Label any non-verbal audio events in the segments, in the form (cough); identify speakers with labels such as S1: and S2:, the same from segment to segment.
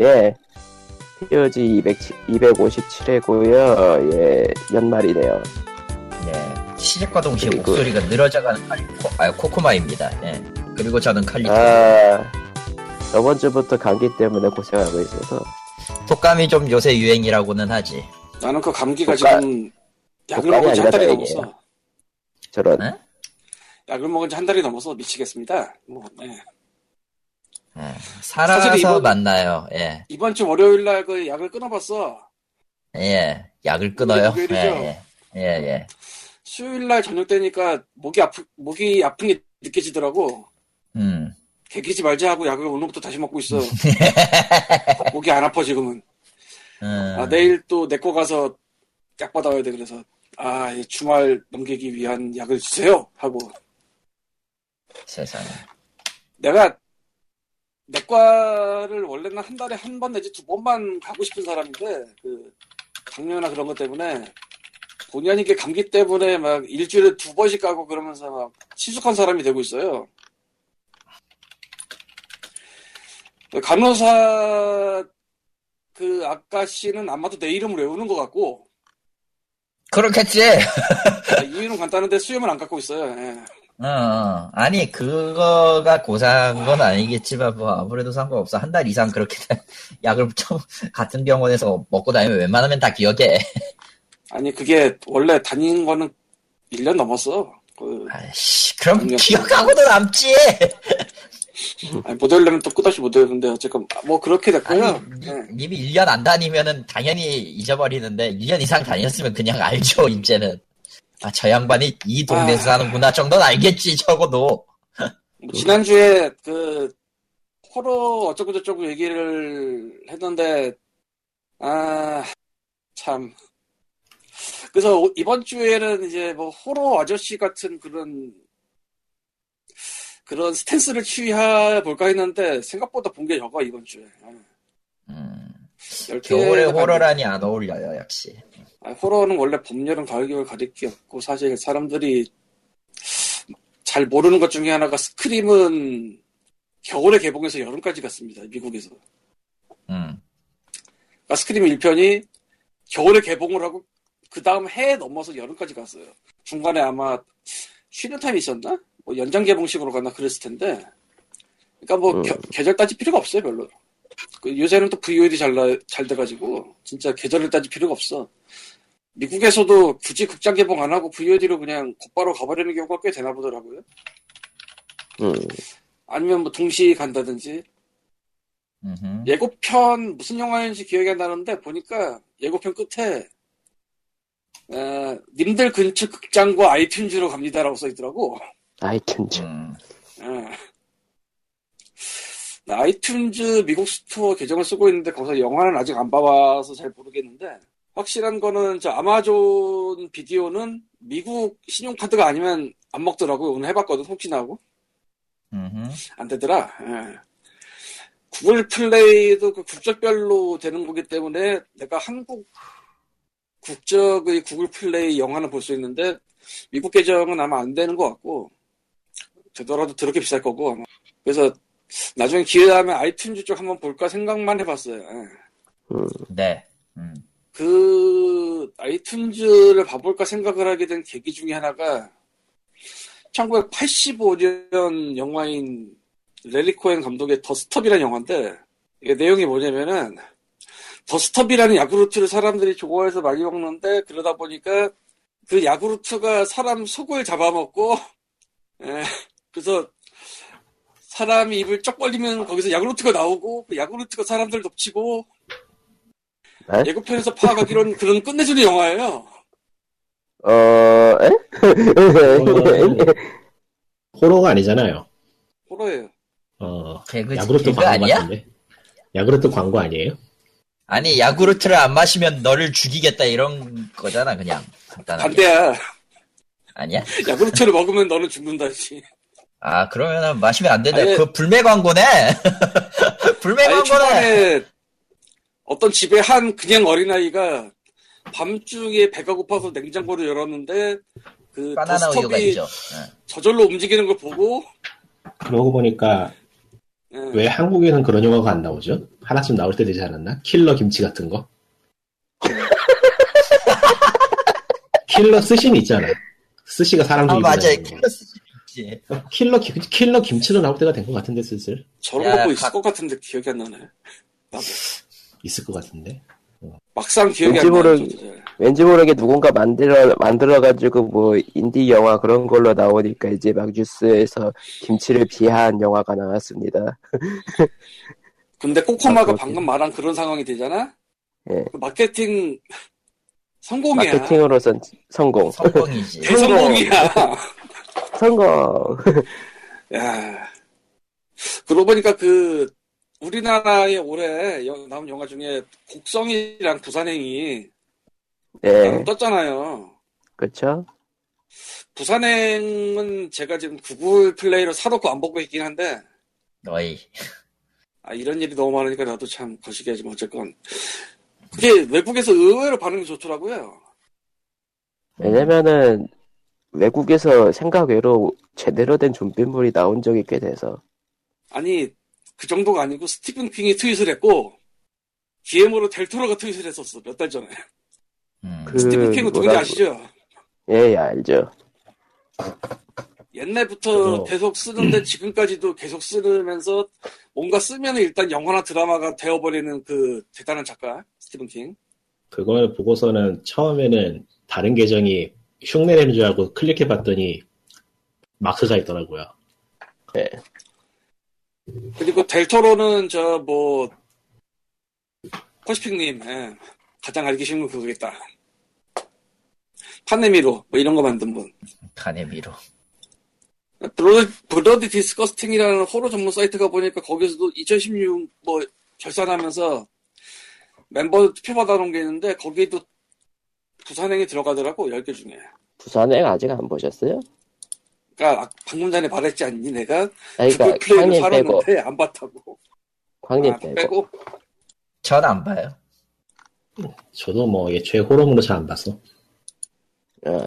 S1: 예. POG 200, 257회고요. 예, 연말이네요.
S2: 네. 시작과 동시에
S1: 그리고-
S2: 목소리가 늘어져가는 칼리코, 아, 코코마입니다. 네. 그리고 저는 칼리코.
S1: 아, 저번 주부터 감기 때문에 고생하고 있어서
S2: 독감이 좀 요새 유행이라고는 하지.
S3: 나는 그 감기가
S1: 독감-
S3: 지금 약을
S1: 독감이
S3: 먹은 지 한
S1: 아니라
S3: 달이
S1: 다행이에요.
S3: 넘었어.
S1: 저런
S2: 네?
S3: 약을 먹은 지 한 달이 넘어서 미치겠습니다. 뭐, 네.
S2: 예. 살아서
S3: 사실 이번-
S2: 만나요. 예.
S3: 이번 주 월요일 날 그 약을 끊어봤어.
S2: 예. 약을 끊어요.
S3: 목요일이죠?
S2: 예. 예. 예. 예.
S3: 수요일 날 저녁 되니까 목이 아프 목이 아픈 게 느껴지더라고.
S2: 음.
S3: 개기지 말자 하고 약을 오늘부터 다시
S1: (laughs)
S3: 먹고 있어. 목이 안 아파 지금은.
S2: 음.
S3: 아, 내일 또 내 거 가서 약 받아와야 돼 그래서 아이 주말 넘기기 위한 약을 주세요 하고
S2: 세상에.
S3: 내가 내과를 원래는 한 달에 한 번 내지 두 번만 가고 싶은 사람인데 그 당뇨나 그런 것 때문에 본의 아니게 감기 때문에 막 일주일에 두 번씩 가고 그러면서 막 치숙한 사람이 되고 있어요. 간호사 그 아까씨는 아마도 내 이름을 외우는 것 같고
S2: 그렇겠지.
S3: 아, 이유는 간단한데 수염을 안 깎고 있어요. 예.
S2: 어, 어. 아니 그거가 고사한 건 아니겠지만 뭐 아무래도 상관없어. 한 달 이상 그렇게 (laughs) 약을 좀 같은 병원에서 먹고 다니면 웬만하면 다 기억해.
S3: 아니 그게 원래 다닌 거는 1년 넘었어. 그
S2: 아이씨, 그럼
S3: 아니요.
S2: 기억하고도 남지.
S3: 아니, 못 외우려면 또 끝없이 못 외우는데 어쨌건 뭐 그렇게 됐고요.
S2: 아니,
S3: 네.
S2: 이- 이미 1년 안 다니면은 당연히 잊어버리는데 1년 이상 다녔으면 그냥 알죠 이제는. 아 저 양반이 이 동네에서
S3: 아.
S2: 사는구나 정도는 알겠지 적어도. 네.
S3: 뭐 지난주에 그 코로 어쩌고저쩌고 얘기를 했는데 아 참. 그래서 오- 이번 주에는 이제 뭐 호러 아저씨 같은 그런 그런 스탠스를 취해 볼까 했는데 생각보다 본 게 적어 이번 주에.
S2: 음,
S3: 열
S2: 겨울에
S3: 개가
S2: 호러라니 안 어울려요 역시.
S3: 아, 호러는 원래 봄, 여름, 가을, 겨울 가릴 게 없고 사실 사람들이 잘 모르는 것 중에 하나가 스크림은 겨울에 개봉해서 여름까지 갔습니다. 미국에서.
S2: 음,
S3: 그러니까 스크림 1편이 겨울에 개봉을 하고 그 다음 해에 넘어서 여름까지 갔어요. 중간에 아마 쉬는 타임이 있었나? 뭐 연장 개봉식으로 갔나 그랬을 텐데. 그러니까 뭐
S1: 음.
S3: 겨- 계절 따질 필요가 없어요, 별로. 그 요새는 또 VOD이 잘, 나- 잘 돼가지고 진짜 계절을 따질 필요가 없어. 미국에서도 굳이 극장 개봉 안 하고 VOD로 그냥 곧바로 가버리는 경우가 꽤 되나 보더라고요.
S1: 음,
S3: 아니면 뭐 동시 간다든지
S2: 음흠.
S3: 예고편 무슨 영화인지 기억이 안 나는데 보니까 예고편 끝에 어, 님들 근처 극장과 아이튠즈로 갑니다라고 써 있더라고.
S1: 아이튠즈.
S2: 음,
S3: 예. 나 아이튠즈 미국 스토어 계정을 쓰고 있는데 거기서 영화는 아직 안 봐봐서 잘 모르겠는데 확실한 거는 저 아마존 비디오는 미국 신용카드가 아니면 안 먹더라고요. 오늘 해봤거든 혹시나고.
S2: 음흠.
S3: 안 되더라. 예. 구글 플레이도 그 국적별로 되는 거기 때문에 내가 한국 국적의 구글 플레이 영화는 볼 수 있는데 미국 계정은 아마 안 되는 것 같고 되더라도 더럽게 비쌀 거고 아마. 그래서 나중에 기회 되면 아이튠즈 쪽 한번 볼까 생각만 해봤어요. 예.
S2: 네. 음.
S3: 그 아이튠즈를 봐볼까 생각을 하게 된 계기 중에 하나가 1985년 영화인 레리코엔 감독의 더스톱이라는 영화인데 이게 내용이 뭐냐면은 더스톱이라는 야구르트를 사람들이 좋아해서 많이 먹는데 그러다 보니까 그 야구르트가 사람 속을 잡아먹고 예, 그래서 사람이 입을 쩍 벌리면 거기서 야구르트가 나오고 그 야구르트가 사람들 덮치고 예고편에서 파악하기로는 그런 끝내주는 영화예요.
S1: 어, 에?
S4: 호러가 아니잖아요.
S3: 호러예요.
S4: 어,
S2: 개그
S4: 야구르트
S2: 개그
S4: 광고
S2: 아니야?
S4: 같은데. 야구르트 광고 아니에요?
S2: 아니 야구르트를 안 마시면 너를 죽이겠다 이런 거잖아 그냥 간단하게
S3: 반대야.
S2: 아니야?
S3: 야구르트를 먹으면 너는 죽는다지.
S2: 아 그러면은 마시면 안 된다
S3: 아예-
S2: 그 불매 광고네 (laughs) 불매
S3: 아예
S2: 광고네
S3: 초반에 어떤 집에 한 그냥 어린아이가 밤중에 배가 고파서 냉장고를 열었는데 그
S2: 바나나 우유가 예.
S3: 더스톱이
S2: 있죠
S3: 저절로 움직이는 걸 보고
S4: 그러고 보니까
S3: 예.
S4: 왜 한국에는 그런 영화가 안 나오죠? 하나쯤 나올 때 되지 않았나? 킬러 김치 같은 거? (laughs) 킬러 스신 있잖아. 스시가 사람
S2: 아
S4: 죽이고
S2: 맞아
S4: 다니는 거.
S2: 킬러 스시
S4: 킬러, 기- 킬러 김치도 나올 때가 된 것 같은데 슬슬
S3: 저런
S2: 야,
S3: 것도 있을
S2: 각-
S3: 것 같은데 기억이 안 나네. 나도.
S4: 있을 것 같은데
S3: 막상 기억이 안
S1: 왠지
S3: 나네.
S1: 모르-
S3: 저들.
S1: (laughs) 왠지 모르게 누군가 만들어 만들어가지고 뭐 인디 영화 그런 걸로 나오니까 이제 막 뉴스에서 김치를 비하한 영화가 나왔습니다.
S3: 근데 코코마가
S1: 아, 그렇지.
S3: 방금 말한 그런 상황이 되잖아?
S1: 예.
S3: 그 마케팅 성공이야.
S1: 마케팅으로선 성공,
S2: 성공이지
S3: 대성공이야.
S1: 성공.
S3: 야. 그러고 보니까 그 우리나라의 올해 여- 나온 영화 중에 곡성이랑 부산행이
S1: 예,
S3: 나름 떴잖아요.
S1: 그렇죠.
S3: 부산행은 제가 지금 구글 플레이로 사놓고 안 보고 있긴 한데
S2: 너희
S3: 아, 이런 일이 너무 많으니까 나도 참 거시기 하지만 어쨌건 그게 외국에서 의외로 반응이 좋더라고요.
S1: 음. 왜냐면은 외국에서 생각 외로 제대로 된 좀비물이 나온 적이 꽤 돼서
S3: 아니 그 정도가 아니고 스티븐 킹이 트윗을 했고 GM으로 델토로가 트윗을 했었어 몇 달 전에
S2: 음.
S1: 그-
S3: 스티븐 킹은 누군지
S1: 뭐라고-
S3: 아시죠?
S1: 예, 예 알죠.
S3: 옛날부터
S4: 그거-
S3: 계속 쓰는데 지금까지도 계속 쓰면서 뭔가 쓰면 일단 영화나 드라마가 되어버리는 그 대단한 작가 스티븐 킹
S4: 그걸 보고서는 처음에는 다른 계정이 흉내내는 줄 알고 클릭해 봤더니 막스가 있더라고요
S3: 그리고 델토로는 저 뭐 퍼시픽님 예. 가장 알기 쉬운 건 그거겠다 파네미로 뭐 이런 거 만든 분
S2: 간의 미로
S3: 브로드, 브로드 디스커스팅이라는 호러 전문 사이트가 보니까 거기서도 2016 뭐 결산하면서 멤버 투표 받아놓은 게 있는데 거기도 부산행이 들어가더라고 10개 중에
S1: 부산행 아직 안 보셨어요?
S3: 그러니까 아- 방금 전에 말했지 않니 내가
S1: 아니,
S3: 구글
S1: 그러니까
S3: 플레이로
S1: 광님 빼고,
S3: 사놨는데 안 봤다고
S1: 광님
S3: 아,
S1: 빼고.
S3: 빼고
S2: 전 안 봐요
S4: 저도 뭐 애초에 호러물로 잘 안 봤어
S1: 어.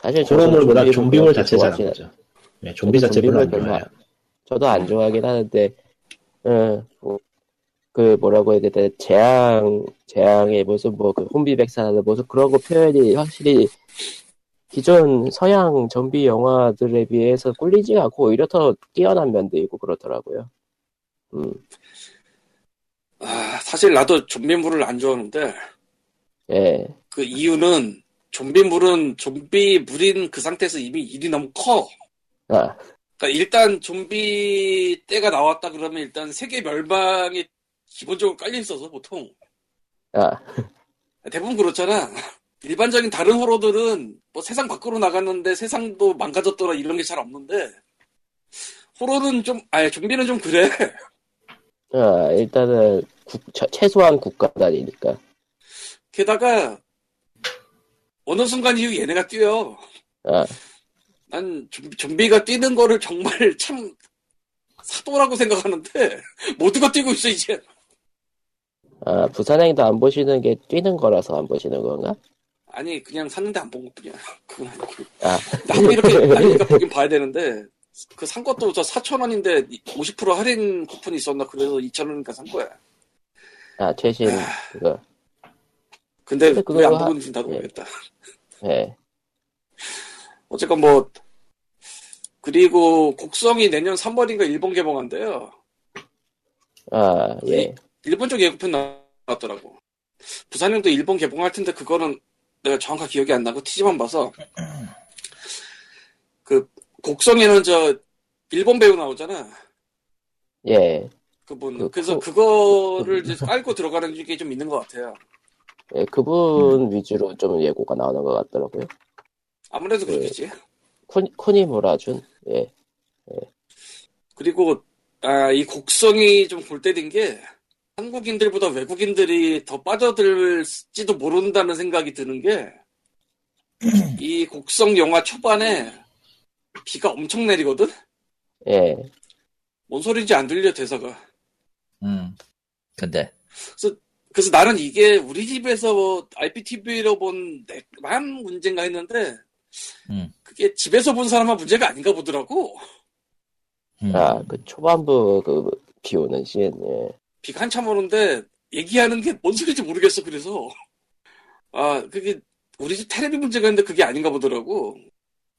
S1: 사실 네, 저도
S4: 호러물보다
S1: 좀비물
S4: 좀비물
S1: 그렇게
S4: 자체 잘 안
S1: 좋아하진
S4: 보죠 네, 좀비
S1: 저도
S4: 자체 별로 안
S1: 좀비물 별로
S4: 좋아해요
S1: 저도 안 좋아하긴 하는데, 어, 뭐, 그 뭐라고 해야 되나, 재앙, 재앙의 모습, 뭐, 그 혼비백산하는 모습, 그런 거 표현이 확실히 기존 서양 좀비 영화들에 비해서 꿀리지 않고 오히려 더 뛰어난 면도 있고 그렇더라고요. 음,
S3: 아, 사실 나도 좀비물을 안 좋아하는데
S1: 예,
S3: 그 이유는 좀비물은 좀비물인 그 상태에서 이미 일이 너무 커
S1: 아,
S3: 그러니까 일단 좀비 때가 나왔다 그러면 일단 세계 멸망이 기본적으로 깔려 있어서 보통
S1: 아,
S3: 대부분 그렇잖아. 일반적인 다른 호러들은 뭐 세상 밖으로 나갔는데 세상도 망가졌더라 이런 게 잘 없는데 호러는 좀 아예 좀비는 좀 그래.
S1: 아, 일단은 국- 최- 최소한 국가단이니까.
S3: 게다가 어느 순간 이후 얘네가 뛰어.
S1: 아,
S3: 난 좀- 좀비가 뛰는 거를 정말 참 사도라고 생각하는데 모두가 뛰고 있어 이제.
S1: 아, 부산행도 안 보시는 게 뛰는 거라서 안 보시는 건가?
S3: 아니 그냥 샀는데 안 본 것뿐이야. 그건 아니고.
S1: 아.
S3: 나도 이렇게 나니까 보긴 봐야 되는데 그 산 것도 저 4천 원인데 50% 할인 쿠폰이 있었나 그래서 2천 원이니까 산 거야.
S1: 아, 최신, 그거.
S3: 근데
S1: 근데 그거
S3: 왜 안
S1: 하-
S3: 보고 있는지 나도
S1: 예.
S3: 모르겠다.
S1: 예.
S3: 어쨌건 뭐 그리고 곡성이 내년 3월인가 일본 개봉한대요.
S1: 아, 예.
S3: 일본 쪽 예고편 나왔더라고. 부산행도 일본 개봉할 텐데 그거는 내가 정확한 기억이 안 나고 티지만 봐서 그 곡성에는 저 일본 배우 나오잖아.
S1: 예.
S3: 그분.
S1: 그,
S3: 그래서
S1: 그-
S3: 그거를 이제 깔고 들어가는 게 좀 있는 것 같아요.
S1: 예, 그분 위주로 좀 예고가 나오는 것 같더라고요.
S3: 아무래도
S1: 네.
S3: 그렇겠지.
S1: 쿠, 쿠니무라준. 예.
S3: 그리고 아, 이 곡성이 좀 골때린 게 한국인들보다 외국인들이 더 빠져들지도 모른다는 생각이 드는 게 이 곡성 영화 초반에 비가 엄청 내리거든?
S1: 예.
S3: 뭔 소리인지 안 들려 대사가.
S2: 음 근데
S3: 그래서 나는 이게 우리 집에서 뭐 IPTV로 본 내만 문제인가 했는데
S2: 음.
S3: 그게 집에서 본 사람만 문제가 아닌가 보더라고.
S2: 음.
S1: 아, 그 초반부 그 비오는 시엔 예.
S3: 비가 한참 오는데 얘기하는 게 뭔 소리인지 모르겠어 그래서 아 그게 우리 집 테레비 문제가 있는데 그게 아닌가 보더라고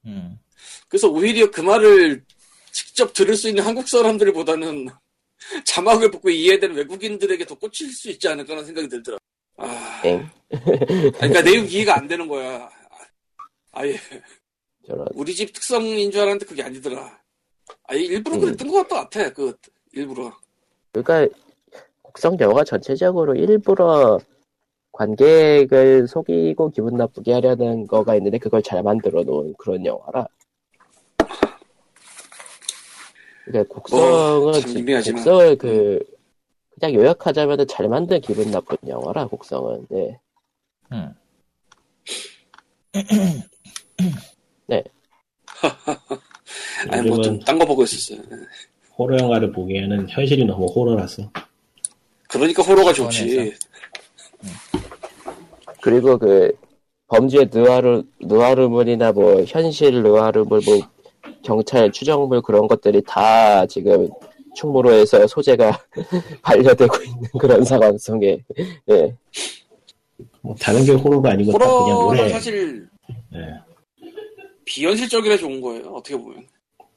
S2: 음.
S3: 그래서 오히려 그 말을 직접 들을 수 있는 한국 사람들보다는 (laughs) 자막을 보고 이해되는 외국인들에게 더 꽂힐 수 있지 않을까 하는 생각이 들더라 아
S1: 엥?
S3: 그러니까 내용 이해가 안 되는 거야 아예
S1: 저런
S3: 우리 집 특성인 줄 알았는데 그게 아니더라 아예 일부러 그랬던 것 같아 그 일부러
S1: 그러니까 곡성 영화 전체적으로 일부러 관객을 속이고 기분 나쁘게 하려는 거가 있는데 그걸 잘 만들어 놓은 그런 영화라. 그러니까
S3: 뭐,
S1: 곡성은
S3: 참
S1: 지-
S3: 미미하지만.
S1: 곡성을 그 그냥 요약하자면 잘 만든 기분 나쁜 영화라 곡성은. 네.
S2: 음.
S3: 아니 뭐 좀
S4: 요즘은
S3: 딴 거 보고 있었어요
S4: 호러 영화를 보기에는 현실이 너무 호러라서
S3: 그러니까 호러가 좋지.
S2: 시원해서.
S1: 그리고 그 범죄 느와르 느와르물이나 뭐 현실 느와르물 뭐 경찰 추정물 그런 것들이 다 지금 충무로 해서 소재가 (laughs) 발려되고 있는 그런 상황 속에 예.
S4: 뭐 다른 게 호러가 아니고 딱 그냥
S3: 호러는
S4: 노래
S3: 사실
S4: 예.
S3: 비현실적이라 좋은 거예요. 어떻게 보면.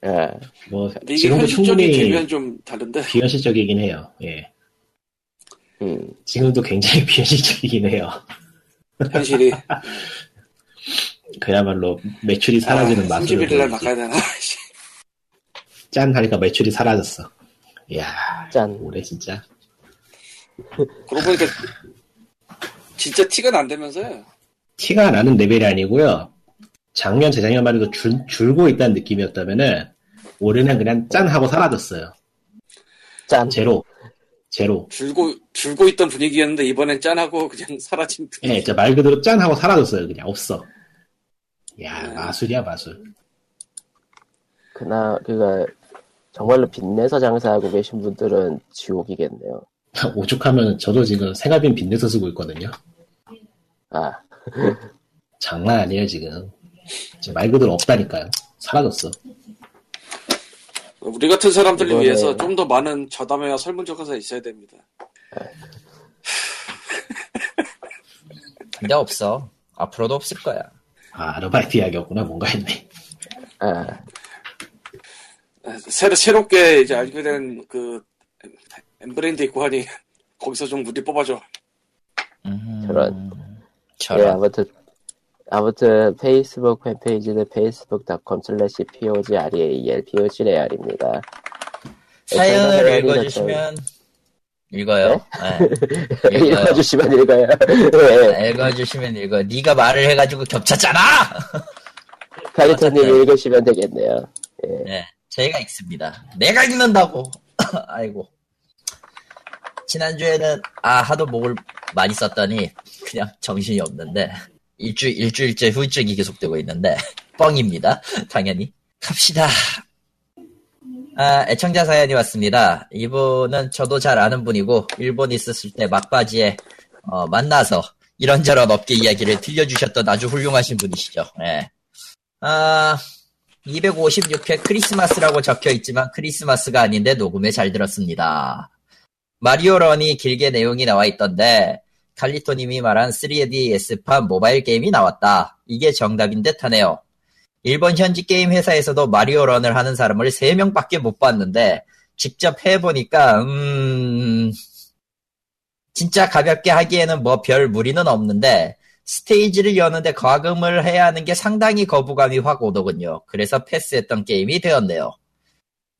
S1: 예.
S4: 뭐
S3: 근데 이게
S4: 지금도
S3: 현실적인
S4: 충분히
S3: 재미는 좀 다른데.
S4: 비현실적이긴 해요 예.
S1: 음.
S4: 지금도 굉장히 (laughs) 비현실적이긴 해요 (laughs)
S3: 현실이
S4: 그야말로 매출이 사라지는
S3: 아,
S4: 맛으로
S3: 31일 날
S4: 보이지.
S3: 나가야 (laughs) 되나? 씨.
S4: 짠 하니까 매출이 사라졌어 이야
S1: 짠.
S4: 올해 진짜
S3: 그러고 보니까 진짜 티가 안 되면서요.
S4: 티가 나는 레벨이 아니고요. 작년, 재작년만 해도 줄, 줄고 있다는 느낌이었다면은, 올해는 그냥 짠 하고 사라졌어요.
S1: 짠.
S4: 제로. 제로.
S3: 줄고 줄고 있던 분위기였는데 이번엔 짠하고 그냥 (laughs) 사라진
S4: 예,
S3: 분위기.
S4: 진짜 말 그대로 짠 하고 사라졌어요. 그냥 없어. 야,
S3: 네.
S4: 마술이야, 마술. (laughs)
S1: 그나 그가 정말로 빚내서 장사하고 계신 분들은 지옥이겠네요.
S4: 오죽하면 저도 지금 생활비는 빚내서 쓰고 있거든요.
S1: 아,
S4: 장난 아니에요, 지금. 진짜 말 그대로 없다니까요. 사라졌어.
S3: 우리 같은 사람들을
S1: 이거는-
S4: 아.
S3: 위해서 좀 더 많은 저담회와 설문조사가 있어야 됩니다.
S2: 근데 없어. 앞으로도 없을 거야.
S4: 아, 아르바이트 이야기였구나. 뭔가 했네.
S1: 아,
S3: 아, 새로 새롭게 이제 알게 된 그 엠브랜드 있고 하니 (laughs) 거기서 좀 우리 뽑아줘.
S2: 음.
S1: 저런. 예,
S2: 저런.
S1: 아무튼 아무튼 페이스북 팬페이지는 facebook.com/pogreal 네 pogreal입니다.
S2: 사연을
S1: 사연이
S2: 읽어주시면 읽어요. 네. 읽어요.
S1: 그 읽어주시면 읽어요. 예.
S2: 네. 아, 읽어주시면 읽어. 네가 말을 해가지고 겹쳤잖아.
S1: 카리토님 네.
S2: 어쨌든.
S1: 읽으시면 되겠네요.
S2: 네, 제가 읽습니다. 내가 읽는다고. (laughs) 아이고. 지난주에는 아 하도 목을 많이 썼더니 그냥 정신이 없는데 일주 일주일째 후유증이 계속되고 있는데 뻥입니다. (laughs) 당연히 갑시다. 아, 애청자 사연이 왔습니다. 이분은 저도 잘 아는 분이고 일본 있었을 때 막바지에 어, 만나서 이런저런 업계 이야기를 들려주셨던 아주 훌륭하신 분이시죠. 예. 아, 256회 크리스마스라고 적혀 있지만 크리스마스가 아닌데 녹음에 잘 들었습니다. 마리오 런이 길게 내용이 나와 있던데 칼리토님이 말한 3DS판 모바일 게임이 나왔다. 이게 정답인 듯하네요. 일본 현지 게임 회사에서도 마리오 런을 하는 사람을 3명밖에 못 봤는데 직접 해보니까 음 진짜 가볍게 하기에는 뭐 별 무리는 없는데 스테이지를 여는데 과금을 해야 하는 게 상당히 거부감이 확 오더군요. 그래서 패스했던 게임이 되었네요.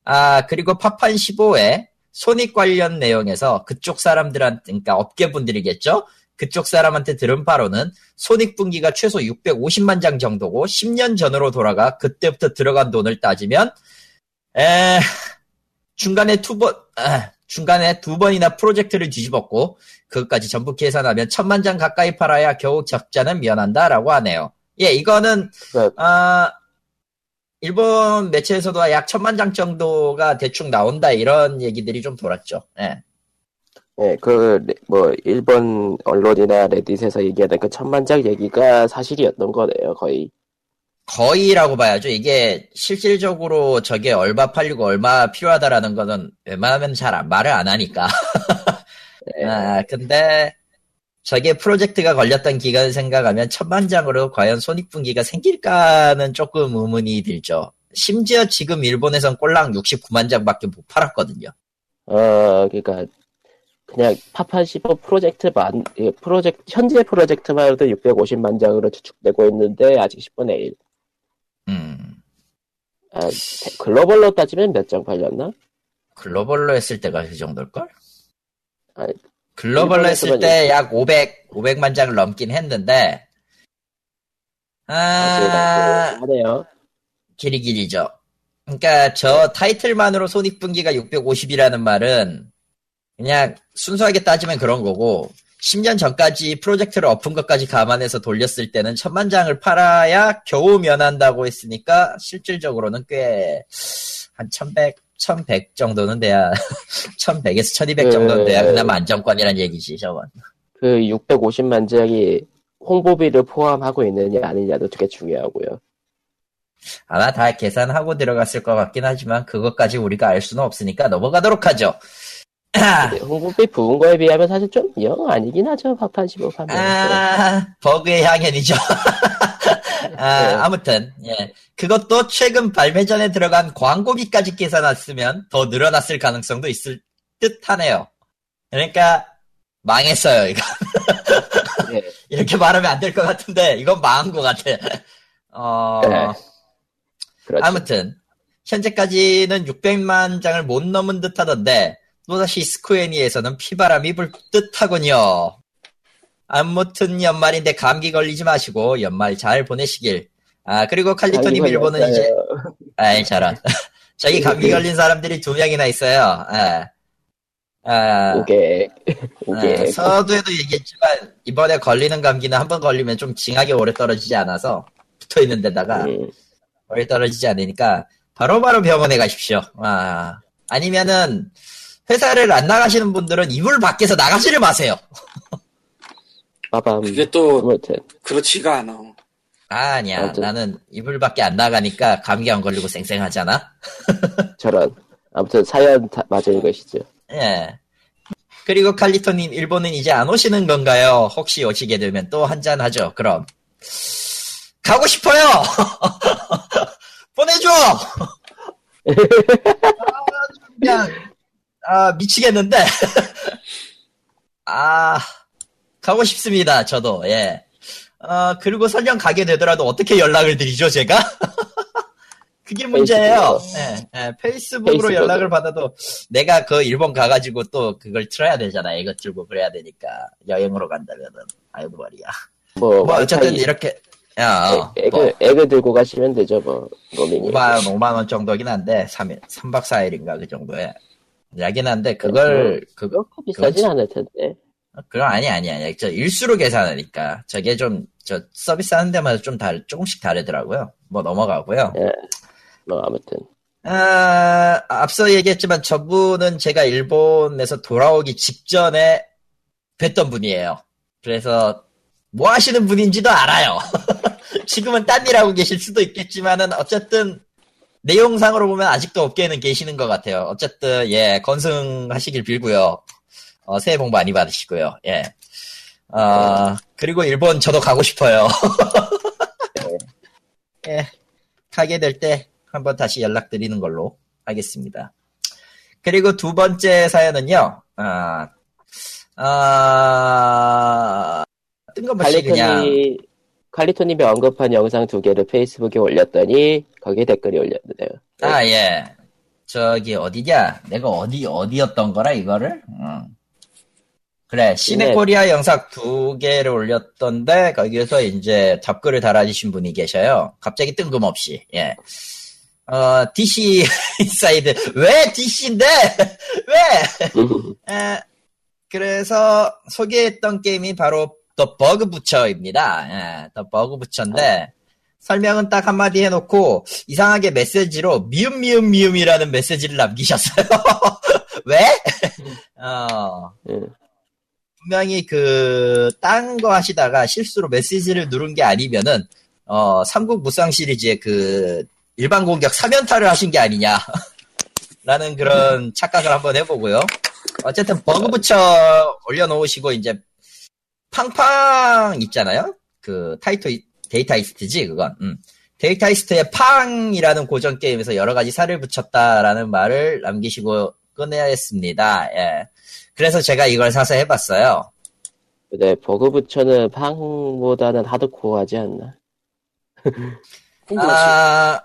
S2: 아, 그리고 파판 15에 손익 관련 내용에서 그쪽 사람들한테, 그러니까 업계분들이겠죠? 그쪽 사람한테 들은 바로는 손익분기가 최소 650만 장 정도고 10년 전으로 돌아가 그때부터 들어간 돈을 따지면, 에, 중간에 두 번, 아, 중간에 두 번이나 프로젝트를 뒤집었고, 그것까지 전부 계산하면 천만 장 가까이 팔아야 겨우 적자는 면한다라고 하네요. 예, 이거는
S1: 그러니까
S2: 아, 일본 매체에서도 약 천만 장 정도가 대충 나온다 이런 얘기들이 좀 돌았죠. 예.
S1: 예, 그 뭐 일본 언론이나 레딧에서 얘기하는 그 천만장 얘기가 사실이었던 거네요, 거의.
S2: 거의라고 봐야죠. 이게 실질적으로 저게 얼마 팔리고 얼마 필요하다라는 거는 웬만하면 잘 안- 말을 안 하니까. (laughs)
S1: 예.
S2: 아, 근데 저게 프로젝트가 걸렸던 기간 생각하면 천만 장으로 과연 손익분기가 생길까는 조금 의문이 들죠. 심지어 지금 일본에선 꼴랑 69만 장밖에 못 팔았거든요.
S1: 어, 그러니까 그냥 파판 15 프로젝트만 예, 프로젝트 현재 프로젝트만 해도 650만 장으로 추측되고 있는데 아직 10분의 1.
S2: 음,
S1: 아, 글로벌로 따지면 몇 장 팔렸나?
S2: 글로벌로 했을 때가 그 정도일걸?
S1: 아니,
S2: 글로벌로 했을
S1: 일본에서만
S2: 때 약 500, 500만 장을 넘긴 했는데,
S1: 아,
S2: 아,
S1: 하네요.
S2: 길이 길이죠. 그러니까 저 타이틀만으로 손익분기가 650이라는 말은 그냥 순수하게 따지면 그런 거고 10년 전까지 프로젝트를 엎은 것까지 감안해서 돌렸을 때는 천만 장을 팔아야 겨우 면한다고 했으니까 실질적으로는 꽤 한 1100, 1100 정도는 돼야 (laughs) 1100에서 1200 정도는 돼야
S1: 네.
S2: 그나마 안정권이란 얘기지 저건.
S1: 그 650만 장이 홍보비를 포함하고 있느냐 아니냐도 되게 중요하고요.
S2: 아마 다 계산하고 들어갔을 것 같긴 하지만 그것까지 우리가 알 수는 없으니까 넘어가도록 하죠. (clears throat)
S1: 근데 네, 홍보비 부은 거에 비하면 사실 좀 영 아니긴 하죠. 파판 15 파면.
S2: 아, 버그의
S1: (laughs)
S2: 향연이죠.
S1: 네.
S2: 아, 무튼 예. 그것도 최근 발매 전에 들어간 광고비까지 계산했으면 더 늘어났을 가능성도 있을 듯 하네요. 그러니까, 망했어요, 이거. (laughs)
S1: 예.
S2: 이렇게 말하면 안 될 것 같은데, 이건 망한 것 같아. 어,
S1: 네. 그렇죠.
S2: 아무튼, 현재까지는 600만 장을 못 넘은 듯 하던데, 또다시 스쿠에니에서는 피바람이 불 듯 하군요. 아무튼 연말인데 감기 걸리지 마시고 연말 잘 보내시길. 아, 그리고 칼리토님
S1: 아니면
S2: 일본은
S1: 약간
S2: 이제, 아이, 저런. (laughs) 저기 감기 걸린 사람들이 두 명이나 있어요. 예. 아,
S1: 오게 오게
S2: 예, 서두에도 얘기했지만, 이번에 걸리는 감기는 한 번 걸리면 좀 징하게 오래 떨어지지 않아서, 붙어 있는 데다가,
S1: 음,
S2: 오래 떨어지지 않으니까 바로바로 병원에 가십시오. 아, 아니면은 회사를 안 나가시는 분들은 이불 밖에서 나가지를 마세요.
S1: 빠밤.
S3: 그게 또
S4: 네.
S1: 아무튼
S3: 그렇지가 않아.
S2: 아, 아니야.
S1: 맞아.
S2: 나는 이불 밖에 안 나가니까 감기 안 걸리고 쌩쌩하잖아.
S1: 저런 아무튼 사연 다 맞은 것이죠.
S2: 예. 그리고 칼리토님, 일본은 이제 안 오시는 건가요? 혹시 오시게 되면 또 한잔 하죠. 그럼 가고 싶어요. (laughs) 보내줘. 아, 그냥 아 미치겠는데. (laughs) 아 가고 싶습니다. 저도 예. 어 그리고 설령 가게 되더라도 어떻게 연락을 드리죠 제가? (laughs) 그게 문제예요. 예, 예, 페이스북으로
S1: 페이스북으로.
S2: 연락을 받아도 내가 그 일본 가가지고 또 그걸 틀어야 되잖아. 이것 들고 그래야 되니까 여행으로 간다면은 아이고 말이야.
S1: 뭐,
S2: 뭐 어쨌든
S1: 와이파이
S2: 이렇게 야, 어,
S1: 애- 애그
S2: 뭐
S1: 애그 들고 가시면 되죠 뭐 로밍이.
S2: 5만, 5만 원 정도긴 한데 3일, 3박 4일인가 그 정도에 야긴 한데 그걸 그거
S1: 그렇게 비싸진
S2: 그렇지.
S1: 않을 텐데.
S2: 그건 아니 아니 아니 저 일수로 계산하니까 저게 좀 저 서비스 하는 데마다 좀 다, 조금씩 다르더라고요. 뭐 넘어가고요.
S1: 뭐 아무튼
S2: 아, 앞서 얘기했지만 저분은 제가 일본에서 돌아오기 직전에 뵀던 분이에요. 그래서 뭐 하시는 분인지도 알아요. (laughs) 지금은 딴 일하고 계실 수도 있겠지만은 어쨌든 내용상으로 보면 아직도 업계에는 계시는 것 같아요. 어쨌든 예 건승하시길 빌고요. 어, 새해 복 많이 받으시고요. 예. 아 그리고 일본 저도 가고 싶어요. (laughs) 예. 가게 될 때 한번 다시 연락드리는 걸로 하겠습니다. 그리고 두 번째 사연은요. 아, 아, 뜬금없이 그냥
S1: 칼리토니 칼리토님이 언급한 영상 두 개를 페이스북에 올렸더니 거기에 댓글이
S2: (laughs)
S1: 올렸네요.
S2: 아, 예. 저기, 어디냐? 내가 어디, 어디였던 거라, 이거를? 응. 그래, 시네
S1: 네.
S2: 코리아 영상 두 개를 올렸던데, 거기에서 이제 답글을 달아주신 분이 계셔요. 갑자기 뜬금없이, 예. 어, DC (laughs) 인사이드. 왜 DC인데? (laughs) 왜?
S1: 음,
S2: 에, 그래서 소개했던 게임이 바로 더 버그 부처입니다. 예, 더 버그 부처인데, 설명은 딱 한마디 해놓고 이상하게 메시지로 미음 미음 미음이라는 메시지를 남기셨어요. (laughs) 왜? (laughs) 어,
S1: 음.
S2: 분명히 그 딴 거 하시다가 실수로 메시지를 누른 게 아니면은 어, 삼국 무쌍 시리즈의 그 일반 공격 3연타를 하신 게 아니냐. (laughs) 라는 그런 착각을 한번 해보고요. 어쨌든 버그 붙여 올려놓으시고, 이제, 팡팡 있잖아요? 그, 타이토, 데이터이스트지, 그건. 음. 데이터이스트의 팡이라는 고전 게임에서 여러 가지 살을 붙였다라는 말을 남기시고 끝내야했습니다. 예. 그래서 제가 이걸 사서 해봤어요.
S1: 근데 네, 버그 부처는 팡보다는 하드코어하지 않나?
S3: 풍부하지.
S2: 아,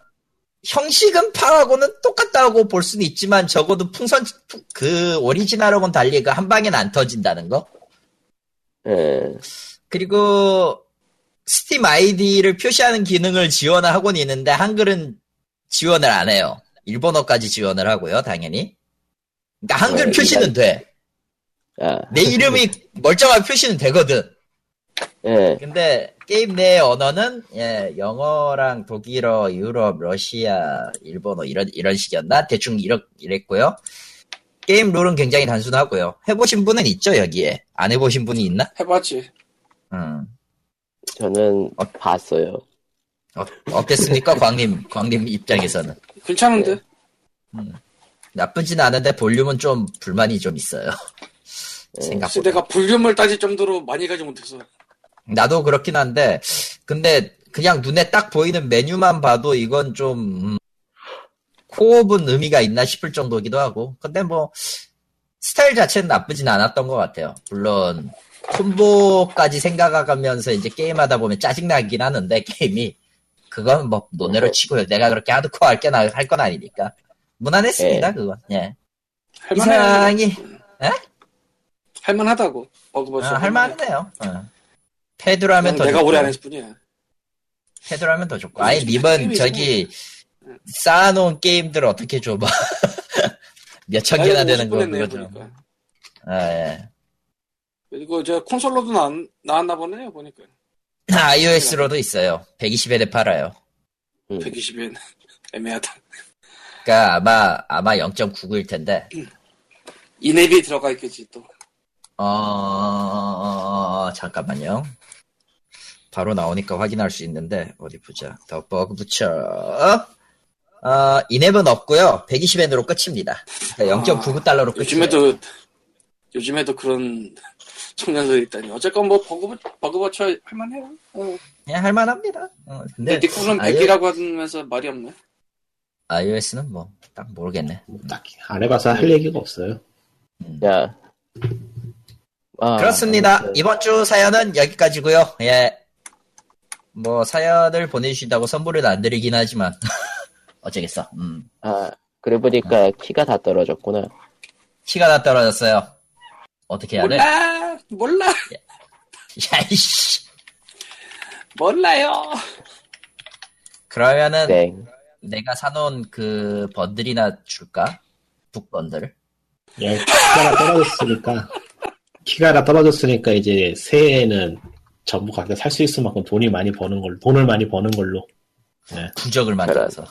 S2: 형식은 파하고는 똑같다고 볼 수는 있지만 적어도 풍선 풍- 그 오리지널하고는 달리 그 한 방에는 안 터진다는 거.
S1: (laughs) 예.
S2: 그리고 스팀 아이디를 표시하는 기능을 지원하고는 있는데 한글은 지원을 안 해요. 일본어까지 지원을 하고요, 당연히. 그러니까 한글
S1: 네,
S2: 표시는 돼.
S1: 아,
S2: 내 이름이 멀쩡하게 표시는 되거든.
S1: 예.
S2: 근데 게임 내 언어는 예, 영어랑 독일어, 유럽, 러시아, 일본어 이런 이런 식이었나 대충 이렇 이랬고요. 게임 룰은 굉장히 단순하고요. 해보신 분은 있죠 여기에 안 해보신 분이 있나?
S3: 해봤지.
S2: 음.
S1: 저는
S2: 어.
S1: 봤어요.
S2: 어, 어땠습니까 (laughs) 광님 광님 입장에서는
S3: 괜찮은데?
S2: 네, 나쁘진 않은데 볼륨은 좀 불만이 좀 있어요.
S3: 혹시
S2: 생각보다
S3: 내가 볼륨을 따질 정도로 많이 가지 못해서.
S2: 나도 그렇긴 한데 근데 그냥 눈에 딱 보이는 메뉴만 봐도 이건 좀 음, 코업은 의미가 있나 싶을 정도기도 하고 근데 뭐 스타일 자체는 나쁘진 않았던 것 같아요 물론 콤보까지 생각하면서 이제 게임하다 보면 짜증나긴 하는데 게임이 그건 뭐 논외로 치고요 내가 그렇게 하드코어 할게 나 할 건 아니니까 무난했습니다
S1: 예.
S2: 그건 예
S3: 할만해.
S2: 이상이
S3: 할만하다고. 버그버스.
S2: 어, 할만하네요 어. 패드라면 더
S3: 뭐 내가
S2: 좋고요.
S3: 오래 안 했을 뿐이야.
S2: 패드라면 더 좋고. 아니, 님은
S3: 게임이
S2: 저기, 쌓아놓은 게임들 어떻게 줘봐. 뭐. (laughs) 몇천 개나 되는 거, 그거
S3: 했네요,
S2: 좀.
S3: 보니까.
S2: 아, 예.
S3: 그러니까.
S2: (laughs)
S3: 그리고 저 콘솔로도 나, 나왔나 보네요, 보니까.
S2: 음. iOS로도 있어요. 120엔에 팔아요.
S1: 음.
S3: 120엔. (laughs) 애매하다.
S2: 그니까 그러니까 아마, 아마 0.99일 텐데.
S3: 이내비 들어가 있겠지, 또.
S2: 어, 잠깐만요. 바로 나오니까 확인할 수 있는데, 어디 보자. 더 버그 붙여. 어, 이앱은 없고요 120엔으로 끝입니다. 그러니까 0.99달러로 끝이에요.
S3: 아, 요즘에도, 요즘에도 그런 (laughs) 청년들이 있다니. 어쨌건 뭐, 버그, 버그버쳐 할만해요. 어.
S2: 그냥 예, 할만합니다. 어, 근데
S3: 근데 니코는
S2: 아예-
S3: 100이라고 하면서 말이 없네.
S2: iOS는 뭐 딱 모르겠네.
S4: 뭐 딱히 안 해봐서 할 얘기가 없어요.
S1: 야. 아,
S2: 그렇습니다.
S1: 아무튼
S2: 이번 주 사연은 여기까지고요. 예. 뭐 사연을 보내주신다고 선물을 안 드리긴 하지만 (laughs) 어쩌겠어. 음.
S1: 아, 그래 보니까 키가 다 떨어졌구나.
S2: 키가 다 떨어졌어요. 어떻게 해야 돼?
S3: 몰라! 몰라!
S2: (laughs) 야이씨.
S3: 몰라요!
S2: 그러면은
S1: 땡.
S2: 내가 사놓은 그 번들이나 줄까? 북번들.
S4: 그냥 키가 하나 예, 떨어졌으니까 키가 하나 떨어졌으니까 이제 새해에는 전부 각자 살 수 있을 만큼 돈이 많이 버는 걸로 돈을 많이 버는 걸로
S2: 부적을 만들어서.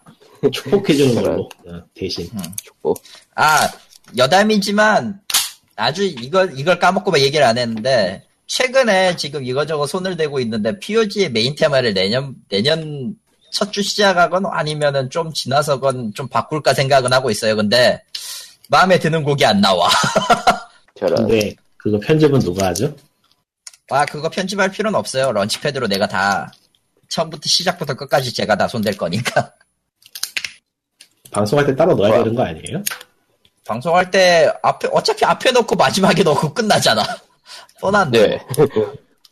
S2: (laughs)
S4: 축복해주는 걸로 어, 대신
S2: 아 여담이지만 아주 이걸 이걸 까먹고 막 얘기를 안 했는데 최근에 지금 이거저거 손을 대고 있는데 POG의 메인 테마를 내년 내년 첫 주 시작하건 아니면은 좀 지나서건 좀 바꿀까 생각은 하고 있어요. 근데 마음에 드는 곡이 안 나와.
S1: 저런.
S4: 근데 그거 편집은 누가 하죠?
S2: 아 그거 편집할 필요는 없어요. 런치패드로 내가 다 처음부터 시작부터 끝까지 제가 다 손댈 거니까. (laughs)
S4: 방송할 때 따로 넣어야
S1: 뭐야?
S4: 되는 거 아니에요?
S2: 방송할 때 앞에 어차피 앞에 놓고 마지막에 넣고 끝나잖아. (laughs) 뻔한데.
S1: 네. (laughs)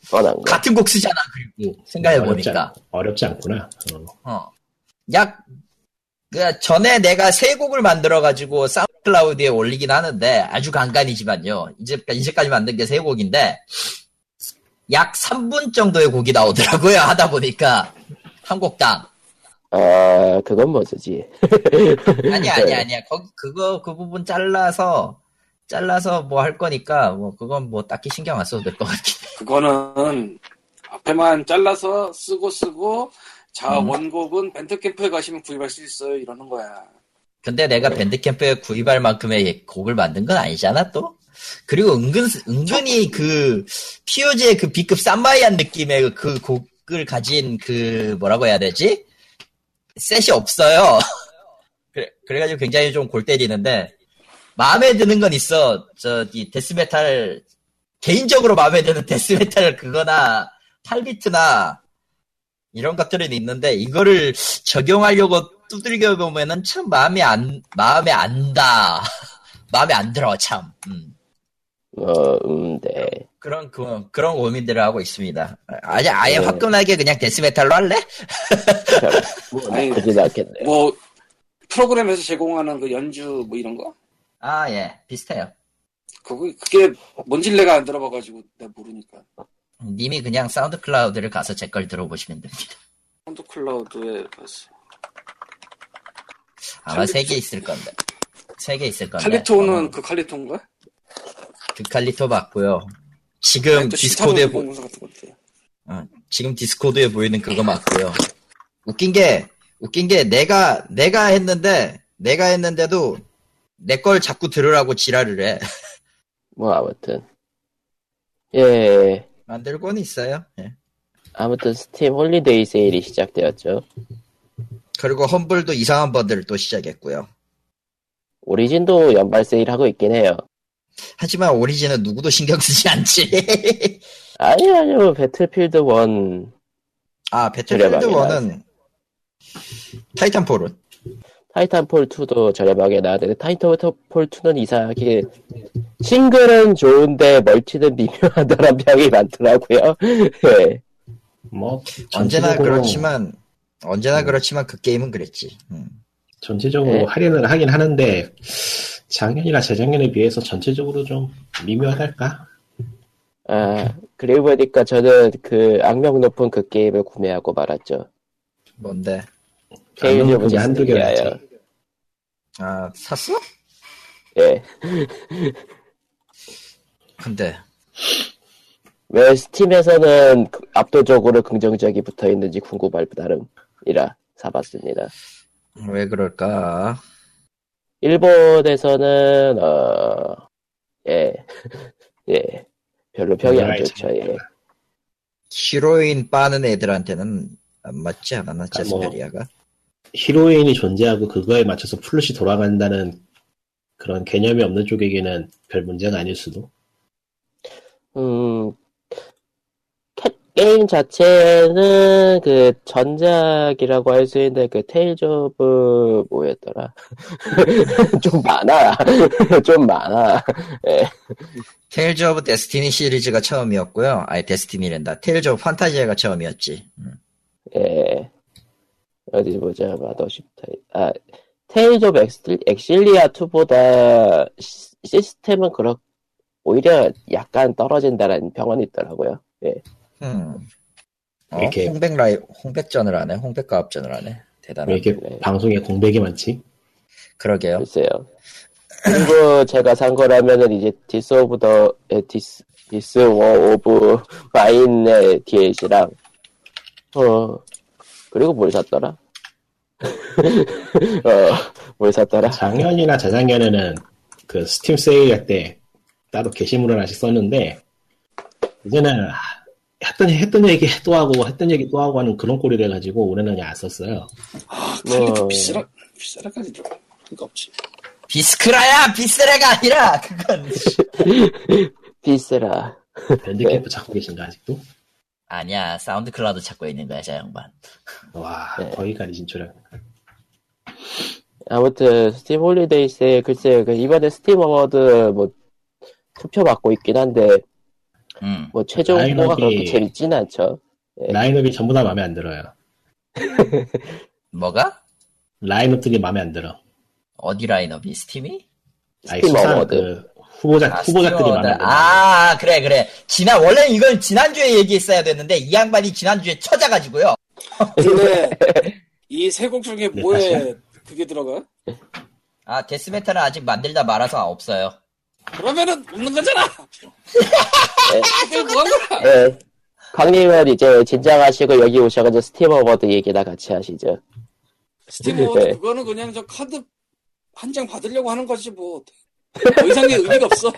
S1: 뻔한 거.
S2: 뭐 같은 곡 쓰잖아 그리고 생각해
S4: 네, 어렵지,
S2: 보니까
S4: 않, 어렵지 않구나. 어.
S2: 어약 그 전에 내가 세 곡을 만들어 가지고 사운드클라우드에 올리긴 하는데 아주 간간이지만요 이제 이제까지 만든 게 세 곡인데 약 3분 정도의 곡이 나오더라고요 하다 보니까 한 곡당
S1: 아, 그건 뭐지? (laughs)
S2: 아니 아니 아니야 거기 그거 그 부분 잘라서 잘라서 뭐 할 거니까 뭐 그건 뭐 딱히 신경 안 써도 될 것 같긴 해.
S3: 그거는 앞에만 잘라서 쓰고 쓰고 자
S2: 음.
S3: 원곡은 벤트캠프에 가시면 구입할 수 있어요 이러는 거야.
S2: 근데 내가 밴드캠프에 구입할 만큼의 곡을 만든 건 아니잖아 또. 그리고 은근 은근히 그 POG의 그 B급 쌈마이한 느낌의 그 곡 그 기술력을 가진 그 뭐라고 해야 되지? 셋이 없어요. (laughs) 그래, 그래가지고 굉장히 좀 골 때리는데 마음에 드는 건 있어. 저기 데스메탈 개인적으로 마음에 드는 데스메탈 그거나 8비트나 이런 것들은 있는데 이거를 적용하려고 두들겨 보면은 참 마음에 안 마음에 안다. (laughs) 마음에 안 들어 참. 음.
S1: 어, 음, 네.
S2: 그런 그, 그런 고민들을 하고 있습니다. 아예 아예
S1: 네.
S2: 화끈하게 그냥 데스메탈로 할래?
S1: 잘,
S3: 아니,
S1: 나쁘진 않겠네요.
S3: 뭐 프로그램에서 제공하는 그 연주 뭐 이런 거?
S2: 아 예, 비슷해요.
S3: 그거 그게 뭔지 내가 안 들어봐가지고 내가 모르니까.
S2: 님이 그냥 사운드 클라우드를 가서 제 걸 들어보시면 됩니다.
S3: 펀드 클라우드에 봤어.
S2: 아마
S3: 칼리토-
S2: 세 개 있을 건데. 세 개 있을 건데.
S3: 칼리토는
S2: 어,
S3: 그 칼리토인가?
S2: 그 칼리토 맞고요. 지금 네, 디스코드에 보,
S3: 공사 같은 건데.
S2: 어, 지금 디스코드에 보이는 그거 맞고요. 웃긴 게 웃긴 게 내가 내가 했는데 내가 했는데도 내 걸 자꾸 들으라고 지랄을 해. (laughs)
S1: 뭐, 아무튼. 예,
S2: 만들고는 있어요. 예.
S1: 아무튼 스팀 홀리데이 세일이 시작되었죠.
S2: 그리고 험블도 이상한 버드를 또 시작했고요.
S1: 오리진도 연말 세일하고 있긴 해요.
S2: 하지만 오리진은 누구도 신경 쓰지 않지. (laughs)
S1: 아니, 아니요, 배틀필드 1,
S2: 아 배틀필드
S1: 저렴하게
S2: 1은 타이탄폴은
S1: 타이탄폴 2도 저렴하게 나왔는데, 타이탄폴 2는 이상하게, 싱글은 좋은데 멀티는 미묘하다는 (laughs) 평이 많더라고요. (laughs) 예.
S4: 뭐
S2: 언제나
S4: 전체적으로- 음.
S2: 그렇지만 언제나 그렇지만 그 게임은 그랬지. 음.
S4: 전체적으로
S1: 네.
S4: 할인을 하긴 하는데 작년이나 재작년에 비해서 전체적으로 좀 미묘하달까?
S1: 아, 그리고 보니까 저는 그 악명 높은 그 게임을 구매하고 말았죠.
S2: 뭔데?
S1: 케이블
S4: 아니면
S1: 보지
S4: 그게 한두 개라지.
S1: 않아요.
S2: 아 샀어?
S1: 예.
S2: 근데
S1: 왜 스팀에서는 그 압도적으로 긍정적이 붙어 있는지 궁금할 따름이라 사봤습니다.
S2: 왜 그럴까?
S1: 일본에서는, 어, 예. (laughs) 예. 별로 평이 안 좋죠, 예.
S2: 히로인 빠는 애들한테는 안 맞지 않았나
S4: 그러니까 뭐
S2: 제스페리아가?
S4: 히로인이 존재하고 그거에 맞춰서 플롯이 돌아간다는 그런 개념이 없는 쪽에게는 별 문제가 아닐 수도.
S1: 음, 캡- 게임 자체는 그 전작이라고 할 수 있는데 그 테일즈 오브 뭐였더라? (laughs) 좀 많아. (laughs) 좀 많아.
S2: 테일즈 오브 데스티니 시리즈가 처음이었고요. 아니 데스티니랜다. 테일즈 오브 판타지아가 처음이었지. 음.
S1: 예. 어디 보자. 마더쉽다. 아, 테일즈 오브 엑실, 엑실리아 2보다 시, 시스템은 그렇 오히려 약간 떨어진다라는 평원이 있더라고요. 예.
S2: 음. 어,
S4: 이렇게-
S2: 홍백 라이 홍백전을 하네. 홍백과 합전을 하네. 대단하네.
S4: 왜 이렇게
S1: 네.
S4: 방송에 공백이 많지?
S2: 그러게요.
S1: 글쎄요. 그리고 제가 산 거라면은 이제 디스 오브 더 에, 디스 디스 워 오브 마인의 DLC랑 어 그리고 뭘 샀더라? (laughs) 어, 어뭘 샀더라?
S4: 작년이나 재작년에는 그 스팀 세일할 때 따로 게시물 하나씩 썼는데 이제는 아, 했던 했던 얘기 또 하고 했던 얘기 또 하고 하는 그런 꼴이 돼가지고 올해는 그냥 안 썼어요.
S3: 아, 칼리토
S1: 뭐.
S3: 비싸라 비싸라까지 들어. 그거 없지.
S2: 비스크라야 비스레가 아니라 그건
S1: 디스라
S4: 밴드캠프 찾고 계신가 아직도?
S2: 아니야 사운드 클라우드 찾고 있는 거야 저 양반.
S4: 와
S1: 네.
S4: 거기까지 진출해.
S1: 아무튼 스팀 홀리데이 세 글쎄 그 이번에 스팀 어워드 뭐 투표 받고 있긴 한데
S2: 음.
S1: 뭐 최종 후보가
S4: 라인업이-
S1: 그렇게 재밌진 않죠. 네.
S4: 라인업이 전부 다 마음에 안 들어요.
S2: 뭐가?
S4: 라인업들이 마음에 안 들어.
S2: 어디 라인업이 스팀이?
S4: 아니
S1: 스팀
S4: 수상
S1: 어워드.
S4: 그 후보자
S2: 아,
S4: 후보자들이
S2: 스팀
S4: 마음에 안
S2: 어워드.
S4: 들어.
S2: 아 그래 그래. 지난 원래 이건 지난주에 얘기했어야 됐는데 이 양반이 지난주에 찾아가지고요.
S4: 그
S1: (laughs) 네.
S3: 근데 이 세 곡 중에
S4: 네,
S3: 뭐에
S4: 다시요?
S3: 그게 들어가?
S2: 아 데스메탈은 아직 만들다 말아서 없어요.
S3: 그러면은 없는 거잖아.
S2: 네.
S3: (laughs) 그게 뭐한 거야?
S1: 예. 광님은 이제 진정하시고 여기 오셔가지고 스팀 어워드 얘기나 같이 하시죠.
S3: 스팀 워드
S1: 네.
S3: 그거는 그냥 저 카드 한 장 받으려고 하는 거지 뭐. 더 이상의
S1: (laughs)
S3: 의미가 없어.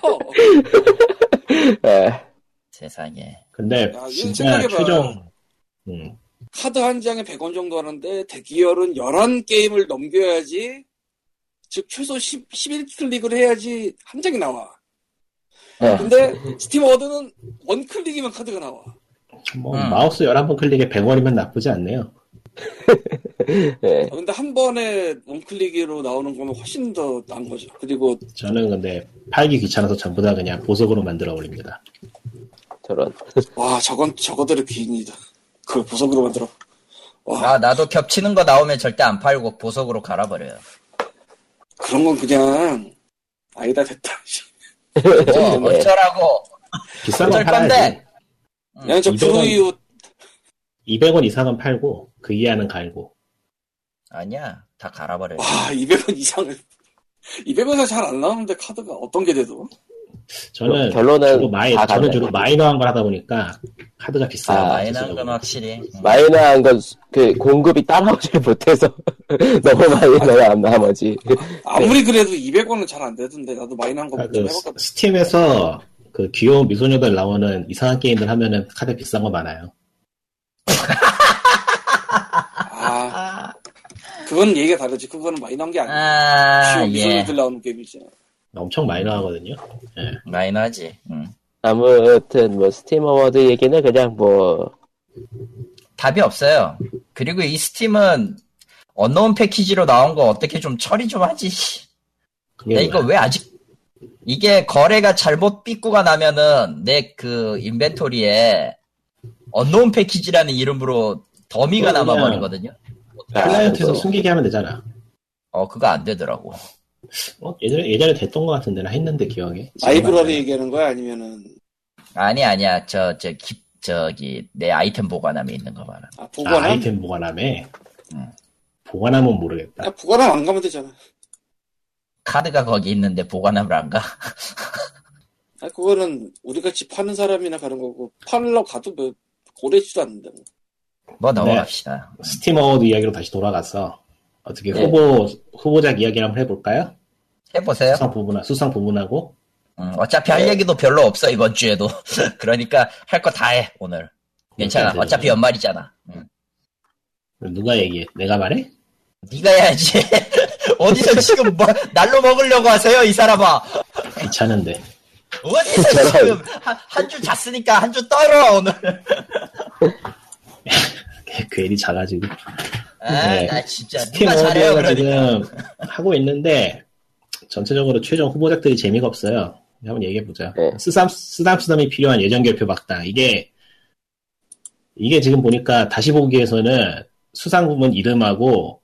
S1: 예.
S2: 세상에.
S4: 근데
S1: 네.
S3: 야, 이거
S4: 아, 진짜
S3: 생각해봐.
S4: 최종 음,
S3: 카드 한 장에 100원 정도 하는데 대기열은 11게임을 넘겨야지 즉 최소 10, 11클릭을 해야지 한 장이 나와
S1: 네.
S3: 근데 스팀 워드는 원클릭이면 카드가 나와
S4: 뭐
S2: 음.
S4: 마우스 11번 클릭에 100원이면 나쁘지 않네요.
S1: 네.
S3: 아, 근데 한 번에 원클릭으로 나오는 거는 훨씬 더 나은 거죠 그리고
S4: 저는 근데 팔기 귀찮아서 전부 다 그냥 보석으로 만들어 올립니다.
S1: 저런.
S3: 와 저건 저거대로 귀인이다 그걸 보석으로 만들어 와
S2: 아, 나도 겹치는 거 나오면 절대 안 팔고 보석으로 갈아버려요.
S3: 그런 건 그냥 아니다 됐다 어,
S4: 음,
S1: (laughs)
S4: 어,
S2: 뭐,
S3: 네.
S1: 네.
S2: 어쩌라고.
S4: 비싼 건
S2: 어쩔 건데?
S4: 팔아야지.
S3: 그냥 저
S4: 이거는-
S3: 브루이웃
S4: 200원 이상은 팔고 그 이하는 갈고.
S2: 아니야, 다 갈아버려요.
S3: 와 200원 이상을 (laughs) 200원에서 잘 안 나오는데 카드가 어떤 게 돼도
S4: 저는 주로
S1: 결론은
S4: 마이,
S1: 다
S4: 저는
S1: 같네.
S4: 주로 마이너한 걸 하다 보니까 카드가 비싸요.
S1: 아,
S2: 마이너한 건 확실히. 음.
S1: 마이너한 건 그 공급이 따라오질 (laughs) 못해서 너무 마이너야 나머지.
S4: 네.
S3: 아무리 그래도 200원은 잘 안 되던데 나도 마이너한
S4: 그러니까
S3: 거좀
S4: 그
S3: 해볼까
S4: 스팀에서 그 귀여운 미소녀들 나오는 이상한 게임들 하면은 카드 비싼 거 많아요.
S3: 아
S2: 아,
S3: 그건 얘기가 다르지 그거는 마이너한 게 아니야
S2: 아,
S3: 쉬운
S2: 예.
S3: 미소녀들 나오는 게임이지
S4: 아, 엄청 마이너하거든요.
S2: 마이너지. 음.
S1: 아무튼 뭐 스팀 어워드 얘기는 그냥 뭐
S2: 답이 없어요. 그리고 이 스팀은 언노운 패키지로 나온 거 어떻게 좀 처리 좀 하지.
S4: 그게
S2: 야, 네, 이거
S4: 뭐야.
S2: 왜 아직 이게 거래가 잘못 삐꾸가 나면은 내 그 인벤토리에 언노운 패키지라는 이름으로 더미가
S4: 그러면-
S2: 남아버리거든요. 네,
S4: 클라이언트에서
S1: 아, 그거.
S4: 숨기게 하면 되잖아.
S2: 어 그거 안 되더라고.
S4: 어? 예전에, 예전에 됐던 것 같은데 나 했는데 기억에. 아,
S3: 라이브러리 얘기하는 거야 아니면은
S2: 아니 아니야 저 저 기 저기 내 아이템 보관함에 있는 거 봐라.
S3: 아
S4: 아,
S3: 보관함?
S4: 아이템 보관함에
S2: 음.
S4: 보관함은 모르겠다.
S3: 야, 보관함 아, 안 가면 되잖아
S2: 카드가 거기 있는데 보관함을 안 가? (laughs)
S3: 아 그거는 우리같이 파는 사람이나 가는 거고 팔러 가도 뭐 고래지도 않는데 뭐.
S2: 뭐 넘어갑시다.
S4: 스팀 어워드 이야기로 다시 돌아가서 어떻게
S1: 네.
S4: 후보 후보작 이야기를 한번 해볼까요?
S2: 해보세요.
S4: 수상 부분하 수상 부분하고
S2: 음, 어차피 할 얘기도 별로 없어 이번 주에도. (laughs) 그러니까 할 거 다 해 오늘. 괜찮아.
S4: 그러니까
S2: 어차피
S4: 이제
S2: 연말이잖아. 음.
S4: 누가 얘기해? 내가 말해?
S2: 네가 해야지. (laughs) 어디서 지금 뭐, 날로 먹으려고 하세요, 이 사람아.
S4: 귀찮은데 (laughs)
S2: 어디서 지금 한 주 잤으니까 한 주 떨어 오늘.
S4: 괜히 자가지고
S2: 아,
S4: 네.
S2: 나 진짜
S4: 스팀
S2: 누가 잘해요 그러니까.
S4: 어워드가 지금 하고 있는데 전체적으로 최종 후보작들이 재미가 없어요. 한번 얘기해 보자.
S1: 네.
S4: 쓰담 쓰담쓰담이 필요한 예정 결표 박당 이게 이게 지금 보니까 다시 보기에서는 수상 부문 이름하고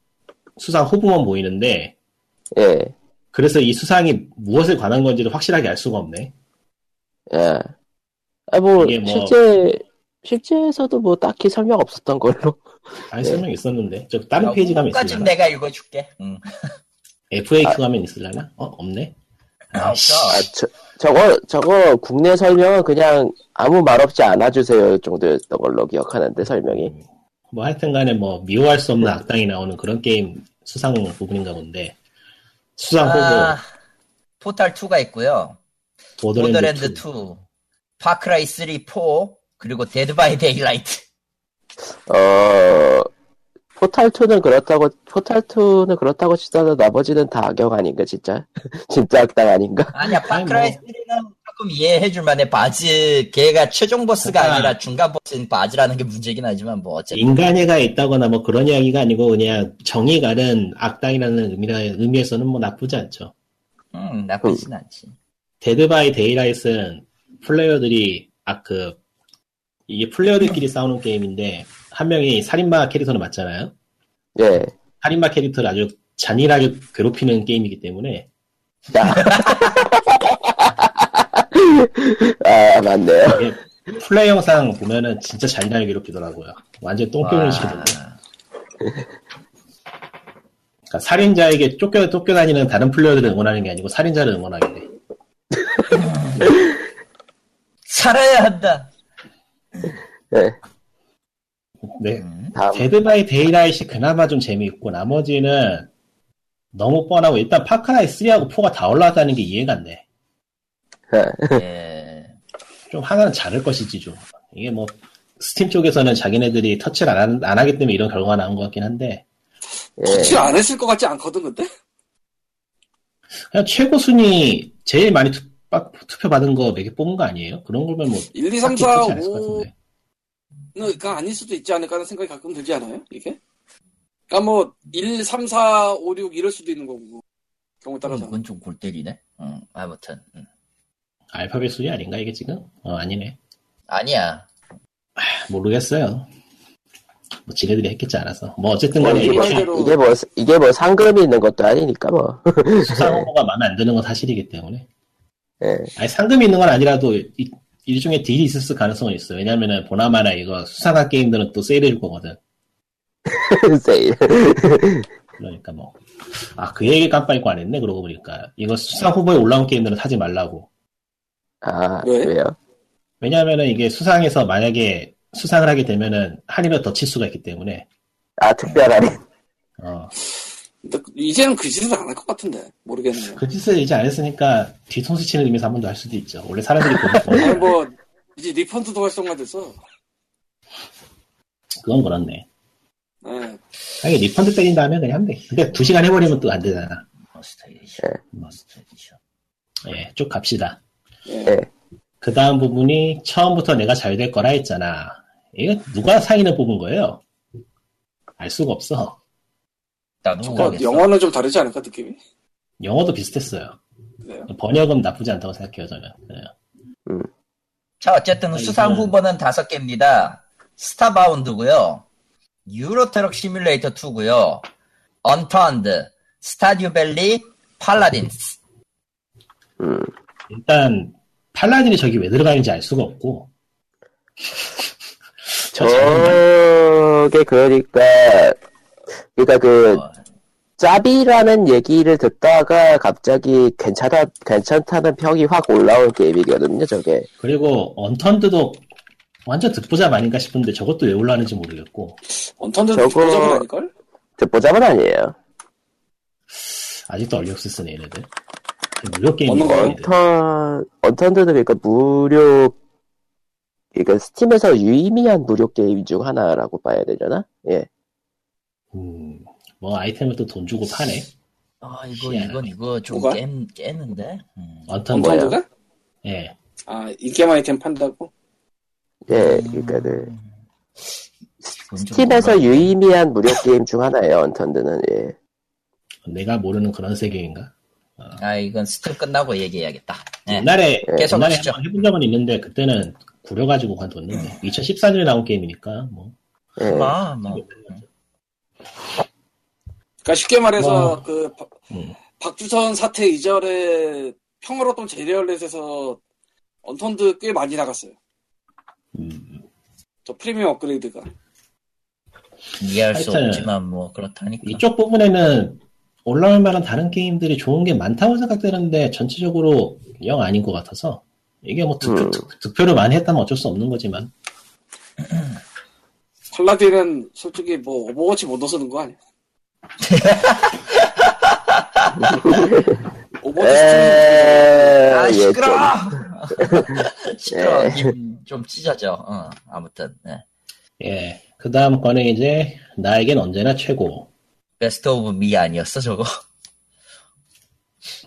S4: 수상 후보만 보이는데
S1: 예.
S4: 그래서 이 수상이 무엇에 관한 건지를 확실하게 알 수가 없네.
S1: 예. 아, 뭐,
S4: 이게 뭐-
S1: 실제, 실제에서도 뭐 딱히 설명 없었던 걸로.
S4: 아니 설명 있었는데 저 다른 페이지 가면
S2: 까진
S4: 있을라나?
S2: 아, 내가 아. 읽어줄게. 응.
S4: FAQ 가면 있을라나? 어 없네.
S2: 아, 없어.
S1: 아, 저, 저거, 저거 국내 설명은 그냥 아무 말 없이 안아주세요 정도였던 걸로 기억하는데, 설명이.
S4: 뭐 하여튼간에 뭐 미워할 수 없는 악당이 나오는 그런 게임 수상 부분인가 본데 수상 후보
S2: 아, 포탈 2가 있고요.
S4: 보더랜드,
S2: 보더랜드 2,
S4: 2.
S2: 파크라이 3, 4 그리고 데드 바이 데일라이트.
S1: 어, 포탈2는 그렇다고, 포탈2는 그렇다고 치더라도 나머지는 다 악역 아닌가, 진짜? (laughs) 진짜 악당 아닌가?
S2: 아니야,
S4: 아니,
S2: 파크라이
S4: 뭐.
S2: 3는 조금 이해해줄 만해. 바즈, 걔가 최종 보스가
S4: 그러니까.
S2: 아니라 중간 보스인 바즈라는 게 문제긴 하지만, 뭐, 어쨌든.
S4: 인간애가 있다거나 뭐 그런 이야기가 아니고 그냥 정이 가는 악당이라는 의미라, 의미에서는 뭐 나쁘지 않죠.
S2: 음, 나쁘진 않지.
S4: 데드 바이 데이라이트는 플레이어들이 아 그 이게 플레이어들끼리 싸우는 게임인데 한 명이 살인마 캐릭터는 맞잖아요.
S1: 예.
S4: 살인마 캐릭터를 아주 잔인하게 괴롭히는 게임이기 때문에
S1: 나. (laughs) 아, 맞네요.
S4: 이게 플레이 영상 보면은 진짜 잔인하게 괴롭히더라고요. 완전 똥개를 시키던데. 그러니까 살인자에게 쫓겨 쫓겨다니는 다른 플레이어들을 응원하는 게 아니고 살인자를 응원하게 돼.
S2: 살아야 한다.
S1: 예.
S4: 네.
S2: 음.
S1: 다음.
S4: 데드 바이 데이라이트 그나마 좀 재미있고 나머지는 너무 뻔하고 일단 파크라이 3하고 4가 다 올라왔다는 게 이해가 안 돼.
S2: 예.
S4: 좀 하나는 자를 것이지 좀. 이게 뭐 스팀 쪽에서는 자기네들이 터치를 안, 하는- 안 하기 때문에 이런 결과가 나온 것 같긴 한데 네.
S1: 예.
S3: 터치를 안 했을 것 같지 않거든 근데
S4: 그냥 최고 순위 제일 많이 투, 표 받은 거 몇 개 뽑은 거 아니에요? 그런 거면 뭐
S3: 1, 2, 3,
S4: 딱히
S3: 4,
S4: 터치 안 했을 것
S3: 5가
S4: 같은데
S3: 그러니까 아닐 수도 있지 않을까 하는 생각이 가끔 들지 않아요 이게? 그러니까 뭐 1, 3, 4, 5, 6 이럴 수도 있는 거고 경우에
S2: 음,
S3: 따라서
S2: 그건 좀 골때리네. 응, 아무튼 음.
S4: 알파벳 순위 아닌가 이게 지금? 어 아니네
S2: 아니야.
S4: 모르겠어요 뭐 지네들이 했겠지 알아서 뭐 어쨌든
S1: 뭐
S4: 간에
S1: 이게,
S4: 이게
S1: 뭐,
S3: 실제로-
S4: 최-
S1: 이게 뭐 이게 뭐 상금이 있는 것도 아니니까 뭐.
S4: (laughs) 수상 후보가 마음에 안 드는 건 사실이기 때문에
S1: 예.
S4: 아니 상금이 있는 건 아니라도 이- 일종의 딜이 있을 가능성은 있어 요 왜냐면은 보나마나 이거 수상한 게임들은 또 세일해줄 거거든
S1: (laughs) 세일.
S4: 그러니까 뭐. 아, 그 얘기 깜빡 잊고 안 했네, 그러고 보니까. 이거 수상 후보에 올라온 게임들은 사지 말라고.
S1: 아
S3: 왜?
S1: 왜요?
S4: 왜냐하면은 이게 수상에서 만약에 수상을 하게 되면은 할인을 더 칠 수가 있기 때문에.
S1: 아 특별하네.
S4: 어.
S3: 근데 이제는 그 짓은 안 할 것 같은데 모르겠네요
S4: 그 짓을 이제 안 했으니까 뒤통수 치는 의미에서 한 번 더 할 수도 있죠. 원래 사람들이
S3: 아니 (laughs)
S4: 보는 거.
S3: 뭐 이제 리펀드도 활성화돼서
S4: 그건 그렇네.
S3: 예.
S4: 아니, 리펀드 때린 다음에 그냥 하면 돼. 근데 두 시간 해버리면 또 안 되잖아.
S2: 머스터 에디션. 머스터 에디션.
S4: 예, 쭉 갑시다.
S3: 예.
S1: 네.
S4: 그 다음 부분이 처음부터 내가 잘 될 거라 했잖아. 이거 누가 사인을 뽑은 거예요? 알 수가 없어.
S2: 나도
S3: 그러니까
S2: 모르겠어.
S3: 영어는 좀 다르지 않을까 느낌이?
S4: 영어도 비슷했어요.
S3: 그래요.
S4: 번역은 나쁘지 않다고 생각해요 저는. 네.
S2: 자, 어쨌든 수상
S4: 아, 이거는-
S2: 후보는 다섯 개입니다. 스타바운드고요. 유로트럭 시뮬레이터 2고요. 언턴드, 스타듀밸리, 팔라딘스.
S1: 음.
S4: 일단 팔라딘이 저기 왜 들어가는지 알 수가 없고. 저 자료만-
S1: 저게 그러니까 그러니까 그
S2: 어,
S1: 짭이라는 얘기를 듣다가 갑자기 괜찮다 괜찮다는 평이 확 올라온 게임이거든요. 저게
S4: 그리고 언턴드도 완전 듣보잡 아닌가 싶은데 저것도 왜 올라오는지 모르겠고
S3: 언턴드는
S1: 저거-
S3: 보자고 아닐걸?
S1: 듣보잡은 아니에요.
S4: 아직도 얼리옥스 쓰네 얘네들. 무료
S3: 없는 거예요?
S4: 게임이거든.
S1: 언턴 언턴드도 그러니까 무료 그러니까 스팀에서 유의미한 무료 게임 중 하나라고 봐야 되려나? 예.
S4: 음, 뭐 아이템을 또 돈 주고 파네.
S2: 아, 이거,
S4: 희한하네.
S2: 이건, 이거 좀
S3: 뭐가?
S2: 깬, 깨는데? 음.
S4: 언턴드.
S1: 뭐야?
S3: 언턴드가?
S4: 예.
S3: 아 인게임 아이템 판다고?
S1: 예. 그러니까 그
S2: 이건 음. 좀
S1: 스팀에서
S2: 음. 뭔가-
S1: 유의미한 무료 게임 중 하나예요. 언턴드는 예.
S4: 내가 모르는 그런 세계인가?
S2: 아, 이건 스팀 끝나고 얘기해야겠다. 네.
S4: 옛날에
S2: 계속
S4: 옛날에
S2: 하시죠.
S4: 한번 해본 적은 있는데 그때는 구려가지고 관뒀는데 2014년에 나온 게임이니까 뭐.
S1: 예.
S2: 아, 뭐.
S3: 그러니까 쉽게 말해서
S4: 뭐.
S3: 그 바-
S4: 음.
S3: 박주선 사태 이전에 평화로웠던 제리얼렛에서 언턴드 꽤 많이 나갔어요.
S4: 음.
S3: 저 프리미엄 업그레이드가.
S2: 이해할 수
S4: 하여튼
S2: 없지만, 뭐, 그렇다니까.
S4: 이쪽 부분에는 올라올 만한 다른 게임들이 좋은 게 많다고 생각되는데 전체적으로 영 아닌 것 같아서 이게 뭐 득표,
S1: 음.
S4: 득- 득표를 많이 했다면 어쩔 수 없는 거지만
S3: 팔라딘은 솔직히 뭐 오버워치 못 넣어서 넣은 거
S1: (laughs)
S3: 아니야? 오버워치
S1: 에,
S2: 아,
S1: 예,
S2: 시끄러워!
S1: 좀.
S2: 시끄러워. 김좀 찢어져. 어, 아무튼, 네.
S4: 예 그 다음 거는 이제 나에겐 언제나 최고
S2: 베스트 오브 미 아니었어, 저거?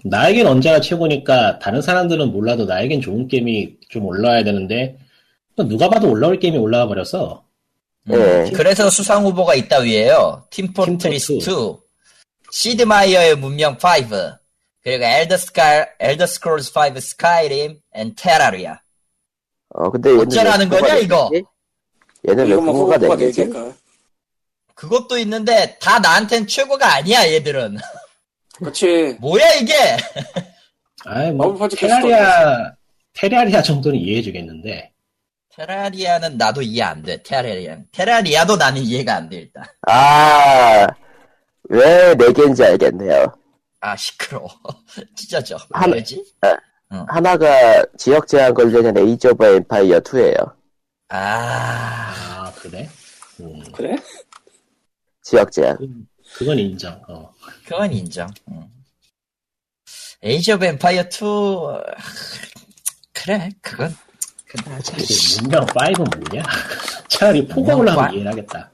S4: 나에겐 언제나 최고니까 다른 사람들은 몰라도 나에겐 좋은 게임이 좀 올라와야 되는데 또 누가 봐도 올라올 게임이 올라와 버려서
S2: 음,
S1: 예.
S2: 그래서 수상 후보가 있다위에요. 팀포트리스 2, 시드마이어의 문명 5, 그리고 엘더 스카 엘더 스크롤스 5 스카이림 앤 테라리아.
S1: 어 근데 얘는
S2: 어쩌라는
S1: 왜 후보가
S2: 거냐,
S1: 됐지?
S2: 이거?
S1: 얘는 왜
S3: 이거 뭐
S1: 후보가
S3: 후보가
S1: 되겠지?
S3: 되니까.
S2: 그것도 있는데 다 나한텐 최고가 아니야, 얘들은. (laughs)
S3: 그렇지.
S2: 뭐야 이게?
S4: 아이 뭐
S3: 마블 파츠
S4: 테라리아 테라리아 정도는 이해해 주겠는데
S2: 테라리아는 나도 이해 안 돼. 테라리아. 테라리아도 나는 이해가 안 돼, 일단.
S1: 아, 왜 네 개인지 알겠네요.
S2: 아, 시끄러워. (laughs) 찢어져.
S1: 하나-
S2: 왜지?
S1: 하나가 지역 제한 걸리는 에이지 오브 엠파이어 2예요.
S2: 아.
S4: 아 그래? 음,
S3: 그래?
S1: 지역 제한.
S4: 그건 인정 어.
S2: 그건 인정. 음. 응. 에이지 오브 엠파이어 2 아, 그래 그건 근데
S4: 솔직히 문명 5는 뭐냐? (laughs) 차라리 포가
S2: 문명
S4: 올라가면
S2: 파-
S4: 이해하겠다.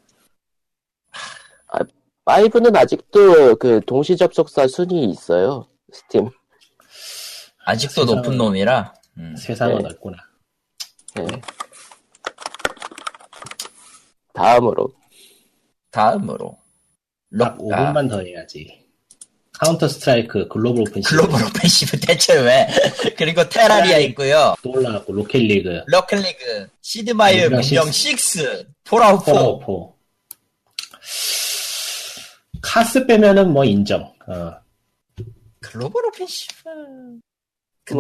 S1: 5는 아직도 그 동시 접속사 순위 있어요. 스팀.
S2: 아직도
S4: 세상에.
S2: 높은 놈이라. 음.
S4: 세상은
S1: 네.
S4: 넓구나.
S1: 네. 다음으로.
S2: 다음으로
S4: 딱
S2: 럭- 아,
S4: 5분만 더 해야지. 카운터 스트라이크 글로벌 오픈 시즌
S2: 글로벌 오펜시브 (laughs) 대체 왜? 그리고 테라리아 있고요.
S4: 또 올라갔고 로켓 리그
S2: 러클리그, 시드마이어
S4: 문명
S2: 문명 6, 폴아웃 4.
S4: 포라오포 카스 빼면은 뭐 인정. 어.
S2: 글로벌 오펜시브.
S1: 뭐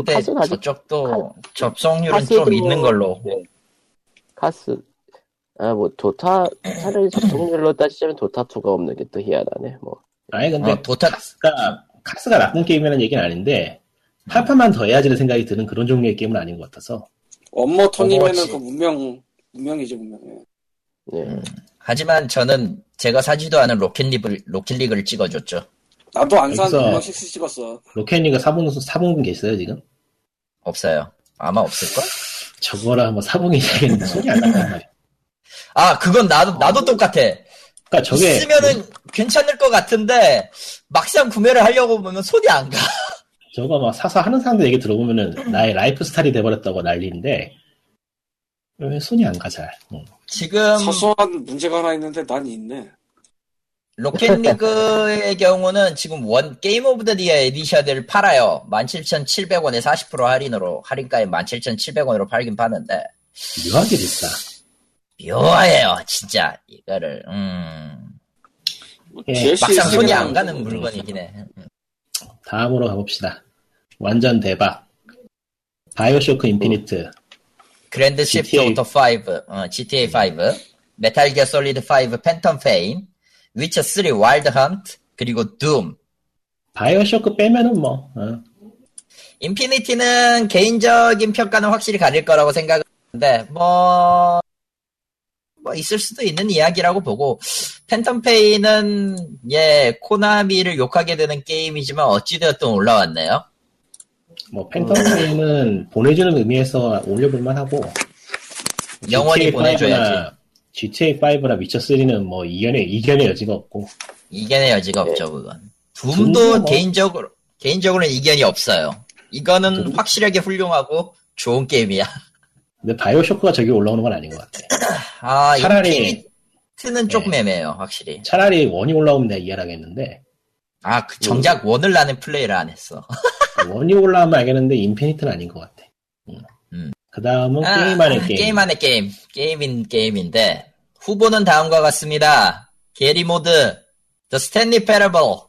S2: 근데
S1: 카스는 아직-
S2: 저쪽도 접속률은
S1: 카스도-
S2: 좀 있는 걸로.
S4: 네.
S2: 어,
S1: 카스. 아, 뭐, 도타, 차라리 접속률로 따지자면 도타2가 없는 게 또 희한하네, 뭐.
S4: 아니 근데
S2: 어, 도타
S4: 카스가 카스가 나쁜 게임이라는 얘기는 아닌데 한 판만 더 해야지라는 생각이 드는 그런 종류의 게임은 아닌 것 같아서
S3: 원머 턴이면은
S2: 어머지.
S3: 그 문명 문명이죠 문명.
S1: 예.
S2: 음. 하지만 저는 제가 사지도 않은 로켓리그를, 로켓리그를 찍어줬죠.
S3: 나도 안 사는데
S4: 여기서-
S3: 문명 6 찍었어.
S4: 로켓 리그 4분 4분분 계시어요 지금?
S2: 없어요. 아마 없을걸?
S4: 저거라 뭐 4분이
S2: (laughs)
S4: 되겠는데 소리 안 난단 말이야.
S2: 아, 그건 나도, 나도 똑같아.
S4: 그러니까 저게
S2: 있으면은 괜찮을 것 같은데, 막상 구매를 하려고 보면 손이 안 가.
S4: 저거 막 사서 하는 사람들 얘기 들어보면은 나의 라이프 스타일이 돼버렸다고 난리인데 왜 손이 안 어, 가 잘? 응.
S2: 지금,
S3: 사소한 문제가 하나 있는데 난 있네.
S2: 로켓리그의 경우는 지금 원, 게임 오브 더 디어 에디션을 팔아요. 17,700원에 40% 할인으로, 할인가에 17,700원으로 팔긴 파는데,
S4: 묘하게 비싸.
S2: 묘해요, 진짜. 이거를, 음.
S3: 뭐
S4: 예,
S2: 막상 손이
S3: 랑
S2: 안 가는 물건이긴 해.
S4: 다음으로 가봅시다. 완전 대박. 바이오쇼크 인피니트.
S2: 그랜드 시프트
S4: GTA.
S2: 오토 5, 어, GTA 5, 메탈 기어 솔리드 5 팬텀 페인, 위쳐 3 와일드 헌트, 그리고 둠.
S4: 바이오쇼크 빼면은 뭐 어.
S2: 인피니티는 개인적인 평가는 확실히 가릴 거라고 생각하는데 뭐, 뭐 있을 수도 있는 이야기라고 보고 팬텀 페인은 예 코나미를 욕하게 되는 게임이지만 어찌되었든 올라왔네요.
S4: 뭐 팬텀
S2: 음.
S4: 게임은 보내주는 의미에서 올려볼만 하고
S2: 영원히
S4: GTA 5나
S2: 보내줘야지.
S4: GTA 5나 위쳐 3는 뭐 이견의 이견의 여지가 없고
S2: 이견의 여지가 없죠 그건. 둠도
S4: 둠도 네. 뭐-
S2: 개인적으로 개인적으로는 이견이 없어요. 이거는
S4: 둠?
S2: 확실하게 훌륭하고 좋은 게임이야. (laughs)
S4: 근데 바이오쇼크가 저기 올라오는 건 아닌 것 같아.
S2: 아
S4: 차라리
S2: 인피니트는 조금
S4: 네.
S2: 애매해요 확실히.
S4: 차라리 원이 올라오면 내가 이해하겠는데
S2: 아그
S4: 음.
S2: 정작 원을 나는 플레이를 안 했어.
S4: 원이 올라오면 알겠는데 인피니트는 아닌 것 같아.
S2: 음.
S4: 그 다음은
S2: 아,
S4: 게임 안의 게임.
S2: 게임 안에 게임. 게임인 게임인데, 후보는 다음과 같습니다. 게리 모드, The Stanley Parable,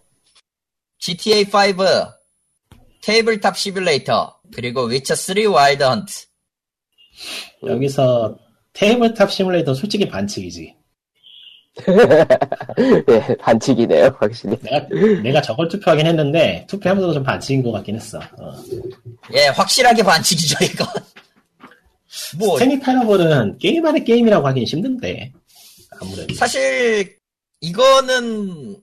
S2: GTA5, 테이블탑 시뮬레이터, 그리고 위쳐 3 와일드 헌트.
S4: 여기서 테이블탑 시뮬레이터 솔직히 반칙이지.
S1: 예, (laughs) 반칙이네요, 확실히.
S4: 내가 내가 저걸 투표하긴 했는데 투표하면서도 좀 반칙인 것 같긴 했어. 어.
S2: 예, 확실하게 반칙이죠, 이건. 뭐,
S4: 스탠리 파라볼은 게임 안의 게임이라고 하긴 힘든데 아무래도
S2: 사실, 이거는,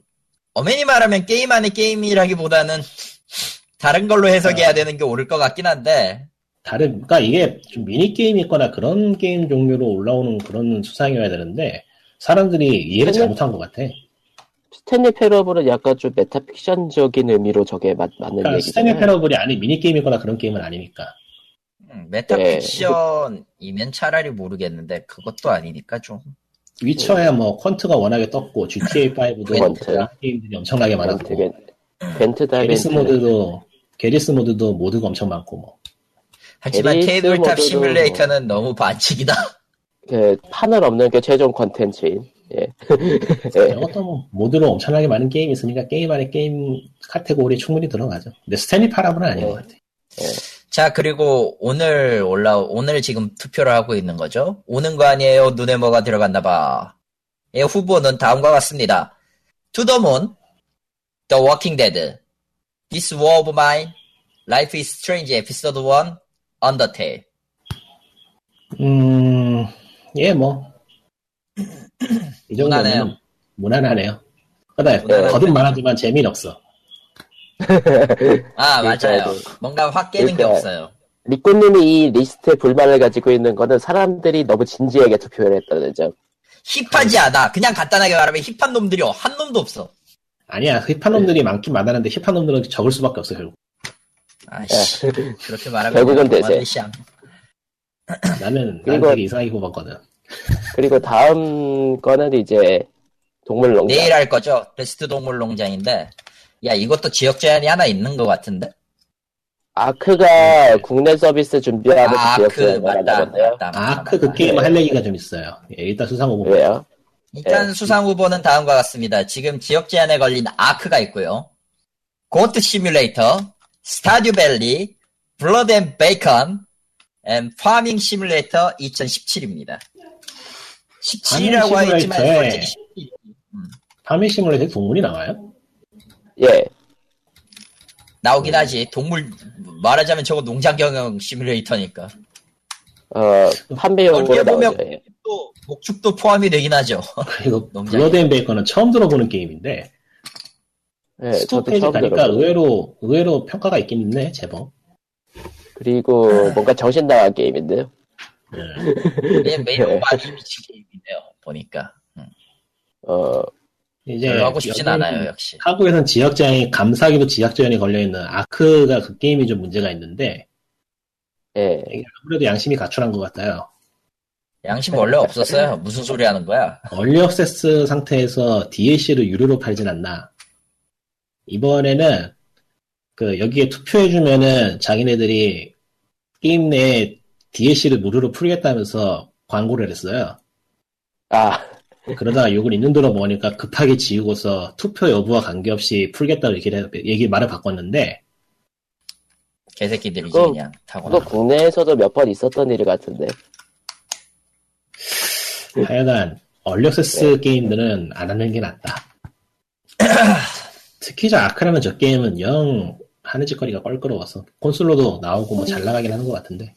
S2: 어머니 말하면 게임 안에 게임이라기보다는, 다른 걸로 해석해야
S1: 네.
S4: 아.
S2: 되는 게 옳을 것 같긴 한데,
S4: 다른 그러니까 이게 좀 미니 게임 있거나 그런 게임 종류로 올라오는 그런 수상이어야 되는데 사람들이 이해를
S1: 근데-
S2: 그렇죠.
S4: 잘못한 것 같아. 그러니까
S1: 스탠리 패러블은 약간 좀 메타픽션적인 의미로 저게 맞, 맞는
S2: 그렇죠.
S4: 그러니까 스탠리
S1: 얘기잖아요.
S4: 파라볼이 아닌 미니 게임이거나 그런 게임은 아니니까.
S2: 음,
S1: 네.
S2: 메타픽션이면 차라리 모르겠는데 그것도 아니니까 좀
S4: 위쳐야 뭐 퀀트가 워낙에 떴고 GTA 5도
S1: 퀀트. 아,
S4: 그런 게임들이 엄청나게
S1: 네, 되게
S4: 많았고
S1: 벤트
S4: 음, 게리스
S1: 다이벤트
S4: 모드도 게리스 모드도 모드가 엄청 많고 뭐.
S2: 하지만
S1: LA
S2: 테이블탑
S1: 모드로
S2: 시뮬레이터는 너무 반칙이다
S1: 그 판을 없는 게 최종 컨텐츠인 예. (laughs) 예.
S4: 이것도 뭐 모드로 엄청나게 많은 게임이 있으니까 게임 안에 게임 카테고리에 충분히 들어가죠. 근데 스탠리 파라볼은
S1: 네.
S4: 아닌 것 같아.
S2: 자 그리고 오늘 올라 오늘 지금 투표를 하고 있는 거죠 오는 거 아니에요 눈에 뭐가 들어갔나 봐의 예, 후보는 다음과 같습니다 투더문 The Walking Dead This War of Mine Life is Strange Episode 1 Undertale
S4: 음, 예, 뭐. 이 정도면
S2: 무난해요.
S4: 무난하네요. 그다
S2: 무난하네요.
S4: 거듭 말하지만 재미는 없어.
S2: 아
S1: 그러니까
S2: 맞아요
S1: 이제- 그
S2: 뭔가 확 깨는 게
S1: 그러니까
S2: 없어요
S1: 리코님이 이 리스트에 불만을 가지고 있는 거는 사람들이 너무 진지하게 투표를 했다는 점.
S2: 힙하지 않아. 그냥 간단하게 말하면 힙한 놈들이 한 놈도 없어.
S4: 아니야 힙한 놈들이 많긴 많았는데 힙한 놈들은 적을 수밖에 없어 결국
S2: 아씨. 그렇게 말하면
S1: 예. (laughs) 결국은
S2: 그냥
S1: 대세.
S2: 시암.
S4: 나는 난
S1: 이거-
S4: 되게 이상하게 뽑았거든
S1: 그리고 다음 거는 이제 동물농장.
S2: 내일 할 거죠. 베스트 동물 농장인데. 야, 이것도 지역 제한이 하나 있는 것 같은데?
S1: 아크가 국내 서비스 준비하면서
S2: 네. 아,
S1: 지역
S2: 그,
S1: 여행을
S2: 맞다.
S1: 한다던데요.
S2: 맞다. 맞다,
S4: 아그 그
S2: 맞다.
S4: 게임은 할 얘기가 좀 있어요 예, 일단 수상 후보
S1: 왜요?
S2: 일단
S1: 예.
S2: 수상 후보는 다음과 같습니다. 지금 지역 제한에 걸린 아크가 있고요. 고트 시뮬레이터, 스타듀 밸리, 블러드 앤 베이컨, 앤 파밍 시뮬레이터 2017입니다. 17이라고
S4: 파밍
S2: 하지만
S4: 시뮬레이터에
S2: 솔직히 17
S4: 파밍 시뮬레이터 동물이 나와요?
S1: 예.
S4: 네.
S2: 나오긴 하지. 동물 말하자면 저거 농장 경영 시뮬레이터니까.
S1: 어, 판매 용으로
S2: 넓게 보면-
S1: 나오죠. 예.
S2: 또 목축도 포함이 되긴 하죠.
S4: 이거
S2: 농장이요.
S4: 블러드 앤 베이커는 처음 들어보는 게임인데
S1: 예,
S4: 스토어
S1: 저도
S4: 페이지
S1: 처음
S4: 가니까
S1: 들어봐요.
S4: 의외로 의외로 평가가 있긴 있네 제법
S1: 그리고 뭔가 정신 나간 게임인데요.
S2: 네,
S4: 예.
S1: (laughs)
S2: 얘 메인
S1: 네.
S2: 오브 아니미치 게임이네요. 보니까 음,
S1: 어,
S4: 이제
S2: 별로 하고 싶진
S4: 네, 여기는
S2: 않아요. 역시.
S4: 한국에선 지역장애 감사기도 지역장애에 걸려있는 아크가 그 게임이 좀 문제가 있는데
S1: 예.
S4: 이게 아무래도 양심이 가출한 것 같아요.
S2: 양심 원래 없었어요. 무슨 소리 하는 거야?
S4: 얼리 액세스 상태에서 DLC를 유료로 팔진 않나. 이번에는 그 여기에 투표해주면은 자기네들이 게임 내에 DLC를 무료로 풀겠다면서 광고를 했어요.
S1: 아,
S4: 그러다가 욕을 있는 대로 먹으니까 급하게 지우고서 투표 여부와 관계없이 풀겠다고 얘기를, 해- 얘기 말을 바꿨는데
S2: 개새끼들이지
S1: 그거-
S2: 그냥 타고나.
S1: 그거 국내에서도 몇 번 있었던 일 같은데.
S4: 그 하여간
S1: 네.
S4: 얼력세스 게임들은 안 하는 게 낫다. (clears throat) 특히 저 아크라는 저 게임은 영 하는 짓거리가 껄끄러워서 콘솔로도 나오고 뭐 잘 나가긴 하는 것 같은데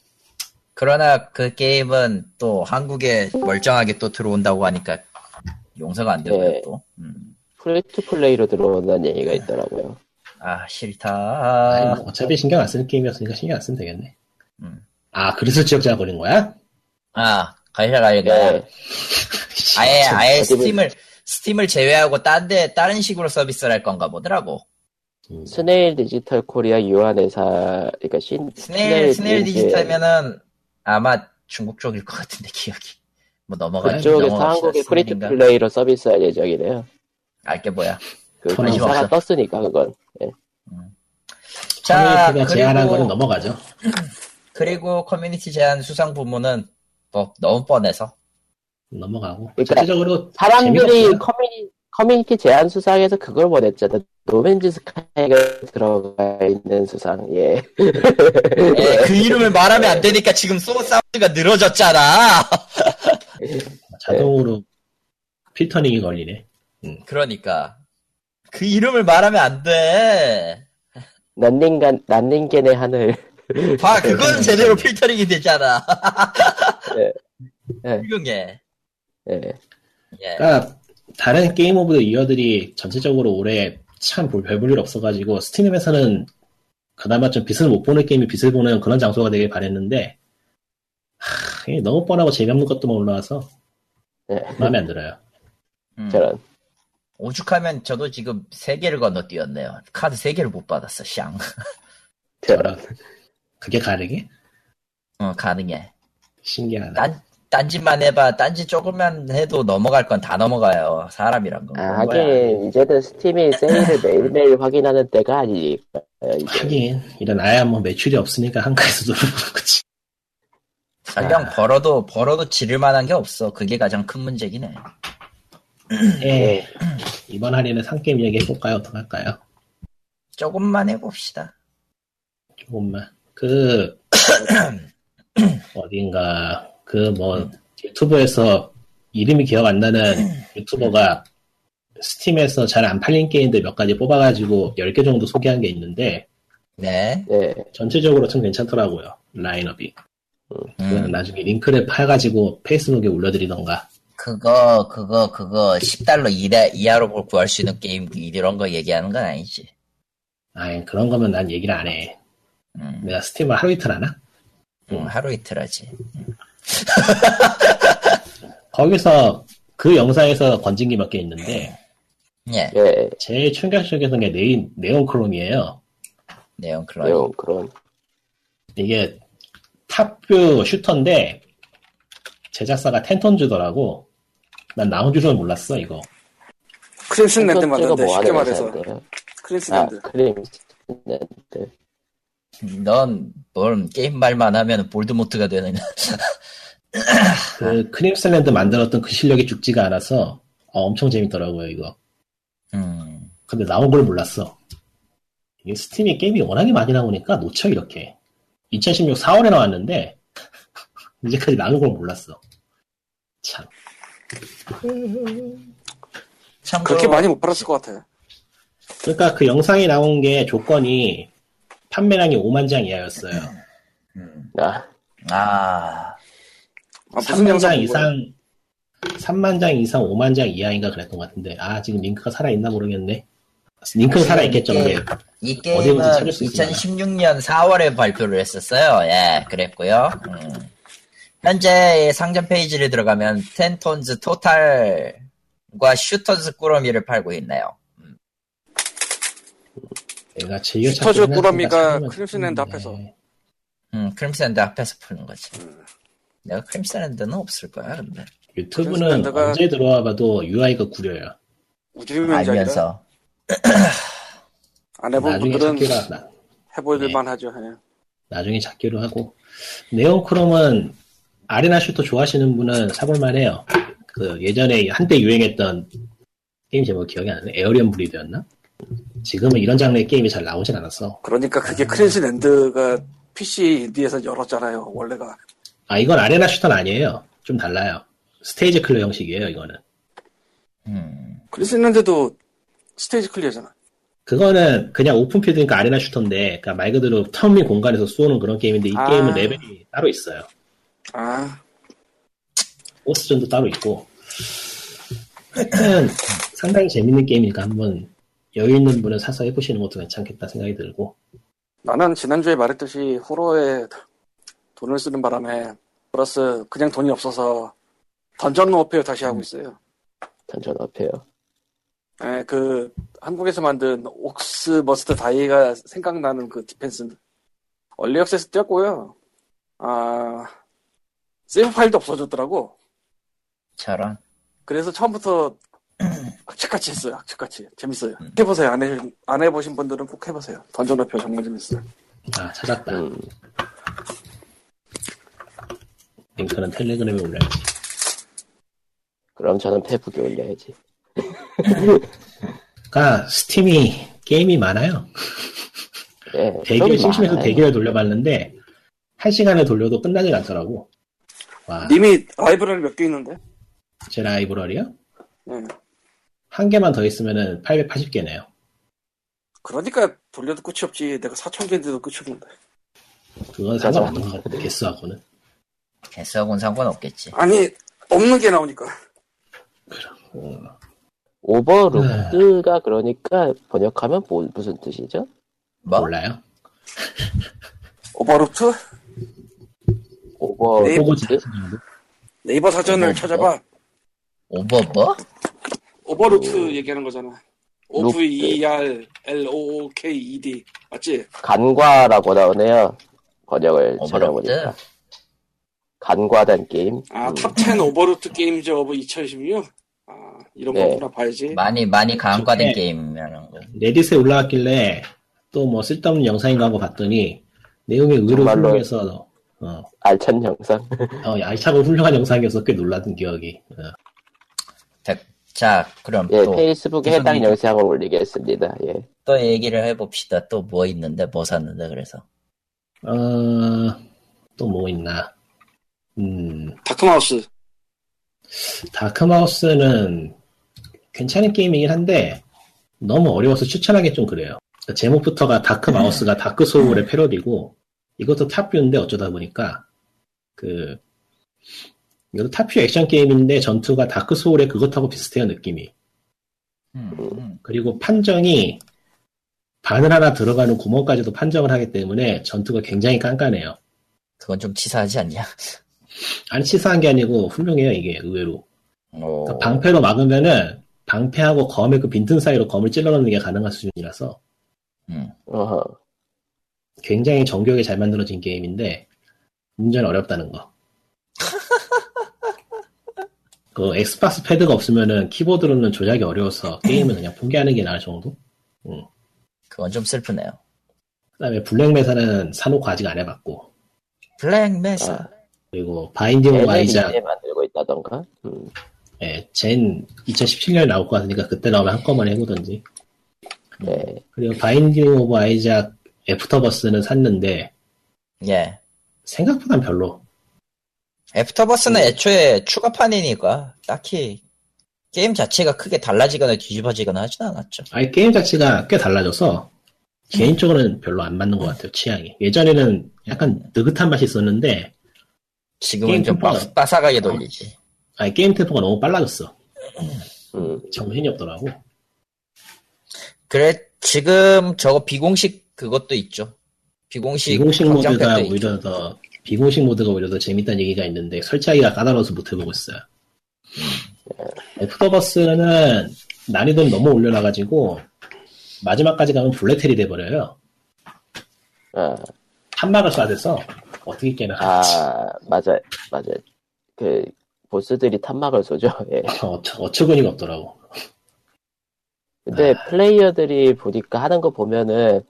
S2: 그러나 그 게임은 또 한국에 멀쩡하게 또 들어온다고 하니까 용서가 안 되고요
S1: 네.
S2: 또. 음.
S1: 프리투 플레이로 들어온다는 얘기가
S2: 네.
S1: 있더라고요.
S2: 아
S4: 아니,
S2: 싫다.
S4: 뭐 어차피 신경 안 쓰는 게임이었으니까 신경 안 쓰면 되겠네.
S2: 음.
S4: 아 그래서 지역자가 걸린 거야?
S2: 아 가야 가야
S1: 예.
S2: 가야. 아예
S4: 참,
S2: 아예
S1: 어디 보-
S2: 스팀을 스팀을 제외하고 딴데 다른 식으로 서비스를 할 건가 보더라고.
S4: 음,
S1: 스네일 디지털 코리아 유한 회사, 그러니까 신,
S2: 스네일 스네일
S1: 게임즈
S2: 디지털면은 아마 중국 쪽일 것 같은데 기억이. 뭐 넘어가
S1: 그쪽에서 한국의 프리투 플레이로 서비스할 예정이래요.
S2: 알게 뭐야.
S1: 그
S4: 관심
S1: 기사가
S2: 없어.
S1: 떴으니까 그건.
S2: 자
S4: 커뮤니티가 제안한 거는 넘어가죠.
S2: 그리고 커뮤니티 제한 수상 부문은 뭐 너무 뻔해서
S4: 넘어가고
S1: 그러니까
S4: 전체적으로
S1: 사람들이
S4: 재미없어요?
S1: 커뮤니, 커뮤니티 제한 수상에서 그걸 원했잖아. 노맨즈 스카이가 들어가 있는 수상, 예. 네,
S2: 예, 그 이름을 말하면 안 되니까 지금 소울 사운드가 늘어졌잖아.
S4: 자동으로 필터링이 걸리네.
S1: 음.
S2: 그러니까 그 이름을 말하면 안 돼.
S1: 난닝간, 난닝겐의 하늘. (laughs)
S2: 봐,
S1: 네,
S2: 그건 제대로 필터링이 되잖아.
S1: 예.
S2: (laughs)
S1: 예.
S2: 훌륭해.
S1: 예.
S2: 예.
S4: 그러니까 다른 게임 오브 더 이어들이 전체적으로 올해 참별볼일 없어가지고 스팀에서는 그나마 좀 빛을 못 보는 게임이 빛을 보는 그런 장소가 되길 바랬는데 하, 이게 너무 뻔하고 재미없는 것도 막 올라와서
S1: 예.
S4: 마음에 안 들어요.
S2: 음.
S1: 저런.
S2: 오죽하면 저도 지금 세 개를 건너뛰었네요. 카드 세 개를 못 받았어. 샹. (laughs)
S1: 저런.
S4: 저런. 그게 가능해?
S2: 어, 가능해.
S4: 신기하다.
S2: 딴 딴짓만 해봐. 딴짓 조금만 해도 넘어갈 건 다 넘어가요. 사람이란 건.
S1: 아,
S2: 그런 거야.
S1: 하긴, 이제는 스팀이 세일을 매일매일 확인하는 때가 아니니까. 이제.
S4: 하긴 이런 아예 뭐 매출이 없으니까 한가에서 놀아보는 거지.
S1: 아.
S2: 가령 벌어도 벌어도 지를 만한 게 없어. 그게 가장 큰 문제긴 해.
S1: 네.
S4: 예. 이번 할인은 상게임 이야기 해볼까요? 어떡할까요?
S2: 조금만 해봅시다.
S4: 조금만 그 (coughs) 어딘가 그 뭐 유튜브에서 이름이 기억
S2: (coughs)
S4: 안 나는 유튜버가 스팀에서 잘 안 팔린 게임들 몇 가지 뽑아가지고 10개 정도 소개한 게 있는데
S2: 네.
S1: 예.
S4: 전체적으로 참 괜찮더라고요 라인업이 그거는
S2: 음,
S4: 나중에 링크를 파가지고 페이스북에 올려드리던가
S2: 그거 그거 그거 10달러 이하, 이하로 볼- 구할 수 있는 게임 이런 거 얘기하는 건 아니지.
S4: 아이 그런 거면 난 얘기를 안해
S2: 음.
S4: 내가 스팀을 하루 이틀 하나?
S2: 응, 음,
S1: 음.
S2: 하루 이틀하지.
S4: 거기서 그 영상에서 건진 게 몇 개
S2: 음.
S4: 있는데
S2: 예,
S1: 예,
S4: 제일 충격적이었던 게 네인, 네온크롬이에요.
S2: 내용 그런.
S1: 내용 그런.
S4: 이게 탑뷰 슈터인데 제작사가 텐톤 주더라고. 난 나온 줄은 몰랐어 이거.
S3: 크림슨 랜드
S1: 콘서트가
S3: 맞는데 쉽게
S1: 하는
S3: 말해서
S1: 회사인데요?
S3: 크림슨
S1: 아,
S3: 랜드
S1: 크림 랜드.
S2: 넌뭘 게임 말만 하면 볼드모트가 되는.
S4: 그 크림슬랜드 만들었던 그 실력이 죽지가 않아서 어, 엄청 재밌더라고요 이거.
S2: 음,
S4: 근데 나온 걸 몰랐어. 이게 스팀에 게임이 워낙에 많이 나오니까 놓쳐 이렇게. 2016 4월에 나왔는데 (laughs) 이제까지 나온 걸 몰랐어. 참.
S2: 참고로
S3: 그렇게 많이 못 팔았을 것 같아.
S4: 그러니까 그 영상에 나온 게 조건이 판매량이 5만 장 이하였어요.
S2: 음,
S1: 아,
S2: 아,
S3: 아, 무슨
S4: 3만
S3: 영상 본
S4: 장
S3: 거야?
S4: 이상, 3만 장 이상, 5만 장 이하인가 그랬던 것 같은데. 아, 지금 링크가 살아있나 모르겠네. 링크는 살아있겠죠,
S2: 이게-
S4: 근데.
S2: 이 게임은
S4: 어디든지 찾을 수 있습니다.
S2: 2016년 4월에 발표를 했었어요. 예, 그랬고요. 음. 현재 상점 페이지를 들어가면 텐톤즈 토탈과 슈턴즈 꾸러미를 팔고 있네요.
S4: 내가 즐겨 찾
S3: 슈터즈 꾸러미가 크림슨 랜드 앞에서.
S4: 네.
S2: 음, 크림샌드 앞에서 푸는 거지. 내가 크림샌드는 없을 거야, 근데.
S3: 크림슨
S4: 유튜브는
S3: 랜드가-
S4: 언제 들어와 봐도 UI가 구려요.
S3: 우주명작이라
S2: 알면서.
S3: 안 해본
S4: 나중에
S3: 분들은
S4: 찾기로, 나,
S3: 해볼만 하죠. 예.
S4: 나중에 찾기로 하고. 네온크롬은 아레나 슈터 좋아하시는 분은 사볼만 해요. 그 예전에 한때 유행했던 게임 제목 기억이 안 나네. 에어리언 브리드였나? 지금은 이런 장르의 게임이 잘 나오진 않았어.
S3: 그러니까 그게 크림슨 랜드가 PC 인디에서 열었잖아요. 원래가
S4: 아, 이건 아레나 슈터는 아니에요. 좀 달라요. 스테이지 클리어 형식이에요, 이거는.
S2: 음,
S3: 크림슨 랜드도 스테이지 클리어잖아.
S4: 그거는 그냥 오픈필드니까 아레나 슈터인데, 그러니까 말 그대로 텀이 공간에서 쏘는 그런 게임인데, 이
S3: 아.
S4: 게임은 레벨이 따로 있어요.
S3: 아,
S4: 보스전도 따로 있고. (clears throat) 하여튼, 상당히 재밌는 게임이니까 한번 여유 있는 분은 사서 해보시는 것도 괜찮겠다 생각이 들고.
S3: 나는 지난주에 말했듯이 호러에 돈을 쓰는 바람에 플러스 그냥 돈이 없어서 던전 워페어 다시 하고 있어요.
S1: 던전 앞에요.
S3: 예, 그 한국에서 만든 옥스 머스트 다이가 생각나는 그 디펜스 얼리 액세스 뛰었고요. 아 세이브 파일도 없어졌더라고.
S2: 저런.
S3: 그래서 처음부터 학책같이 했어요. 학책같이 재밌어요. 해보세요. 안, 해, 안 해보신 분들은 꼭 해보세요. 던전 화표 정말 재밌어요.
S4: 아, 찾았다.
S1: 음,
S4: 링크는 텔레그램에 올려야지.
S1: 그럼 저는 페북에 올려야지.
S4: 그러니까, 스팀이 게임이 많아요.
S1: 예,
S4: 대기를
S1: 좀
S4: 심심해서
S1: 많아요.
S4: 대기를 돌려봤는데 한 시간을 돌려도 끝나지 않더라고. 와,
S3: 님이 라이브러리 몇 개 있는데?
S4: 제 라이브러리요?
S3: 예.
S4: 한 개만 더 있으면은 880개네요.
S3: 그러니까 돌려도 끝이 없지. 내가 4천 개인데도 끝이 없는데.
S4: 그건
S1: 맞아.
S4: 상관없는 것 같아. 개수하고는.
S2: 개수하고는 상관없겠지.
S3: 아니 없는 게 나오니까.
S4: 어,
S1: 오버룩드가 그러니까 번역하면 뭐- 무슨 뜻이죠?
S2: 뭐?
S4: 몰라요.
S3: 오버로트 네.
S4: 보고
S1: 오버룩드?
S4: 잘하는 정도?
S3: 네이버 사전을
S2: 어,
S3: 찾아봐.
S2: 오버 뭐?
S3: 오버로트 얘기하는 거잖아. O
S1: 룩.
S3: V E R L O O K E D 맞지?
S1: 간과라고 나오네요. 번역을
S2: 오버로드?
S1: 찾아보니까. 간과단 게임? 음,
S3: 아탑 10 오버로트 게임즈 오브 2016. 아 이런
S1: 네.
S3: 거구나 봐야지.
S2: 많이, 많이 강과된
S4: 네.
S2: 게임이라는 거.
S4: 레딧에 올라왔길래 또 뭐 쓸데없는 영상인가 하고 봤더니 내용이 의외로
S1: 정말로.
S4: 훌륭해서 어,
S1: 알찬 영상?
S4: 어, 알차고 훌륭한 영상이어서 꽤 놀랐던 기억이. 어.
S2: 백- 자, 그럼
S1: 예,
S2: 또,
S1: 페이스북에 해당
S2: 죄송해요.
S1: 영상을 올리겠습니다. 예.
S2: 또 얘기를 해봅시다. 또 뭐 있는데, 뭐 샀는데, 그래서.
S4: 어, 또 뭐 있나? 음,
S3: 다크마우스.
S4: 다크마우스는 괜찮은 게임이긴 한데 너무 어려워서 추천하기 좀 그래요. 그러니까 제목부터가 다크마우스가 다크소울의 패러디고 이것도 탑뷰인데 어쩌다 보니까 그 이것도 탑뷰 액션 게임인데 전투가 다크소울의 그것하고 비슷해요 느낌이.
S2: 음, 음.
S4: 그리고 판정이 바늘 하나 들어가는 구멍까지도 판정을 하기 때문에 전투가 굉장히 깐깐해요.
S2: 그건 좀 치사하지 않냐?
S4: 안 치사한 게 아니고 훌륭해요 이게 의외로.
S1: 어.
S2: 오,
S4: 그러니까 방패로 막으면은 방패하고 검의 그 빈틈 사이로 검을 찔러넣는 게 가능한 수준이라서
S2: 음.
S1: 어허.
S4: 굉장히 정교하게 잘 만들어진 게임인데 문제는 어렵다는 거. 그 엑스박스 패드가 없으면은 키보드로는 조작이 어려워서 게임은 그냥 포기하는 게 나을 정도.
S2: 그건 좀 슬프네요.
S4: 그다음에 블랙메사는 사놓고 아직 안 해봤고
S2: 블랙메사.
S1: 아,
S4: 그리고 바인딩
S1: 네,
S4: 오브 아이작
S1: 이제 만들고 있다던가. 음.
S4: 예, 젠 2017년에 나올 것 같으니까 그때 나오면 한꺼번에 해보던지.
S1: 네.
S4: 그리고 바인딩 오브 아이작 애프터버스는 샀는데
S2: 예.
S4: 생각보단 별로.
S2: 애프터버스는
S1: 음.
S2: 애초에 추가판이니까 딱히 게임 자체가 크게 달라지거나 뒤집어지거나 하진 않았죠.
S4: 아예 게임 자체가 꽤 달라져서
S2: 음.
S4: 개인적으로는 별로 안 맞는 것 같아요 취향이. 예전에는 약간 느긋한 맛이 있었는데
S2: 지금은
S4: 게임 어.
S2: 좀
S4: 템포가-
S2: 빠, 사하게 돌리지.
S4: 아예 게임 템포가 너무 빨라졌어.
S1: 음.
S4: 정신이 없더라고.
S2: 그래, 지금 저거 비공식 그것도 있죠. 비공식,
S4: 비공식 모드가
S2: 확장팩도 있죠.
S4: 오히려 더 비공식 모드가 오히려 더 재밌다는 얘기가 있는데 설치하기가 까다로워서 못 해보고 있어요.
S2: 음.
S4: 애프터버스는 난이도를 너무 올려놔가지고 마지막까지 가면 블랙텔이 돼버려요.
S1: 아,
S4: 한막을 쏴야 돼서 어떻게 깨나
S1: 아, 맞아요. 맞아요. 그, 보스들이 탄막을 쏘죠. (laughs) 예.
S4: (laughs) 어처, 어처구니가 없더라고.
S1: 근데 플레이어들이 보니까 하는 거 보면은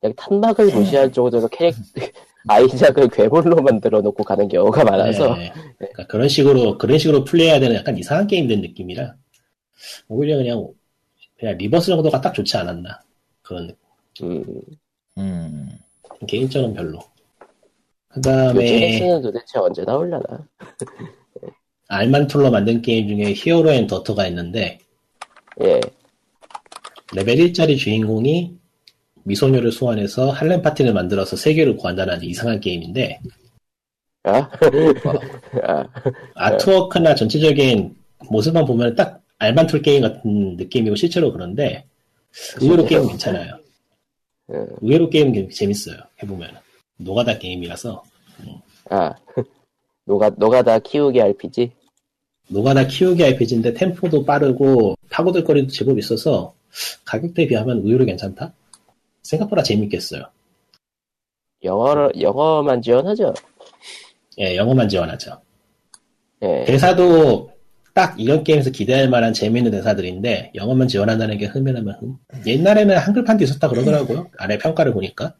S1: 그냥 탄막을 무시할 정도로 캐릭 (laughs) 아이작을 괴물로 만들어 놓고 가는 경우가 많아서
S4: 네. 그러니까 그런 식으로 그런 식으로 플레이해야 되는 약간 이상한 게임 된 느낌이라 오히려 그냥 그냥 리버스 정도가 딱 좋지 않았나 그런 느낌.
S1: 음,
S2: 음.
S4: 개인적으로 별로.
S1: 그
S4: 그다음에
S1: GS는 도대체 언제 나오려나?
S4: 알만툴로 만든 게임 중에 히어로 앤 더터가 있는데
S1: 예,
S4: 레벨 1짜리 주인공이 미소녀를 소환해서 할렘 파티를 만들어서 세계를 구한다는 이상한 게임인데 어,
S1: 아, 아,
S4: 아트워크나 전체적인 모습만 보면 딱 알만툴 게임 같은 느낌이고 실제로 그런데 의외로 게임 은 괜찮아요.
S1: 음.
S4: 의외로 게임 은 재밌어요. 해보면 노가다 게임이라서
S1: 아, (laughs) 노가 노가다 키우기 RPG.
S4: 노가다 키우기 RPG인데 템포도 빠르고 파고들 거리도 제법 있어서 가격대에 비하면 의외로 괜찮다. 생각보다 재밌겠어요.
S1: 영어를 영어만 지원하죠.
S4: 예, 영어만 지원하죠.
S1: 예,
S4: 대사도 딱 이런 게임에서 기대할 만한 재미있는 대사들인데 영어만 지원한다는 게 흠이라면 흠. 옛날에는 한글판도 있었다 그러더라고요. 아래 평가를 보니까.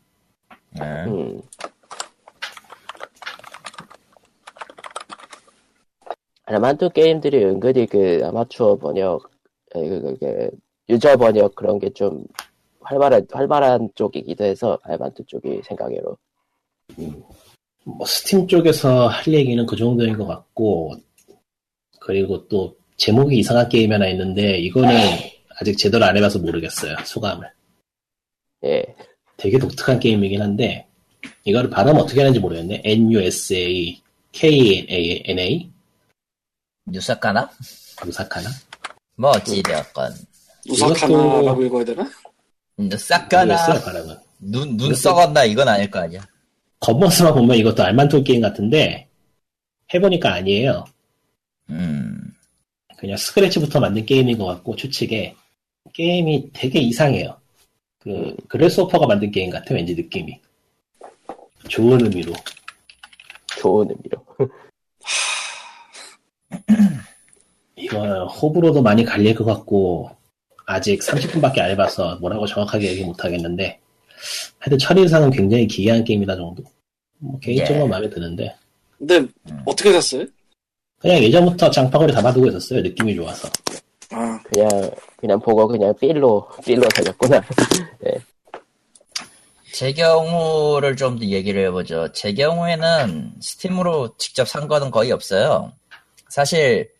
S2: 네.
S1: 음, 알만투 게임들이 은근히 그 아마추어 번역, 아니, 그, 그, 그 유저 번역 그런 게 좀 활발한 활발한 쪽이기도 해서 알만투 쪽이 생각으로.
S4: 뭐 스팀 쪽에서 할 얘기는 그 정도인 것 같고 그리고 또 제목이 이상한 게임이 하나 있는데 이거는 아직 제대로 안 해봐서 모르겠어요. 소감을.
S1: 예,
S4: 되게 독특한 게임이긴 한데 이거를 발음 어떻게 하는지 모르겠네. NUSA KNA
S2: 뉴사카나?
S4: 무사카나?
S2: 뭐 어찌되었건.
S3: 우사카나라고 읽어야 되나?
S4: 모르겠어요
S2: 그러니까 뉴사카나.
S4: 발음은.
S2: 눈, 눈
S4: 이것도-
S2: 썩었나 이건 아닐 거 아니야.
S4: 겉모습만 보면 이것도 알만톨 게임 같은데 해보니까 아니에요.
S2: 음.
S4: 그냥 스크래치부터 만든 게임인 것 같고 추측에 게임이 되게 이상해요. 그 그래스오퍼가 만든 게임 같아 왠지 느낌이 좋은 의미로
S1: 좋은 의미로.
S4: 이거 호불호도 많이 갈릴 것 같고 아직 30분밖에 안 해봐서 뭐라고 정확하게 얘기 못 하겠는데 하여튼 첫인상은 굉장히 기이한 게임이다 정도 뭐 개인적으로
S2: 예.
S4: 마음에 드는데
S3: 근데
S4: 음.
S3: 어떻게 샀어요?
S4: 그냥 예전부터 장바구니 담아두고 있었어요 느낌이 좋아서
S3: 아,
S1: 그냥 그냥 보고 그냥 삘로 삘로 달렸구나.
S2: 제 경우를 좀 더 얘기를 해보죠. 제 경우에는 스팀으로 직접 산 거는 거의 없어요. 사실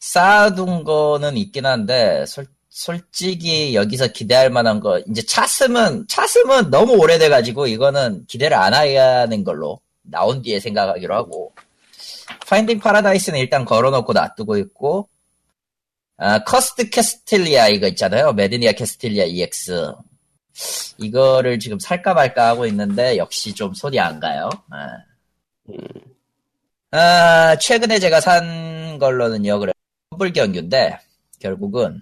S2: 쌓아둔 거는 있긴 한데 솔, 솔직히 여기서 기대할 만한 거 이제 차스면 차스면 너무 오래돼가지고 이거는 기대를 안 하는 걸로 나온 뒤에 생각하기로 하고 파인딩 파라다이스는 일단 걸어놓고 놔두고 있고 아, 커스트 캐스틸리아 이거 있잖아요 E 메디니아 캐스틸리아 EX 이거를 지금 살까 말까 하고 있는데 역시 좀 손이 안 가요. 아,
S4: 음.
S2: 아, 최근에 제가 산 걸로는요, 그래. 험불 경규인데, 결국은,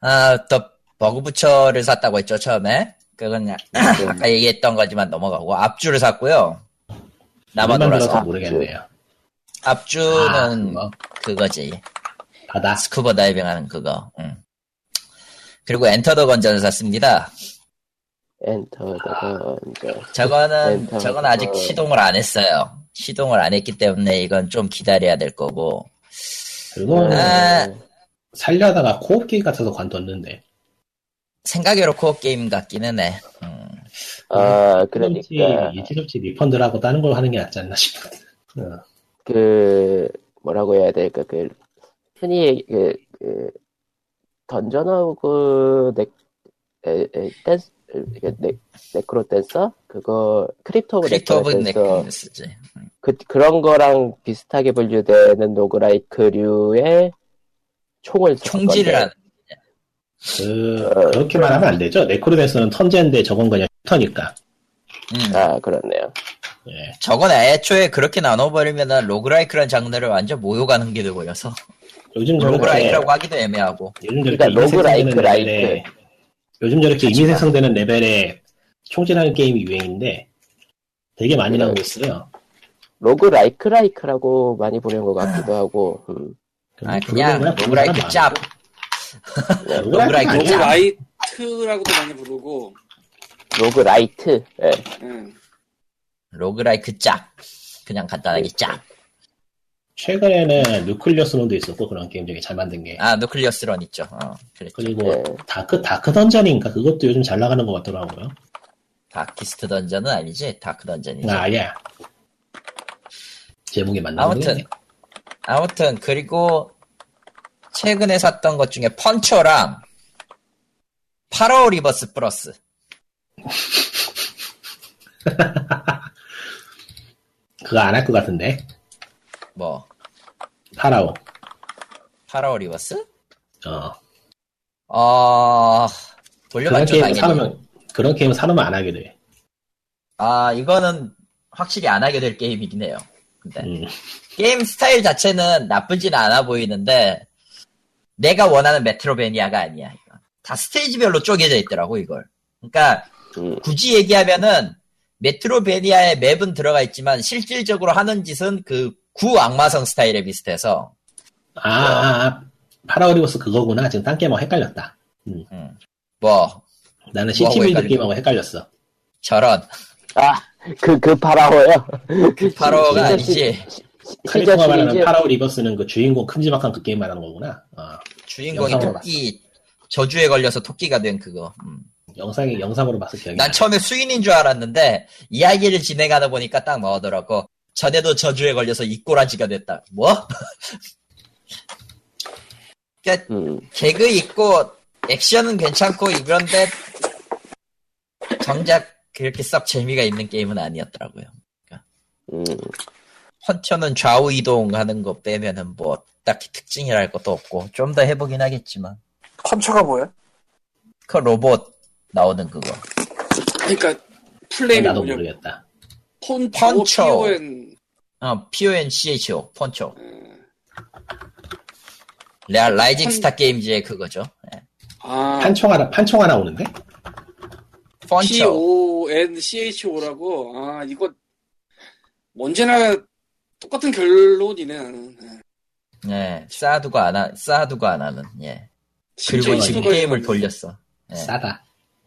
S2: 아, 더 버그 부처를 샀다고 했죠, 처음에. 그건
S4: 음.
S2: 아까 얘기했던 거지만 넘어가고, 앞줄을 샀고요. 남아
S4: 얼마 들어서
S2: 돌아서.
S4: 모르겠네요. 아,
S2: 앞줄은
S4: 뭐,
S2: 그거지.
S4: 바다.
S2: 스쿠버 다이빙 하는 그거. 응. 그리고 엔터 더 건전을 샀습니다.
S1: 엔터 더건
S2: 저거는,
S1: 엔터
S2: 저건 아직
S1: 더.
S2: 시동을 안 했어요. 시동을 안 했기 때문에 이건 좀 기다려야 될 거고.
S4: 그거
S2: 아.
S4: 살려다가 코업 게임 같아서 관뒀는데.
S2: 생각외로 코어 게임 같기는 해. 음.
S1: 아
S4: 찌
S1: 그러니까
S4: 예지없이 리펀드라고 다른 걸 하는 게 낫지 않나 싶어. 어,
S1: 그 뭐라고 해야 될까 그 흔히 그, 그 던전하고 넥 에, 에, 댄스 이게 넥, 네크로 댄서 그거 크립토 오브
S2: 크립토 오브
S1: 네크로 댄서
S2: 네크니스지.
S1: 그 그런 거랑 비슷하게 분류되는 노그라이크류의 총을 쏜
S2: 총질을
S1: 건데.
S2: 하는. 어,
S4: 그, 그렇게 말하면 안 되죠. 네크로댄스는 턴제인데 저건 그냥 턴이니까.
S2: 음.
S1: 아 그렇네요
S4: 예.
S2: 저건 애초에 그렇게 나눠버리면은 로그라이크란 장르를 완전 모욕하는 게 (laughs) 되버려서
S4: 요즘 저렇게
S2: 로그라이크라고 하기도 애매하고
S4: 요즘 저렇게
S1: 그러니까
S4: 이미
S1: 로그라이크,
S4: 생성되는
S1: 라이크.
S4: 레벨에- 요즘 저렇게 이미 생성되는 레벨에 총질하는 게임이 유행인데 되게 많이
S2: 네.
S4: 나오고 있어요.
S1: 로그라이크 라이크라고 많이 부르는 것 같기도 하고 음.
S2: 아, 그냥 로그라이크 짭 로그라이크 짭.
S4: 로그라이크 짭.
S3: 라이트라고도 많이 부르고
S1: 로그라이트 예.
S3: 응.
S2: 로그라이크 짭 그냥 간단하게 짭아
S4: 최근에는 뉴클리어스론도 있었고 그런 게임 되게 잘 만든
S2: 아,
S4: 게.
S2: 노클리어스런 있죠 어, 그랬죠
S4: 그리고
S1: 네.
S4: 다크 다크 던전인가 그것도 요즘 잘 나가는 것 같더라고요.
S2: 다키스트 던전은 아니지 다크 던전이지
S4: 아 예. 제목이 맞나?
S2: 아무튼
S4: 모르겠네.
S2: 아무튼 그리고 최근에 샀던 것 중에 펀처랑 파라오 리버스 플러스
S4: 그거 안 할 것 같은데
S2: 뭐
S4: 파라오.
S2: 파라오 리버스
S4: 어.
S2: 어
S4: 그런
S2: 돌려봤죠
S4: 게임
S2: 당연히
S4: 사놓으면 그런 게임 사놓으면 안 하게 돼.
S2: 아, 이거는 확실히 안 하게 될 게임이긴 해요. 근데
S4: 음.
S2: 게임 스타일 자체는 나쁘진 않아 보이는데 내가 원하는 메트로베니아가 아니야. 이건. 다 스테이지별로 쪼개져 있더라고 이걸. 그러니까
S1: 음.
S2: 굳이 얘기하면은 메트로베니아의 맵은 들어가 있지만 실질적으로 하는 짓은 그 구 악마성 스타일에 비슷해서
S4: 아, 아, 아. 파라오리버스 그거구나. 지금 딴 게임하고 헷갈렸다.
S2: 음, 뭐
S4: 나는
S2: 뭐하고
S4: 시티빌드
S2: 헷갈린
S4: 게임하고 헷갈렸어.
S2: 저런
S1: 아그 그 파라오요
S2: 그 파로가
S1: 진짜 시-
S2: 아니지
S1: 시저
S4: 카리토가 말하는
S1: 시리즈
S4: 파라오리버스는 그 주인공 큼지막한 그 게임 말하는 거구나. 어.
S2: 주인공이
S4: 영상으로
S2: 토끼 저주에 걸려서 토끼가 된 그거. 음.
S4: 영상에 영상으로 봐서 기억이
S2: 난
S4: 나.
S2: 처음에 수인인 줄 알았는데 이야기를 진행하다 보니까 딱 나오더라고. 전에도 저주에 걸려서 이꼬라지가 됐다. 뭐? (laughs) 그러니까
S1: 음.
S2: 개그 있고 액션은 괜찮고 이런데 정작 그렇게 썩 재미가 있는 게임은 아니었더라고요. 그러니까
S1: 음.
S2: 헌터는 좌우 이동하는 거 빼면은 뭐 딱히 특징이랄 것도 없고 좀 더 해보긴 하겠지만
S3: 펀처가 뭐야?
S2: 그 로봇 나오는 그거
S3: 그러니까 플레임이
S4: 나도
S3: 뭐냐고
S4: 모르겠다.
S3: 폰
S2: 펀처.
S3: PON
S2: 어, PONCHO 펀초 레- 라이징 스타 게임즈의 그거죠. 예.
S3: 아
S4: 판총 하나 판총 하나 오는데?
S2: 펀처.
S3: PONCHO라고 아 이거 언제나 똑같은 결론이네 나는 네.
S2: 예, 사두가 안 하, 사두가 안 하는, 예. 그리고
S3: 심지어
S2: 지금
S3: 이거는
S2: 게임을 돌렸어. 예.
S4: 싸다.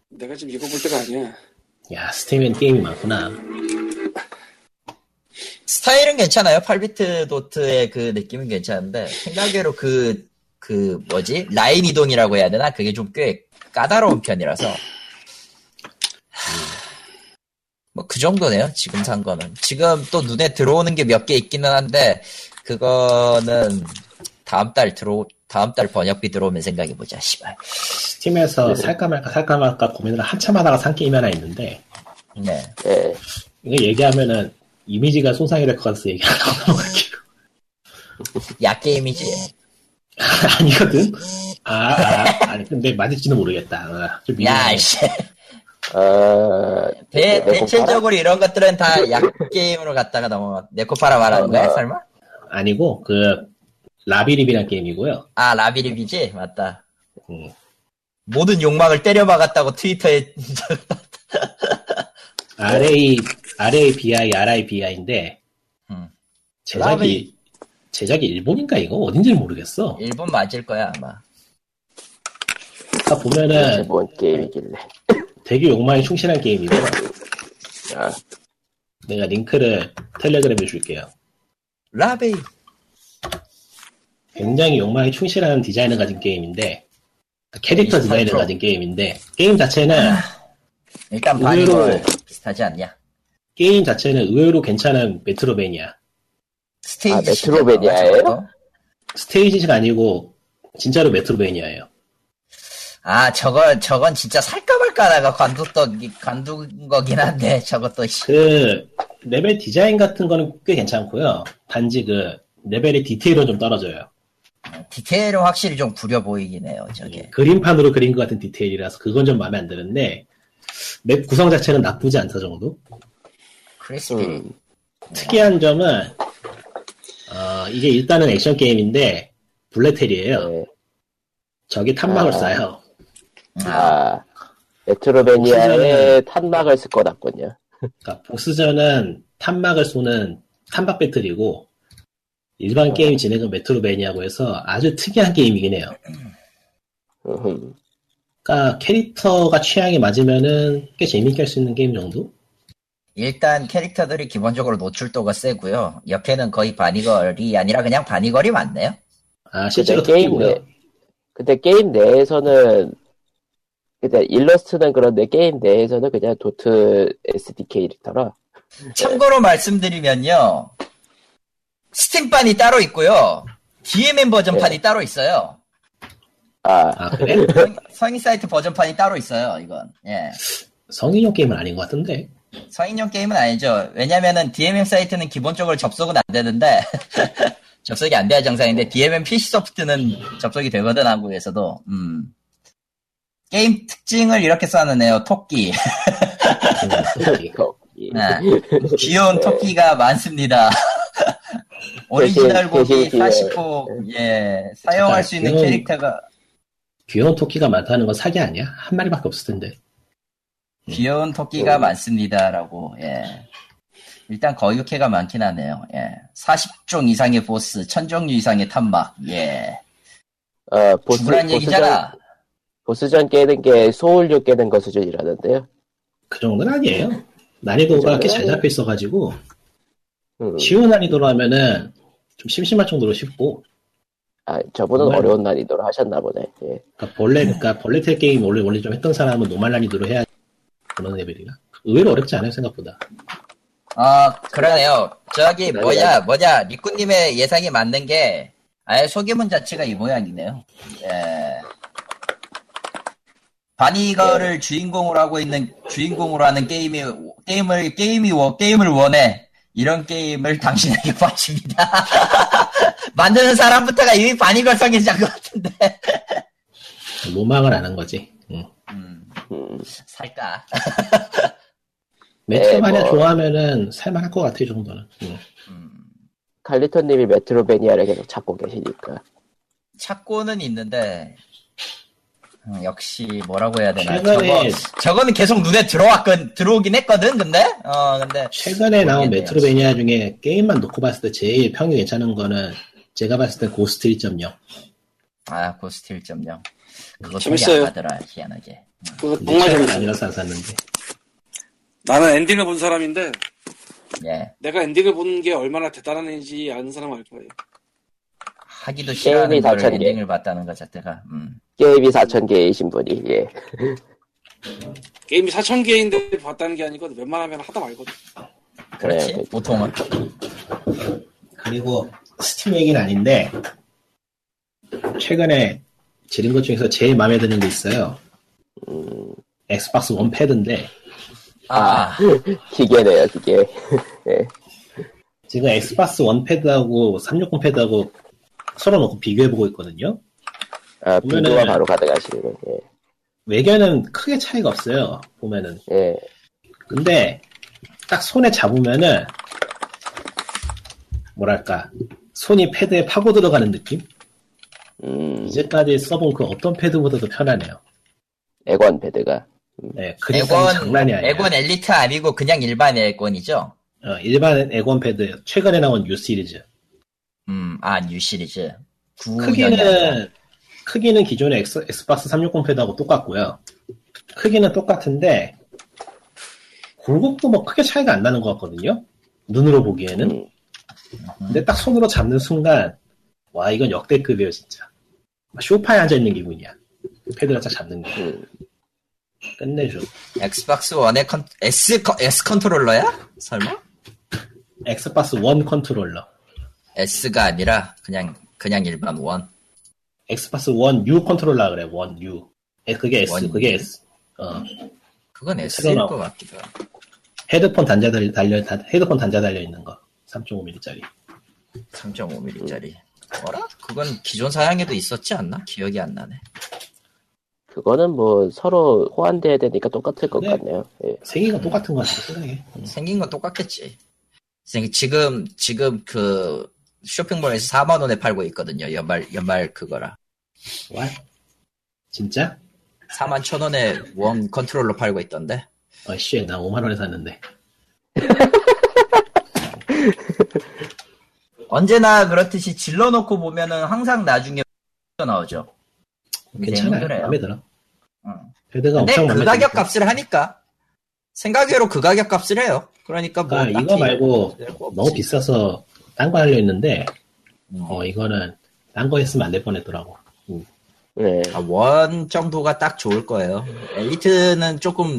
S3: 내가 지금 이거 볼 때가 아니야
S4: 야 스팀엔 게임이 많구나.
S2: 스타일은 괜찮아요. 8비트 도트의 그 느낌은 괜찮은데, 생각외로 그, 그, 뭐지? 라인 이동이라고 해야 되나? 그게 좀 꽤 까다로운 편이라서. 뭐, 그 정도네요. 지금 산 거는. 지금 또 눈에 들어오는 게 몇 개 있기는 한데, 그거는 다음 달 들어, 다음 달 번역비 들어오면 생각해보자, 씨발. 네.
S4: 스팀에서 살까 말까 살까 말까 고민을 한참 하다가 산 게임이 하나 있는데
S2: 네.
S1: 예.
S4: 이거 얘기하면은 이미지가 손상이 될 것 같아서 얘기 안 하고 넘어갈게요. (laughs)
S2: 야게임이지.
S4: 아니거든? 아, 아 아니 근데 맞을지는 모르겠다. 아, 좀
S2: 야,
S4: 미묘하네.
S2: 씨.
S1: 아,
S2: 대,
S1: 네코파라?
S2: 대체적으로 이런 것들은 다 약게임으로 갔다가 넘어, 네코파라 말하는 거야, 설마?
S4: 아니고 그 라비립이란 게임이고요.
S2: 아, 라비립이지? 맞다.
S4: 음.
S2: 모든 욕망을 때려박았다고 트위터에,
S4: RA RABI RIBI인데
S2: 음.
S4: 제작이
S2: 라비. 예.
S4: 제작이 일본인가 이거 어딘지 모르겠어.
S2: 일본 맞을 거야, 아마.
S4: 딱
S1: 이게
S4: 아, 보면은
S1: 뭔 게임이길래.
S4: 되게 욕망에 충실한 게임이고
S1: 아,
S4: 내가 링크를 텔레그램에 줄게요.
S2: 라비!
S4: 굉장히 욕망에 충실한 디자인을 가진 게임인데 캐릭터 디자인을
S2: 28%.
S4: 가진 게임인데 게임 자체는
S2: 일단 반이
S4: 의외로-
S2: 비슷하지 않냐?
S4: 게임 자체는 의외로 괜찮은 메트로베니아
S2: 스테이지
S1: 아,
S2: 시작
S1: 메트로베니아예요?
S2: 나와가지고.
S4: 스테이지가 아니고 진짜로 메트로베니아예요.
S2: 아, 저건, 저건 진짜 살까 말까 하다가 관뒀던, 게- 관둔 거긴 한데, 저것도, 씨.
S4: 그 레벨 디자인 같은 거는 꽤 괜찮고요. 단지 그 레벨의 디테일은 좀 떨어져요.
S2: 디테일은 확실히 좀 구려 보이긴 해요,
S1: 음.
S2: 저게.
S4: 그림판으로 그린 것 같은 디테일이라서 그건 좀 마음에 안 드는데 맵 구성 자체는 나쁘지 않다 정도.
S2: 크리스피.
S1: 음,
S4: 특이한 점은 어, 이게 일단은 액션 게임인데 블레텔이에요.
S1: 네.
S4: 적이 탄막을
S1: 아.
S4: 쏴요.
S2: 아,
S1: 아,
S4: 음.
S1: 메트로베니아에 탄막을 쓸 것 같군요.
S4: 그러니까 보스전은 탄막을 쏘는 탄막 배틀이고
S1: 아.
S4: 일반 게임 진행은 메트로베니아고 해서 아주 특이한 게임이긴 해요.
S1: 음,
S4: 그러니까 캐릭터가 취향이 맞으면은 꽤 재밌게 할 수 있는 게임 정도?
S2: 일단 캐릭터들이 기본적으로 노출도가 세고요. 옆에는 거의 바니걸이 아니라 그냥 바니걸이 맞네요.
S4: 아 실제로
S1: 근데 게임
S4: 토끼고요.
S1: 내- 근데 게임 내에서는 그때 일러스트는 그런데 게임 내에서는 그냥 도트 SDK 이더라.
S2: 참고로 말씀드리면요. 스팀판이 따로 있고요. DMM 버전판이 따로 있어요.
S1: 아,
S4: 아
S1: (laughs)
S4: 그래?
S2: 성인 사이트 버전판이 따로 있어요, 이건. 예.
S4: 성인용 게임은 아닌 것 같은데.
S2: 성인용 게임은 아니죠. 왜냐면은 DMM 사이트는 기본적으로 접속은 안 되는데, (laughs) 접속이 안 돼야 정상인데, DMM PC 소프트는 접속이 되거든, 한국에서도. 음. 게임 특징을 이렇게 써놨네요. 토끼.
S4: 음, 솔직히.
S1: 거기. 예. (laughs)
S2: 네. 귀여운 토끼가 많습니다.
S1: 대신-
S2: 오리지널
S1: 대신 아,
S2: 고기
S1: 귀여워요.
S2: 40호, 예, 사용할 수 있는
S4: 귀여운-
S2: 캐릭터가
S1: 음.
S4: 귀여운 토끼가 많다는 건 사기 아니야? 한 마리밖에 없을 텐데.
S2: 귀여운 토끼가
S1: 음.
S2: 많습니다라고, 예. 일단 거육회가 많긴 하네요, 예. 40종 이상의 보스, 1000종류 이상의 탐막, 예.
S1: 아, 보스,
S2: 죽으란
S1: 보스전,
S2: 얘기잖아.
S1: 보스전 깨는 게 소울류 깨는 거 수준이라는데요.
S4: 그 정도는 아니에요. 난이도가
S1: 그
S4: 꽤 잘
S3: 그렇죠.
S1: 정도는
S4: 잡혀 있어가지고
S3: 그
S1: 음.
S4: 쉬운 난이도로 하면은 좀 심심할 정도로 쉽고.
S1: 아, 저분은
S4: 정말.
S1: 어려운 난이도로 하셨나 보네. 예.
S4: 그러니까 벌레, 그러니까 벌레텔 게임 원래 원래 좀 했던 사람은 노말 난이도로 해야 그런 레벨이라. 의외로 어렵지 않아요 생각보다.
S2: 아, 그러네요. 네. 저기,
S1: 아니,
S2: 뭐냐,
S1: 아니.
S2: 뭐냐, 리꾸님의 예상이 맞는 게, 아예 소개문 자체가 이 모양이네요. 예. 바니거를 주인공으로 하고 있는, 주인공으로 하는 게임이, 게임을, 게임이, 원- 게임을 원해. 이런 게임을 당신에게 (laughs) 바칩니다. 만드는 사람부터가 이미 바니걸 성인자인 것 같은데.
S4: 로망을 안 한 거지. 음.
S2: 음,
S1: 음.
S2: 살까?
S4: 메트로
S1: 네,
S4: 마니아
S1: 뭐.
S4: 좋아하면은 살만할 것 같아 이 정도는. 음.
S2: 음,
S1: 칼리토님이 메트로베니아를 계속 찾고 계시니까.
S2: 찾고는 있는데, 음, 역시 뭐라고 해야 되나.
S4: 최근에
S2: 저거- 저거는 계속 눈에 들어왔건 들어오긴 했거든 근데 어 근데
S4: 최근에 나온
S2: 모르겠네요.
S4: 메트로베니아 중에 게임만 놓고 봤을 때 제일 평이 괜찮은 거는 제가 봤을 때 고스트 1.0.
S2: 아 고스트 1.0 그거
S3: 재밌어요.
S2: 소리 안 가더라 희한하게
S3: 그거
S4: 근데
S3: 정말
S4: 최근은
S3: 재밌어.
S4: 네, 아니라서 안 샀는데.
S3: 나는 엔딩을 본 사람인데
S2: 예
S3: 내가 엔딩을 본 게 얼마나 대단한 일인지 아는 사람 알 거예요.
S2: 하기도 싫어하는
S1: 게임이
S2: 거를
S1: 다쳤네.
S2: 엔딩을 봤다는 것 자체가 음
S1: 게임이 4,000개이신 분이, 예.
S3: 게임이 4천 개인데 봤다는 게 아니고 웬만하면 하다 말거든.
S2: 그렇지
S1: 네, 그-
S2: 보통은
S4: 그리고 스팀 얘기는 아닌데 최근에 지른 것 중에서 제일 마음에 드는 게 있어요.
S1: 음,
S4: 엑스박스 원 패드인데
S2: 아, 아
S1: 그 기계네요, 기계.
S4: 지금 엑스박스 원 패드하고 360 패드하고 서로 놓고 비교해 보고 있거든요.
S1: 아, 비교가
S4: 그러면은-
S1: 바로 가능하시는 거, 예.
S4: 외견은 크게 차이가 없어요. 보면은.
S1: 예.
S4: 근데 딱 손에 잡으면은 뭐랄까 손이 패드에 파고 들어가는 느낌?
S1: 음,
S4: 이제까지 써본 그 어떤 패드보다도 편하네요.
S1: 애관 패드가.
S4: 네, 그립감이
S2: 에곤,
S4: 장난이 아니에요.
S2: 에곤 엘리트 아니고 그냥 일반 에곤이죠?
S4: 어, 일반 에곤 패드 최근에 나온 U 시리즈.
S2: 음, 아, 뉴 시리즈. 구 년이었나?
S4: 크기는 크기는 기존의 엑스, 엑스박스 360 패드하고 똑같고요. 크기는 똑같은데 굴곡도 뭐 크게 차이가 안 나는 것 같거든요. 눈으로 보기에는.
S1: 음,
S4: 근데 딱 손으로 잡는 순간 와 이건 역대급이에요 진짜. 쇼파에 앉아 있는 기분이야. 패드를 딱 잡는 게
S1: 음.
S4: 끝내줘.
S2: 엑스박스 원의 컨, S, 컨- S 컨트롤러야? 설마?
S4: 엑스박스 원 컨트롤러,
S2: S가 아니라 그냥, 그냥 일반 원.
S4: 엑스박스 원 U 컨트롤러 그래 원 U. 에, 그게 S,
S2: 원
S4: 그게 S. 어.
S2: 그건 S일
S4: 새로
S2: 것
S4: 나온-
S2: 같기도 하고.
S4: 헤드폰 단자 달- 달려 다- 헤드폰 단자 달려 있는 거 3.5mm짜리.
S2: 3.5mm짜리. 어라? 그건 기존 사양에도 있었지 않나? 기억이 안 나네.
S1: 그거는 뭐 서로 호환돼야 되니까 똑같을 것
S4: 네.
S1: 같네요. 예.
S2: 음.
S4: 세계가 똑같은 것 같은데 생각해.
S2: 생긴 건 똑같겠지. 생- 지금, 지금 그 쇼핑몰에서 4만원에 팔고 있거든요. 연말, 연말 그거라.
S4: 와? 진짜?
S2: 4만 1천원에 원 컨트롤러 팔고 있던데.
S4: 아씨 나 5만 원에 샀는데.
S2: 언제나 그렇듯이 질러놓고 보면은 항상 나중에 나오죠.
S4: 괜찮아요.
S2: 그래요.
S4: 마음에 들어.
S2: 응.
S4: 헤드가
S2: 네, 근데
S4: 아, 엄청 마음에
S2: 그
S4: 들어.
S2: 가격 값을 하니까 생각외로 그 가격 값을 해요. 그러니까 뭐
S4: 그러니까 이거
S2: 딱히
S4: 말고
S2: 별거 없지.
S4: 너무 비싸서 딴 거 하려 했는데
S2: 음.
S4: 어 이거는 딴 거 했으면 안 될 뻔했더라고.
S1: 네.
S2: 아, 원 정도가 딱 좋을 거예요. 엘리트는 조금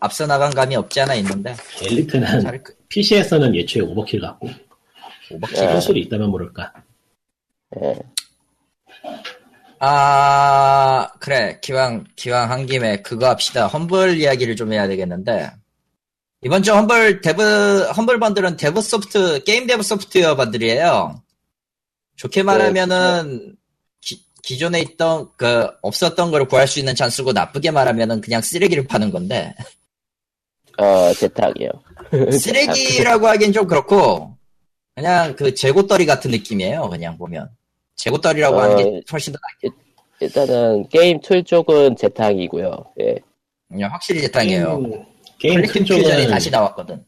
S2: 앞서 나간 감이 없지 않아 있는데
S4: 엘리트는
S2: 잘 네. 그-
S4: PC에서는 예초에 오버킬 같고
S2: 오버킬.
S1: 네.
S4: 콘솔이 있다면 모를까.
S1: 예.
S2: 아 그래 기왕 기왕 한 김에 그거 합시다. 험블 이야기를 좀 해야 되겠는데 이번 주 험블 데브 험블 번들은 데브 소프트 게임 데브 소프트웨어 번들이에요. 좋게 말하면은 기, 기존에 있던 그 없었던 걸 구할 수 있는 찬스고 나쁘게 말하면은 그냥 쓰레기를 파는 건데
S1: 어, 재탁이요.
S2: 쓰레기라고 하긴 좀 그렇고 그냥 그 재고떨이 같은 느낌이에요. 그냥 보면 재고떨이라고 하는 게
S1: 어,
S2: 훨씬 더
S1: 일단은 게임 툴 쪽은 재탕이고요. 예.
S2: 그냥 확실히 재탕이에요.
S4: 게임
S2: 플리
S4: 큰
S2: 큐전이
S4: 쪽은
S2: 그 다시 나왔거든.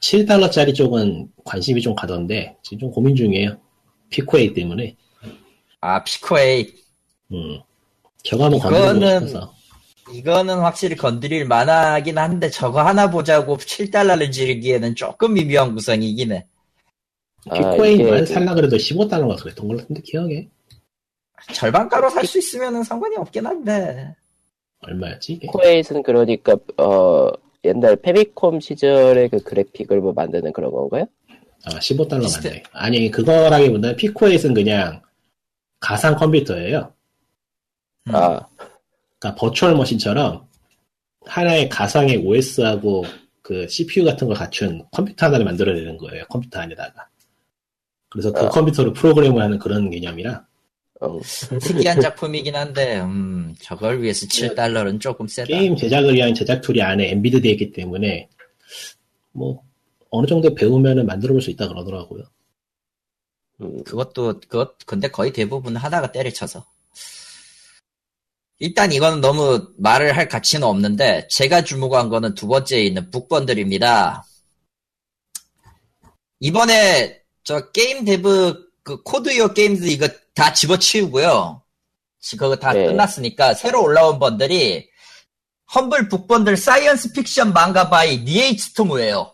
S4: 7달러짜리 쪽은 관심이 좀 가던데 지금 좀 고민 중이에요. 피코에이 때문에.
S2: 아 피코에이
S4: 음. 결과는
S2: 그거는-
S4: 건드리고 싶어서.
S2: 이거는 확실히 건드릴 만하긴 한데 저거 하나 보자고 7달러를 지르기에는 조금 미묘한 구성이긴 해.
S1: 아,
S2: 아,
S4: 피코에이만 살라 그래도 15달러가 그랬던 걸로 근데 기억해.
S2: 절반가로 살 수 있으면 상관이 없긴 한데
S4: 얼마였지? 이게?
S1: 코에잇은 그러니까 어 옛날 페미콤 시절의 그 그래픽을 뭐 만드는 그런 건가요?
S4: 아, 15달러
S2: 비슷해.
S4: 맞네. 아니, 그거라기보다는 피코에이는 그냥 가상 컴퓨터예요.
S2: 음.
S1: 아,
S4: 그러니까 버추얼 머신처럼 하나의 가상의 OS하고 그 CPU 같은 걸 갖춘 컴퓨터 하나를 만들어내는 거예요. 컴퓨터 안에다가. 그래서 그
S1: 아.
S4: 컴퓨터로 프로그램을 하는 그런 개념이라
S1: 어,
S2: 특이한 작품이긴 한데 음 저걸 위해서 7달러는 조금 세다.
S4: 게임 제작을 위한 제작 툴이 안에 엠비드되어 있기 때문에 뭐 어느 정도 배우면은 만들어 볼 수 있다 그러더라고요.
S1: 음,
S2: 그것도 그것 근데 거의 대부분 하다가 때려쳐서 일단 이거는 너무 말을 할 가치는 없는데 제가 주목한 거는 두 번째에 있는 북번들입니다. 이번에 저 게임 데브 그 코드요 게임즈 이거 다 집어치우고요. 지- 그거 다
S1: 네.
S2: 끝났으니까 새로 올라온 번들이 험블 북번들 사이언스 픽션 망가 바이 니에이츠토무예요.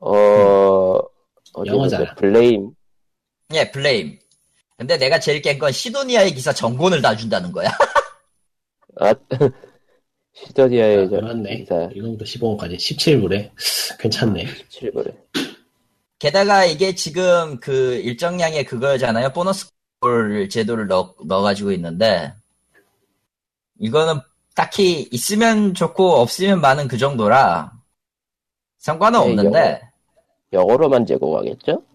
S1: 어, 어디
S4: 영어잖아.
S1: 보자. 블레임.
S2: 예, 블레임. 근데 내가 제일 깬 건 시도니아의 기사 정본을 다 준다는 거야. (laughs)
S1: 아, 시더디아의 저
S4: 그렇네.
S1: 기사
S4: 1원부터 15원까지 17불에 괜찮네.
S1: 17불에.
S2: 게다가 이게 지금 그 일정량의 그거잖아요. 보너스 골 제도를 넣, 넣어가지고 있는데, 이거는 딱히 있으면 좋고 없으면 많은 그 정도라 상관은
S1: 네,
S2: 없는데,
S1: 영어로만 제공하겠죠?
S4: 그렇죠.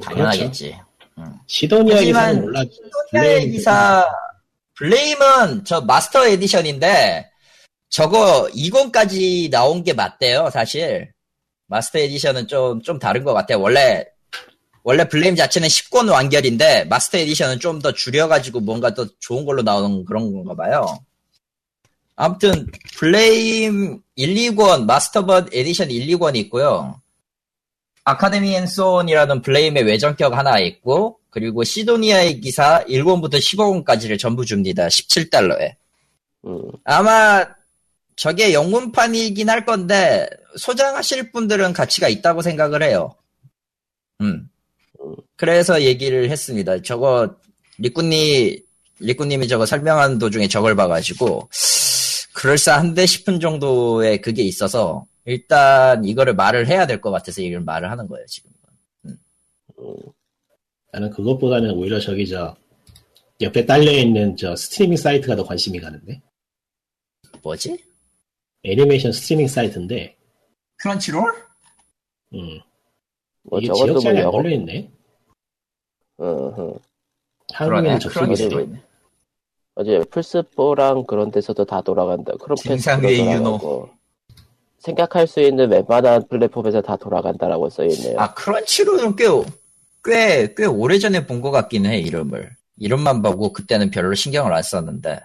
S2: 당연하겠지.
S4: 시도니아
S2: 하지만
S4: 기사는 몰라. 네.
S2: 시도니아의
S4: 블레임
S2: 기사, 블레임은 저 마스터 에디션인데 저거 20까지 나온 게 맞대요 사실 마스터 에디션은 좀, 좀 다른 것 같아요 원래 원래 블레임 자체는 10권 완결인데 마스터 에디션은 좀 더 줄여가지고 뭔가 더 좋은 걸로 나오는 그런 건가 봐요 아무튼 블레임 1, 2권 마스터번 에디션 1, 2권이 있고요 아카데미 앤손이라는 블레임의 외전격 하나 있고 그리고 시도니아의 기사 1권부터 15권까지를 전부 줍니다. 17달러에.
S1: 음.
S2: 아마 저게 영문판이긴 할 건데 소장하실 분들은 가치가 있다고 생각을 해요. 음. 그래서 얘기를 했습니다. 저거 리꾸니 리꾸님이 저거 설명하는 도중에 저걸 봐가지고 그럴싸한데 싶은 정도의 그게 있어서 일단 이거를 말을 해야 될 것 같아서 이걸 말을 하는 거예요 지금.
S4: 나는 그것보다는 오히려 저기 저 옆에 딸려 있는 저 스트리밍 사이트가 더 관심이 가는데
S2: 뭐지?
S4: 애니메이션 스트리밍 사이트인데
S2: 크런치롤?
S4: 음,
S1: 뭐
S4: 이게
S1: 저것도 뭐
S4: 지역장에 안
S1: 영어.
S4: 걸려 있네.
S1: 어, 어.
S2: 그러네.
S4: 한국에는 접속이
S1: 크런치.
S4: 돼.
S2: 크런치롤.
S1: 어제 플스4랑 그런 데서도 다 돌아간다. 크롬캐스트도
S2: 진상의
S1: 돌아가고. 생각할 수 있는 웬만한 플랫폼에서 다 돌아간다라고 써있네요.
S2: 아 크런치롤은 꽤꽤 꽤 오래전에 본 것 같긴 해 이름을. 이름만 보고 그때는 별로 신경을 안 썼는데.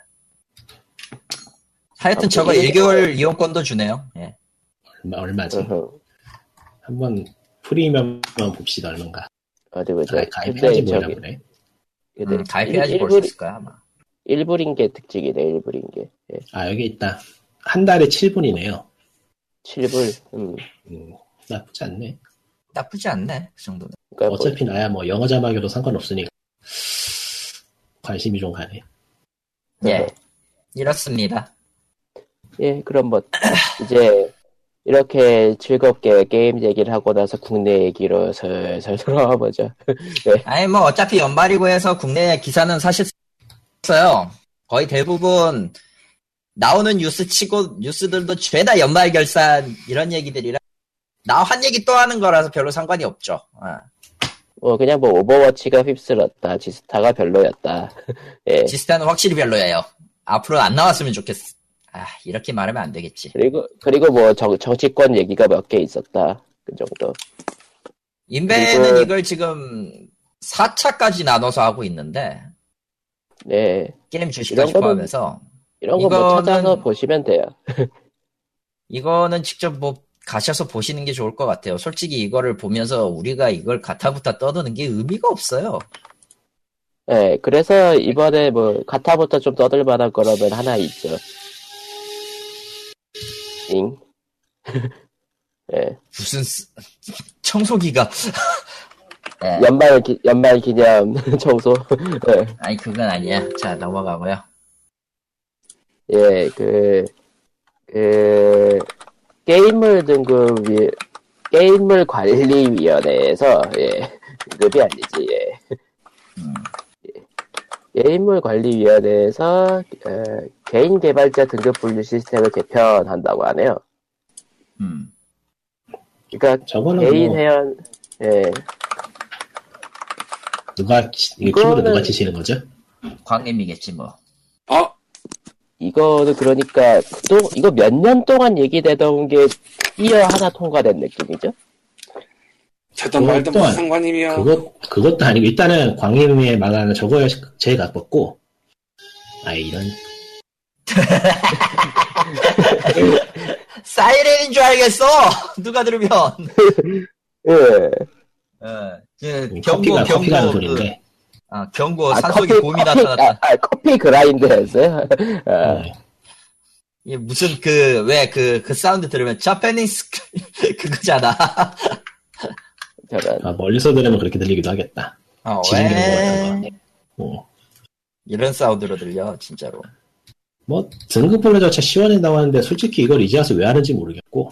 S2: 하여튼 저거
S1: 아무튼
S2: 1개월 이용권도 주네요. 예.
S4: 얼마 얼마지?
S1: 어허.
S4: 한번 프리미엄만 봅시다 얼마인가.
S1: 그리고 이제
S4: 아, 가입해야지
S1: 근데
S4: 뭐라
S1: 저기
S4: 그래.
S1: 근데
S2: 음, 가입해야지 볼 수 있을 거야 아마.
S1: 일부, 인게 특징이네 일부인 게 예.
S4: 아 여기 있다. 한 달에 7분이네요.
S1: 7불 음.
S4: 음, 나쁘지 않네.
S2: 나쁘지 않네 그 정도는.
S1: 그러니까 뭐
S4: 어차피 나야 뭐 영어 자막에도 상관없으니까 관심이 좀 가네.
S2: 예 이렇습니다.
S1: 예, 그럼 뭐 이제 이렇게 즐겁게 게임 얘기를 하고 나서 국내 얘기로 슬슬 돌아와 보죠. (laughs)
S2: 아니 뭐 어차피 연말이고 해서 국내 기사는 사실 없어요. 거의 대부분 나오는 뉴스 치고 뉴스들도 죄다 연말 결산 이런 얘기들이라 나 한 얘기 또 하는 거라서 별로 상관이 없죠. 아.
S1: 뭐 그냥 뭐 오버워치가 휩쓸었다, 지스타가 별로였다. (laughs) 예.
S2: 지스타는 확실히 별로예요. 앞으로 안 나왔으면 좋겠어. 아 이렇게 말하면 안 되겠지.
S1: 그리고 그리고 뭐 정, 정치권 얘기가 몇 개 있었다. 그 정도.
S2: 인베는
S1: 이거-
S2: 이걸 지금 4차까지 나눠서 하고 있는데
S1: 네.
S2: 게임 주식까지
S1: 이런 거는-
S2: 포함해서
S1: 이런 거 뭐
S2: 이거는-
S1: 찾아서 보시면 돼요.
S2: 이거는 직접 뭐 가셔서 보시는 게 좋을 것 같아요. 솔직히 이거를 보면서 우리가 이걸 가타부타 떠드는 게 의미가 없어요.
S1: 예. 그래서 이번에 뭐 가타부터 좀 떠들 만한 거라면 하나 있죠. 잉. (laughs) 예.
S2: 무슨 쓰- 청소기가 (laughs) 예,
S1: 연말 기, 연말 기념 (laughs) 청소. 예.
S2: 아니 그건 아니야. 자 넘어가고요.
S1: 예, 그, 그, 게임물 등급 위, 게임물 관리위원회에서, 예, 등급이 아니지, 예.
S4: 음.
S1: 예. 게임물 관리위원회에서, 어, 개인 개발자 등급 분류 시스템을 개편한다고 하네요.
S2: 음.
S1: 그러니까,
S4: 저거는
S1: 개인
S4: 뭐
S1: 회원, 예,
S4: 누가 치- 이게
S1: 이거는-
S4: 키보드 누가 치시는 거죠?
S2: 광님이겠지 뭐.
S3: 어?
S1: 이거는 그러니까, 또, 이거 몇 년 동안 얘기되던 게, 이어 하나 통과된 느낌이죠?
S3: 되던 말든
S4: 또한
S3: 무슨 상관이며
S4: 그것 그것도 아니고 일단은 광림의 만화는 저거에 제일 가깝고 아 이런
S2: 사이렌인 줄 알겠어. (laughs) 누가 들으면.
S1: 예.
S2: 어, 그 경고
S4: 음, 커피가 커피가 하는
S2: 경고 그,
S4: 소리인데
S2: 아, 경고
S1: 아,
S2: 산속에 곰이
S1: 아,
S2: 나타났다. 음.
S1: 아, 커피 그라인드였어요? (laughs) 아,
S4: 네.
S2: 이게 무슨 그 왜 그 그 사운드 들으면 자페니스 (laughs) 그거잖아.
S1: 저런.
S4: 아, 멀리서 들으면 그렇게 들리기도 하겠다.
S2: 어,
S4: 지진 경고 같은 거. 어.
S2: 이런 사운드로 들려 진짜로.
S4: 뭐 등급별로 자체 시원해다고 하는데 솔직히 이걸 이제 와서 왜 하는지 모르겠고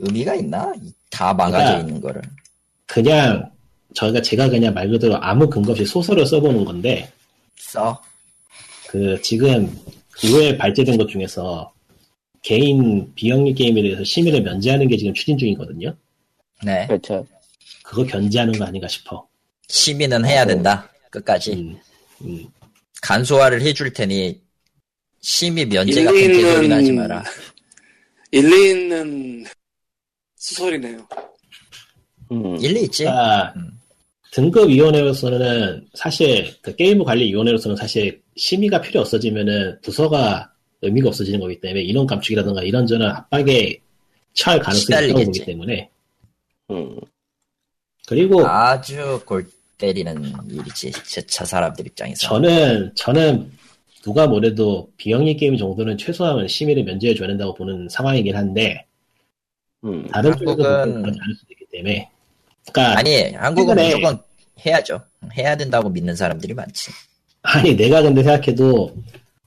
S2: 의미가 있나? 이다 망가져
S4: 야.
S2: 있는 거를.
S4: 그냥 저희가 제가 그냥 말 그대로 아무 근거 없이 소설을 써보는 건데
S2: 써.
S4: 그 지금 의회에 발제된 것 중에서 개인 비영리 게임에 대해서 심의를 면제하는 게 지금 추진 중이거든요.
S2: 네.
S1: 그렇죠.
S4: 그거 견제하는 거 아닌가 싶어.
S2: 예. 시민은 해야 된다. 끝까지.
S4: 음, 음.
S2: 간소화를 해줄 테니 심의 면제 같은
S3: 일리는-
S2: 개소리는 하지 마라.
S3: 일리 있는 수설이네요.
S1: 음.
S2: 일리 있지.
S4: 그러니까
S2: 음.
S4: 등급위원회로서는 사실 그 게임 관리위원회로서는 사실 심의가 필요 없어지면은 부서가 의미가 없어지는 거기 때문에 인원 감축이라든가 이런저런 압박에 처할 가능성이 있다고
S2: 시달리겠지.
S4: 보기 때문에
S1: 음.
S4: 그리고
S2: 아주 골 때리는 일이지. 제 차 사람들 입장에서.
S4: 저는 저는 누가 뭐래도 비영리 게임 정도는 최소한 심의를 면제해 줘야 된다고 보는 상황이긴 한데
S1: 음.
S4: 다른 쪽에서
S2: 한국은-
S4: 보면 그렇지 않을 수도 있기 때문에 그러니까 아니,
S2: 아니 한국은
S4: 최근에-
S2: 무조건 해야죠. 해야 된다고 믿는 사람들이 많지.
S4: 내가 근데 생각해도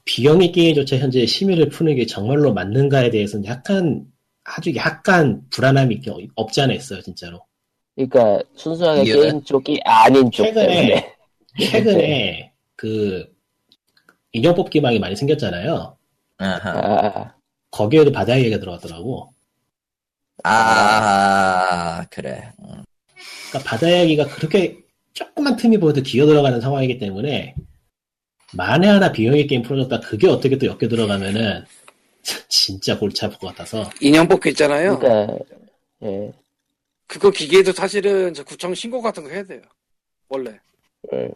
S4: 비영리 게임조차 현재 심의를 푸는 게 정말로 맞는가에 대해서는 약간 아주 약간 불안함이 있긴 없- 없지 않아 있어요 진짜로
S1: 그러니까 순수하게
S2: 이유는?
S1: 게임 쪽이 아닌 쪽
S4: 최근에 (laughs)
S1: 때문에.
S4: 최근에 그 인형 뽑기망이 많이 생겼잖아요
S2: 아하.
S1: 아,
S4: 거기에도 바다 얘기가 들어왔더라고
S2: 아 그래.
S4: 그러니까 바다 이야기가 그렇게 조그만 틈이 보여도 기어 들어가는 상황이기 때문에 만에 하나 비영리 게임 풀어졌다 그게 어떻게 또 엮여 들어가면은 진짜 골치 아플 것 같아서
S3: 인형 뽑기 있잖아요.
S1: 그러니까 예.
S3: 그거 기계도 사실은 저 구청 신고 같은 거 해야 돼요. 원래.
S1: 예.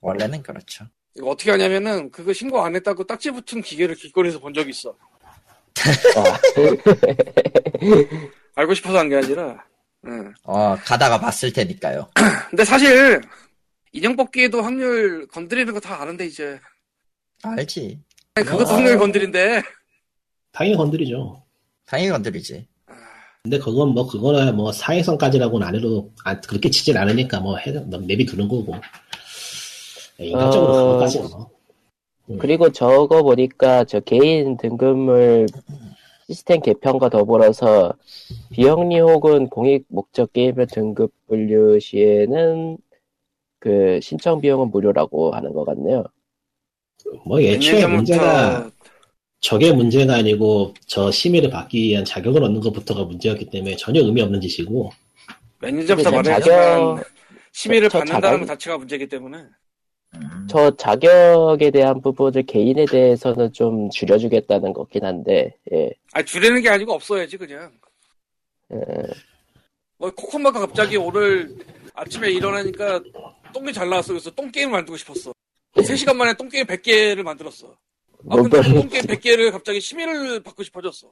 S2: 원래는 그렇죠.
S3: 이거 어떻게 하냐면은 그거 신고 안 했다고 딱지 붙은 기계를 길거리에서 본 적이 있어.
S1: 아,
S4: 그-
S3: 알고 싶어서 한 게 아니라. 응.
S2: 어 가다가 봤을 테니까요.
S3: 근데 사실 인형 뽑기에도 확률 건드리는 거 다 아는데 이제.
S2: 알지.
S3: 아니, 그것도
S2: 어.
S3: 확률 건드린데.
S4: 당연히 건드리죠.
S2: 당연히 건드리지.
S4: 근데 그건 뭐 그거나 뭐 사회성까지라고는 안 해도 아, 그렇게 치질 않으니까 뭐 해, 내비 두는 거고 인간적으로
S1: 어.
S4: 그거까지 뭐
S1: 그리고 저거 보니까 저 개인 등급을 시스템 개편과 더불어서 비영리 혹은 공익 목적 게임의 등급 분류 시에는 그 신청 비용은 무료라고 하는 것 같네요.
S4: 뭐
S3: 몇 년
S4: 애초에 문제가
S3: 전부터
S4: 저게 문제가 아니고 저 심의를 받기 위한 자격을 얻는 것부터가 문제였기 때문에 전혀 의미 없는 짓이고
S3: 몇 년 전부터
S1: 근데
S3: 말했지만
S1: 저 자격-
S3: 심의를
S1: 저
S3: 받는다는 것
S1: 자격-
S3: 자체가 문제이기 때문에.
S2: 음.
S1: 저 자격에 대한 부분을 개인에 대해서는 좀 줄여주겠다는 거긴 한데, 예.
S3: 아니 줄이는 게 아니고 없어야지 그냥.
S1: 예.
S3: 뭐 코코마가 갑자기 오늘 아침에 일어나니까 똥이 잘 나왔어. 그래서 똥게임을 만들고 싶었어. 3시간 만에 똥게임 100개를 만들었어. 아, 근데
S1: 뭔가-
S3: 똥게임 100개를 갑자기 심의를 받고 싶어졌어.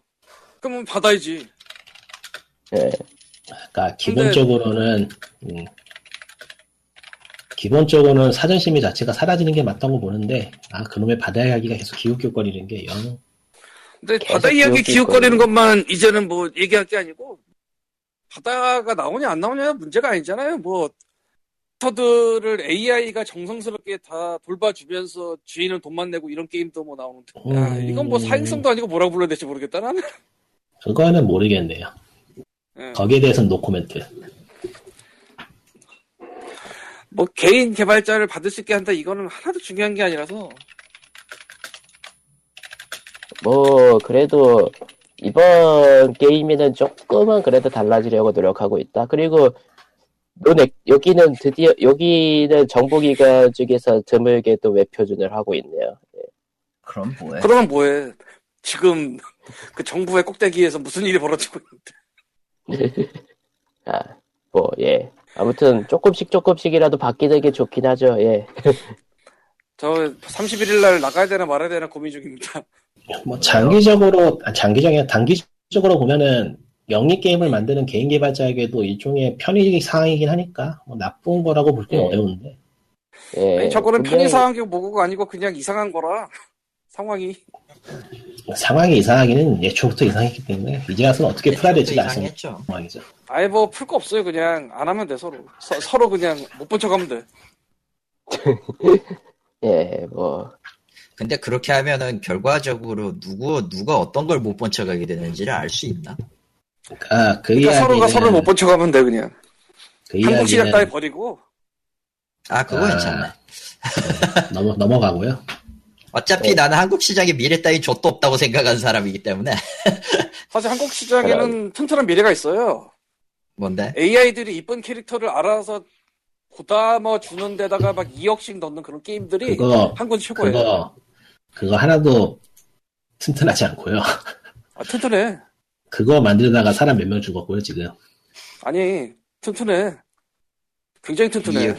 S3: 그러면 받아야지.
S1: 예.
S4: 그러니까 기본적으로는 음, 기본적으로는 사전 심의 자체가 사라지는 게 맞다고 보는데 아 그놈의 바다 이야기가 계속 기웃기웃거리는 게 영.
S3: 근데
S1: 계속
S3: 바다 이야기
S1: 기억이
S3: 기웃거리는
S1: 있거든요.
S3: 것만 이제는 뭐 얘기할 게 아니고 바다가 나오냐 안 나오냐 문제가 아니잖아요. 뭐 터들을 AI가 정성스럽게 다 돌봐주면서 주인은 돈만 내고 이런 게임도 뭐 나오는데 야, 이건 뭐
S4: 음.
S3: 사행성도 아니고 뭐라고 불러야 될지 모르겠다 나는.
S4: 그거는 모르겠네요.
S3: 예.
S1: 아.
S4: 거기에 대해서는 노코멘트.
S3: 뭐 개인 개발자를 받을 수 있게 한다 이거는 하나도 중요한 게 아니라서
S1: 뭐, 그래도 이번 게임에는 조금은 그래도 달라지려고 노력하고 있다. 그리고 논의- 여기는 드디어, 여기는 정보기관 쪽에서 드물게 또 외표준을 하고 있네요.
S2: 그럼
S1: 네.
S2: 뭐해?
S3: 그러면 뭐해 지금 그 정부의 꼭대기에서 무슨 일이 벌어지고 있는데
S1: 아, 뭐, 예. 아무튼 조금씩 조금씩이라도 바뀌는 게 좋긴 하죠, 예.
S3: 저 31일 날 나가야 되나 말아야 되나 고민 중입니다
S4: 뭐 장기적으로 아, 장기적이 아니라 단기적으로 보면은 영리 게임을 만드는 개인 개발자에게도 일종의 편의 사항이긴 하니까 뭐 나쁜 거라고 볼긴
S1: 네.
S4: 어려운데
S1: 예.
S4: 네,
S3: 아니, 저거는
S1: 분명히-
S3: 편의상황이고 뭐고 아니고 그냥 이상한 거라 (laughs) 상황이
S4: 상황이 이상하기는 예초부터 이상했기 때문에 이제 와서는 어떻게 풀어야 될지가
S2: 이상했죠.
S4: 않습니다. 상황이죠.
S3: 아예 뭐 풀 거 없어요 그냥 안 하면 돼 서로 서, 서로 그냥 못 본 척하면 돼 그러니까
S1: 예, 뭐,
S3: (laughs)
S2: 근데 그렇게 하면은 결과적으로 누구 누가 어떤 걸 못 본 척하게 되는지를 알 수 있나?
S4: 아, 그
S3: 그러니까 서로가
S4: 이야기는
S3: 서로를 못 본 척하면 돼 그냥
S4: 그
S3: 한국 시작 따위
S4: 이야기는
S3: 버리고
S2: 아 그거
S4: 아.
S2: 괜찮네.
S4: 넘어, 넘어가고요.
S2: 어차피
S1: 네.
S2: 나는 한국 시장의 미래 따윈 좆도 없다고 생각한 사람이기 때문에
S3: 사실 한국 시장에는 튼튼한 미래가 있어요
S2: 뭔데?
S3: AI들이 이쁜 캐릭터를 알아서 고담어 주는 데다가 막 2억씩 넣는 그런
S2: 네,
S3: 게임들이
S4: 그거
S3: 한군 최고예요.
S4: 그거 그거 하나도 튼튼하지 않고요. (laughs)
S3: 아, 튼튼해.
S4: 그거 만들다가 사람 몇 명 죽었고요 지금.
S3: 아니, 튼튼해. 굉장히 튼튼해.
S2: 이유.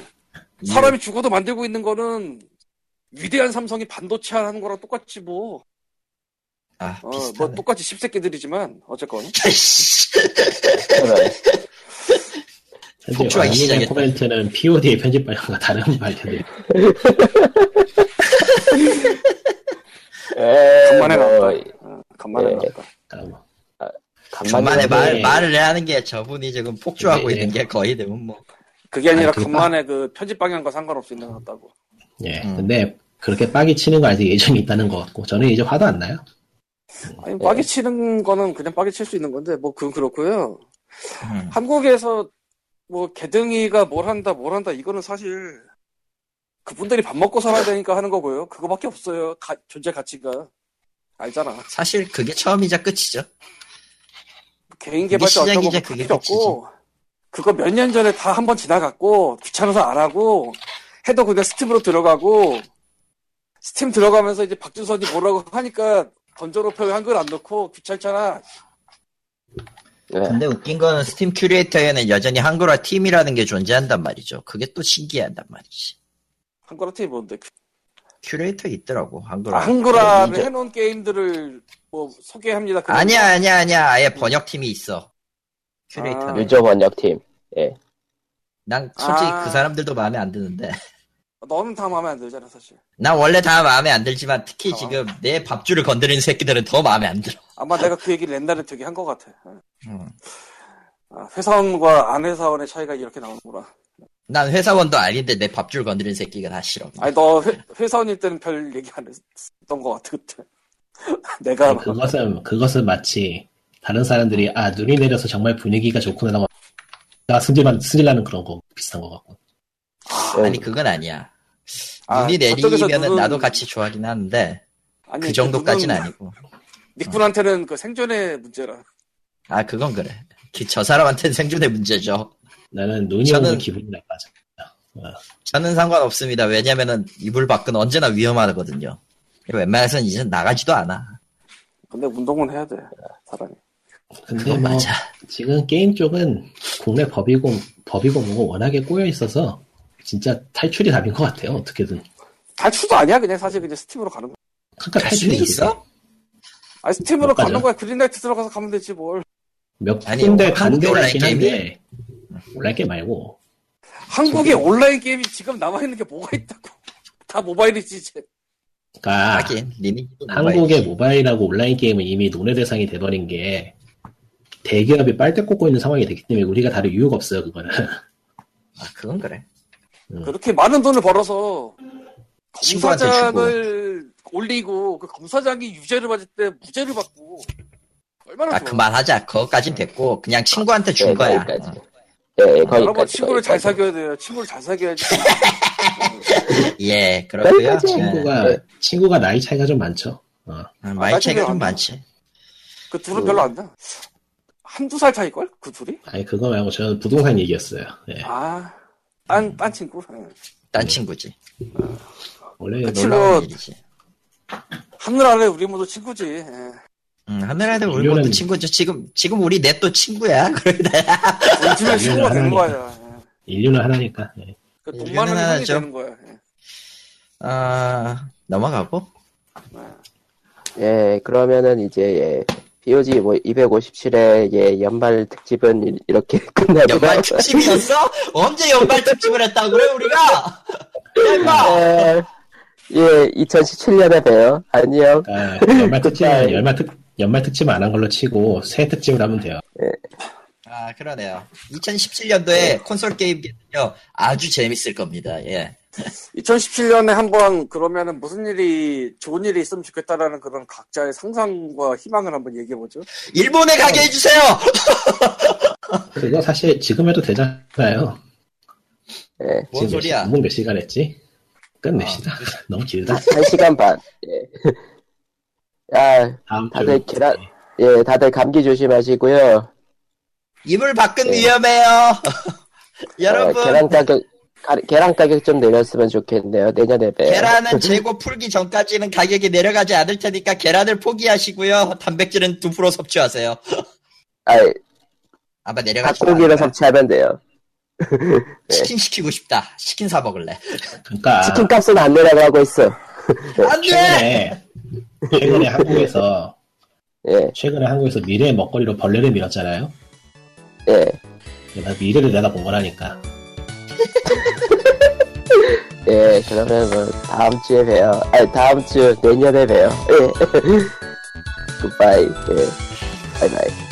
S2: 이유.
S3: 사람이 죽어도 만들고 있는 거는 위대한 삼성이 반도체 하는 거랑 똑같지 뭐.
S2: 아,
S3: 어,
S2: 비슷하네.
S3: 뭐 똑같이 십새끼들이지만 어쨌건.
S1: 그래.
S4: 현재
S2: 폭주하기
S4: 와이의
S2: 시작했다.
S4: 코멘트는 POD의 편집 발령과 다른 (laughs) 발령이
S1: 에이,
S3: 간만에
S1: 뭐,
S3: 나왔다. 어, 간만에
S1: 예.
S3: 나왔다.
S4: 있다고.
S2: 간만에 네.
S1: 간만에
S4: 말-
S2: 아, 말, 말을 하는 게 저분이 지금 폭주하고
S4: 네.
S2: 있는 게 거의 되면 뭐.
S3: 그게 아니라
S4: 아니, 그거
S3: 간만에 그 편집 방향과 상관없이 있는 것 같다고.
S4: 예.
S2: 음.
S4: 근데 그렇게 빠기 치는 거 아직 예정이 있다는 것 같고 저는 이제 화도 안 나요.
S3: 아니, 빠개 치는 거는 그냥 빠개 칠 수 있는 건데, 뭐, 그건 그렇고요.
S2: 음.
S3: 한국에서 뭐, 개등이가 뭘 한다, 뭘 한다, 이거는 사실, 그분들이 밥 먹고 살아야 되니까 하는 거고요. 그거밖에 없어요. 가- 존재 가치가. 알잖아.
S2: 사실 그게 처음이자 끝이죠.
S3: 개인
S2: 이게
S3: 개발자 어쩌고
S2: 시작이자
S3: 그거
S2: 그게
S3: 필요 없고, 그거 몇 년 전에 다 한 번 지나갔고, 귀찮아서 안 하고, 해도 그냥 스팀으로 들어가고, 스팀 들어가면서 이제 박준선이 뭐라고 하니까, 던전오페 한글 안 넣고, 귀찮잖아.
S2: 근데 웃긴 거는 스팀 큐레이터에는 여전히 한글화 팀이라는 게 존재한단 말이죠. 그게 또 신기한단 말이지.
S3: 한글화 팀이 뭔데?
S2: 큐레이터 있더라고, 한글화.
S3: 아, 한글화를
S2: 네, 이제-
S3: 해놓은 게임들을 뭐 소개합니다. 그런
S2: 아니야,
S3: 거.
S2: 아니야, 아니야. 아예 번역팀이 있어. 큐레이터.
S3: 아.
S2: 는
S1: 네, 유저 번역팀.
S2: 난 솔직히
S3: 아.
S2: 그 사람들도 마음에 안 드는데. (laughs)
S3: 너는 다 마음에 안 들잖아 사실.
S2: 난 원래 다 마음에 안 들지만 특히
S3: 아.
S2: 지금 내 밥줄을 건드리는 새끼들은 더 마음에 안 들어.
S3: 아마 내가 그 얘기를 옛날에 되게 한 것 같아.
S2: 음.
S3: 아, 회사원과 안 회사원의 차이가 이렇게 나오는구나.
S2: 난 회사원도 아닌데 내 밥줄 건드리는 새끼가 다 싫어.
S3: 아니 너 회, 회사원일 때는 별 얘기 안 했던 것 같아 그때. (laughs) 내가
S2: 아,
S3: 막
S4: 그것은 그것은 마치 다른 사람들이 아 눈이 내려서 정말 분위기가 좋구나라고 나 승질만 승질나는 그런 거 비슷한 것 같고.
S2: 아니 그건 아니야.
S3: 아,
S2: 눈이
S3: 저쪽에서
S2: 내리면은
S3: 눈은-
S2: 나도 같이 좋아하긴 하는데
S3: 아니,
S2: 그 정도까진
S3: 그분은
S2: 아니고.
S3: 닉군한테는 그 생존의 문제라.
S2: 아 그건 그래. 그- 저 사람한테는 생존의 문제죠.
S4: 나는 눈이
S2: 저는-
S4: 오면 기분이 나빠져.
S2: 저는 상관없습니다. 왜냐면은 이불 밖은 언제나 위험하거든요. 웬만해서는 이제 나가지도 않아.
S3: 근데 운동은 해야 돼 사람이.
S4: 근데
S2: 그건
S4: 뭐
S2: 맞아.
S4: 지금 게임 쪽은 국내 법이고 법이고 뭐고 워낙에 꼬여 있어서 진짜 탈출이 답인 것 같아요. 어떻게든.
S3: 탈출도 아니야 그냥 사실 그냥 스팀으로 가는 거야.
S4: 그러니까
S2: 갈 수는
S4: 탈출이
S2: 있어?
S3: 아니 스팀으로
S4: 못 가죠.
S3: 가는 거야 그린라이트 들어가서 가면 되지 뭘.
S4: 몇
S2: 아니,
S4: 군데
S2: 한국
S4: 간 데가
S2: 온라인
S4: 있긴
S2: 게임이?
S4: 한데 온라인 게임 말고
S3: 한국에 온라인 게임이 지금 남아 있는 게 뭐가 있다고? (laughs) 다 모바일이지 이제.
S4: 그러니까
S2: 하긴 리니지도
S4: 한국의 모바일하고 온라인 게임은 이미 논의 대상이 돼버린 게 대기업이 빨대 꽂고 있는 상황이 되기 때문에 우리가 다룰 이유가
S2: (laughs)
S4: 없어요 그거는
S2: 아 그건 그래.
S3: 그렇게 많은 돈을 벌어서
S2: 친구한테
S3: 검사장을 올리고 그 검사장이 유죄를 받을 때 무죄를 받고 얼마나
S2: 아
S3: 좋아.
S2: 그만하자. 그거까진 됐고 그냥 친구한테 준
S1: 네,
S2: 거야.
S1: 거기까지.
S2: 어.
S1: 예, 거기까지.
S3: 여러분 친구를 잘
S1: 거기까지.
S3: 사귀어야 돼요. 친구를 잘 사귀어야지.
S1: (laughs)
S2: 예 그렇고요.
S1: 여기까지
S2: 예.
S4: 친구가
S1: 네.
S4: 친구가 나이 차이가 좀 많죠 어.
S2: 아,
S3: 아,
S2: 많이 차이가
S3: 나중에
S2: 좀
S3: 안
S2: 많지.
S3: 그 둘은 별로 안 나. 한두 살 차이 걸? 그 둘이?
S4: 아니 그거 말고 저는 부동산 얘기였어요 예.
S2: 네.
S3: 아. 딴, 딴 친구. 예.
S2: 딴 친구지.
S4: 원래
S3: 그
S4: 논란-
S2: 놀라운
S3: 친구-
S2: 일이지.
S3: 하늘 아래 우리 모두 친구지. 예.
S2: 응, 음, 하늘하늘 우리 모두
S4: 이거는-
S2: 친구죠. 지금, 지금 우리 넷도 친구야. (laughs) 그래,
S3: 우리 집에 친구가 되는
S4: 하나니까.
S3: 거야. 예.
S4: 인류는 하나니까 예.
S3: 그
S2: 이거는
S3: 돈 많은 형이
S2: 하나죠.
S3: 되는 거야. 예.
S2: 아, 넘어가고.
S1: 예, 그러면은 이제 예. POG 뭐 257회 예, 연말 특집은 이- 이렇게 (laughs) 끝나고요.
S2: 연말 특집이었어? (laughs) 언제 연말 특집을 했다고 그래, 우리가?
S1: (laughs)
S2: 대박!
S1: 예, 예, 2017년에 봬요. 안녕. (laughs)
S4: 그러니까 연말 특집
S1: 그러니까-
S4: 연말 특 연말 특집 안 한 걸로 치고 새해 특집을 하면 돼요
S2: 아, 그러네요.
S1: 네.
S2: 2017년도에 콘솔 게임기는요, 아주 재밌을 겁니다. 예.
S3: 2017년에 한번 그러면은 무슨 일이 좋은 일이 있으면 좋겠다라는 그런 각자의 상상과 희망을 한번 얘기해 보죠.
S2: 일본에 가게 해주세요!
S4: 그거 사실 지금 해도 되잖아요
S1: 예.
S2: 뭔
S4: 지금 몇 시-
S2: 소리야? 아,
S4: 녹음 몇 시간 했지 끝냅시다 너무 길다
S2: 네.
S1: 한 시간 반. 예. 아,
S4: 다음
S1: 다들
S4: 주-
S1: 계란- 예, 다들 감기 조심하시고요.
S2: 이불 밖은
S1: 네. (laughs)
S2: 위험해요.
S1: 어,
S2: 여러분,
S1: 계란 가격 가- 계란 가격 좀 내렸으면 좋겠네요. 내년에 배.
S2: 계란은 재고 풀기 전까지는 가격이 내려가지 않을 테니까 계란을 포기하시고요. 단백질은 2% 섭취하세요.
S1: 아니,
S2: 아마 내려가지
S1: 닭고기를 섭취하면 돼요.
S2: 치킨 시키고 싶다. 치킨 사 먹을래.
S4: 그러니까
S2: 아.
S1: 치킨 값은 안 내려가고 있어. 네,
S2: 안 돼!
S4: 최근에 최근에 한국에서
S1: 예,
S4: 최근에 한국에서 미래의 먹거리로 벌레를 밀었잖아요.
S1: 예,
S4: 내가 미래를 내다본 거라니까.
S1: 예. 그러면 뭐 다음 주에 봬요. 아니, (laughs) 다음 주 내년에 봬요. 예. 굿바이. 예. 바이바이.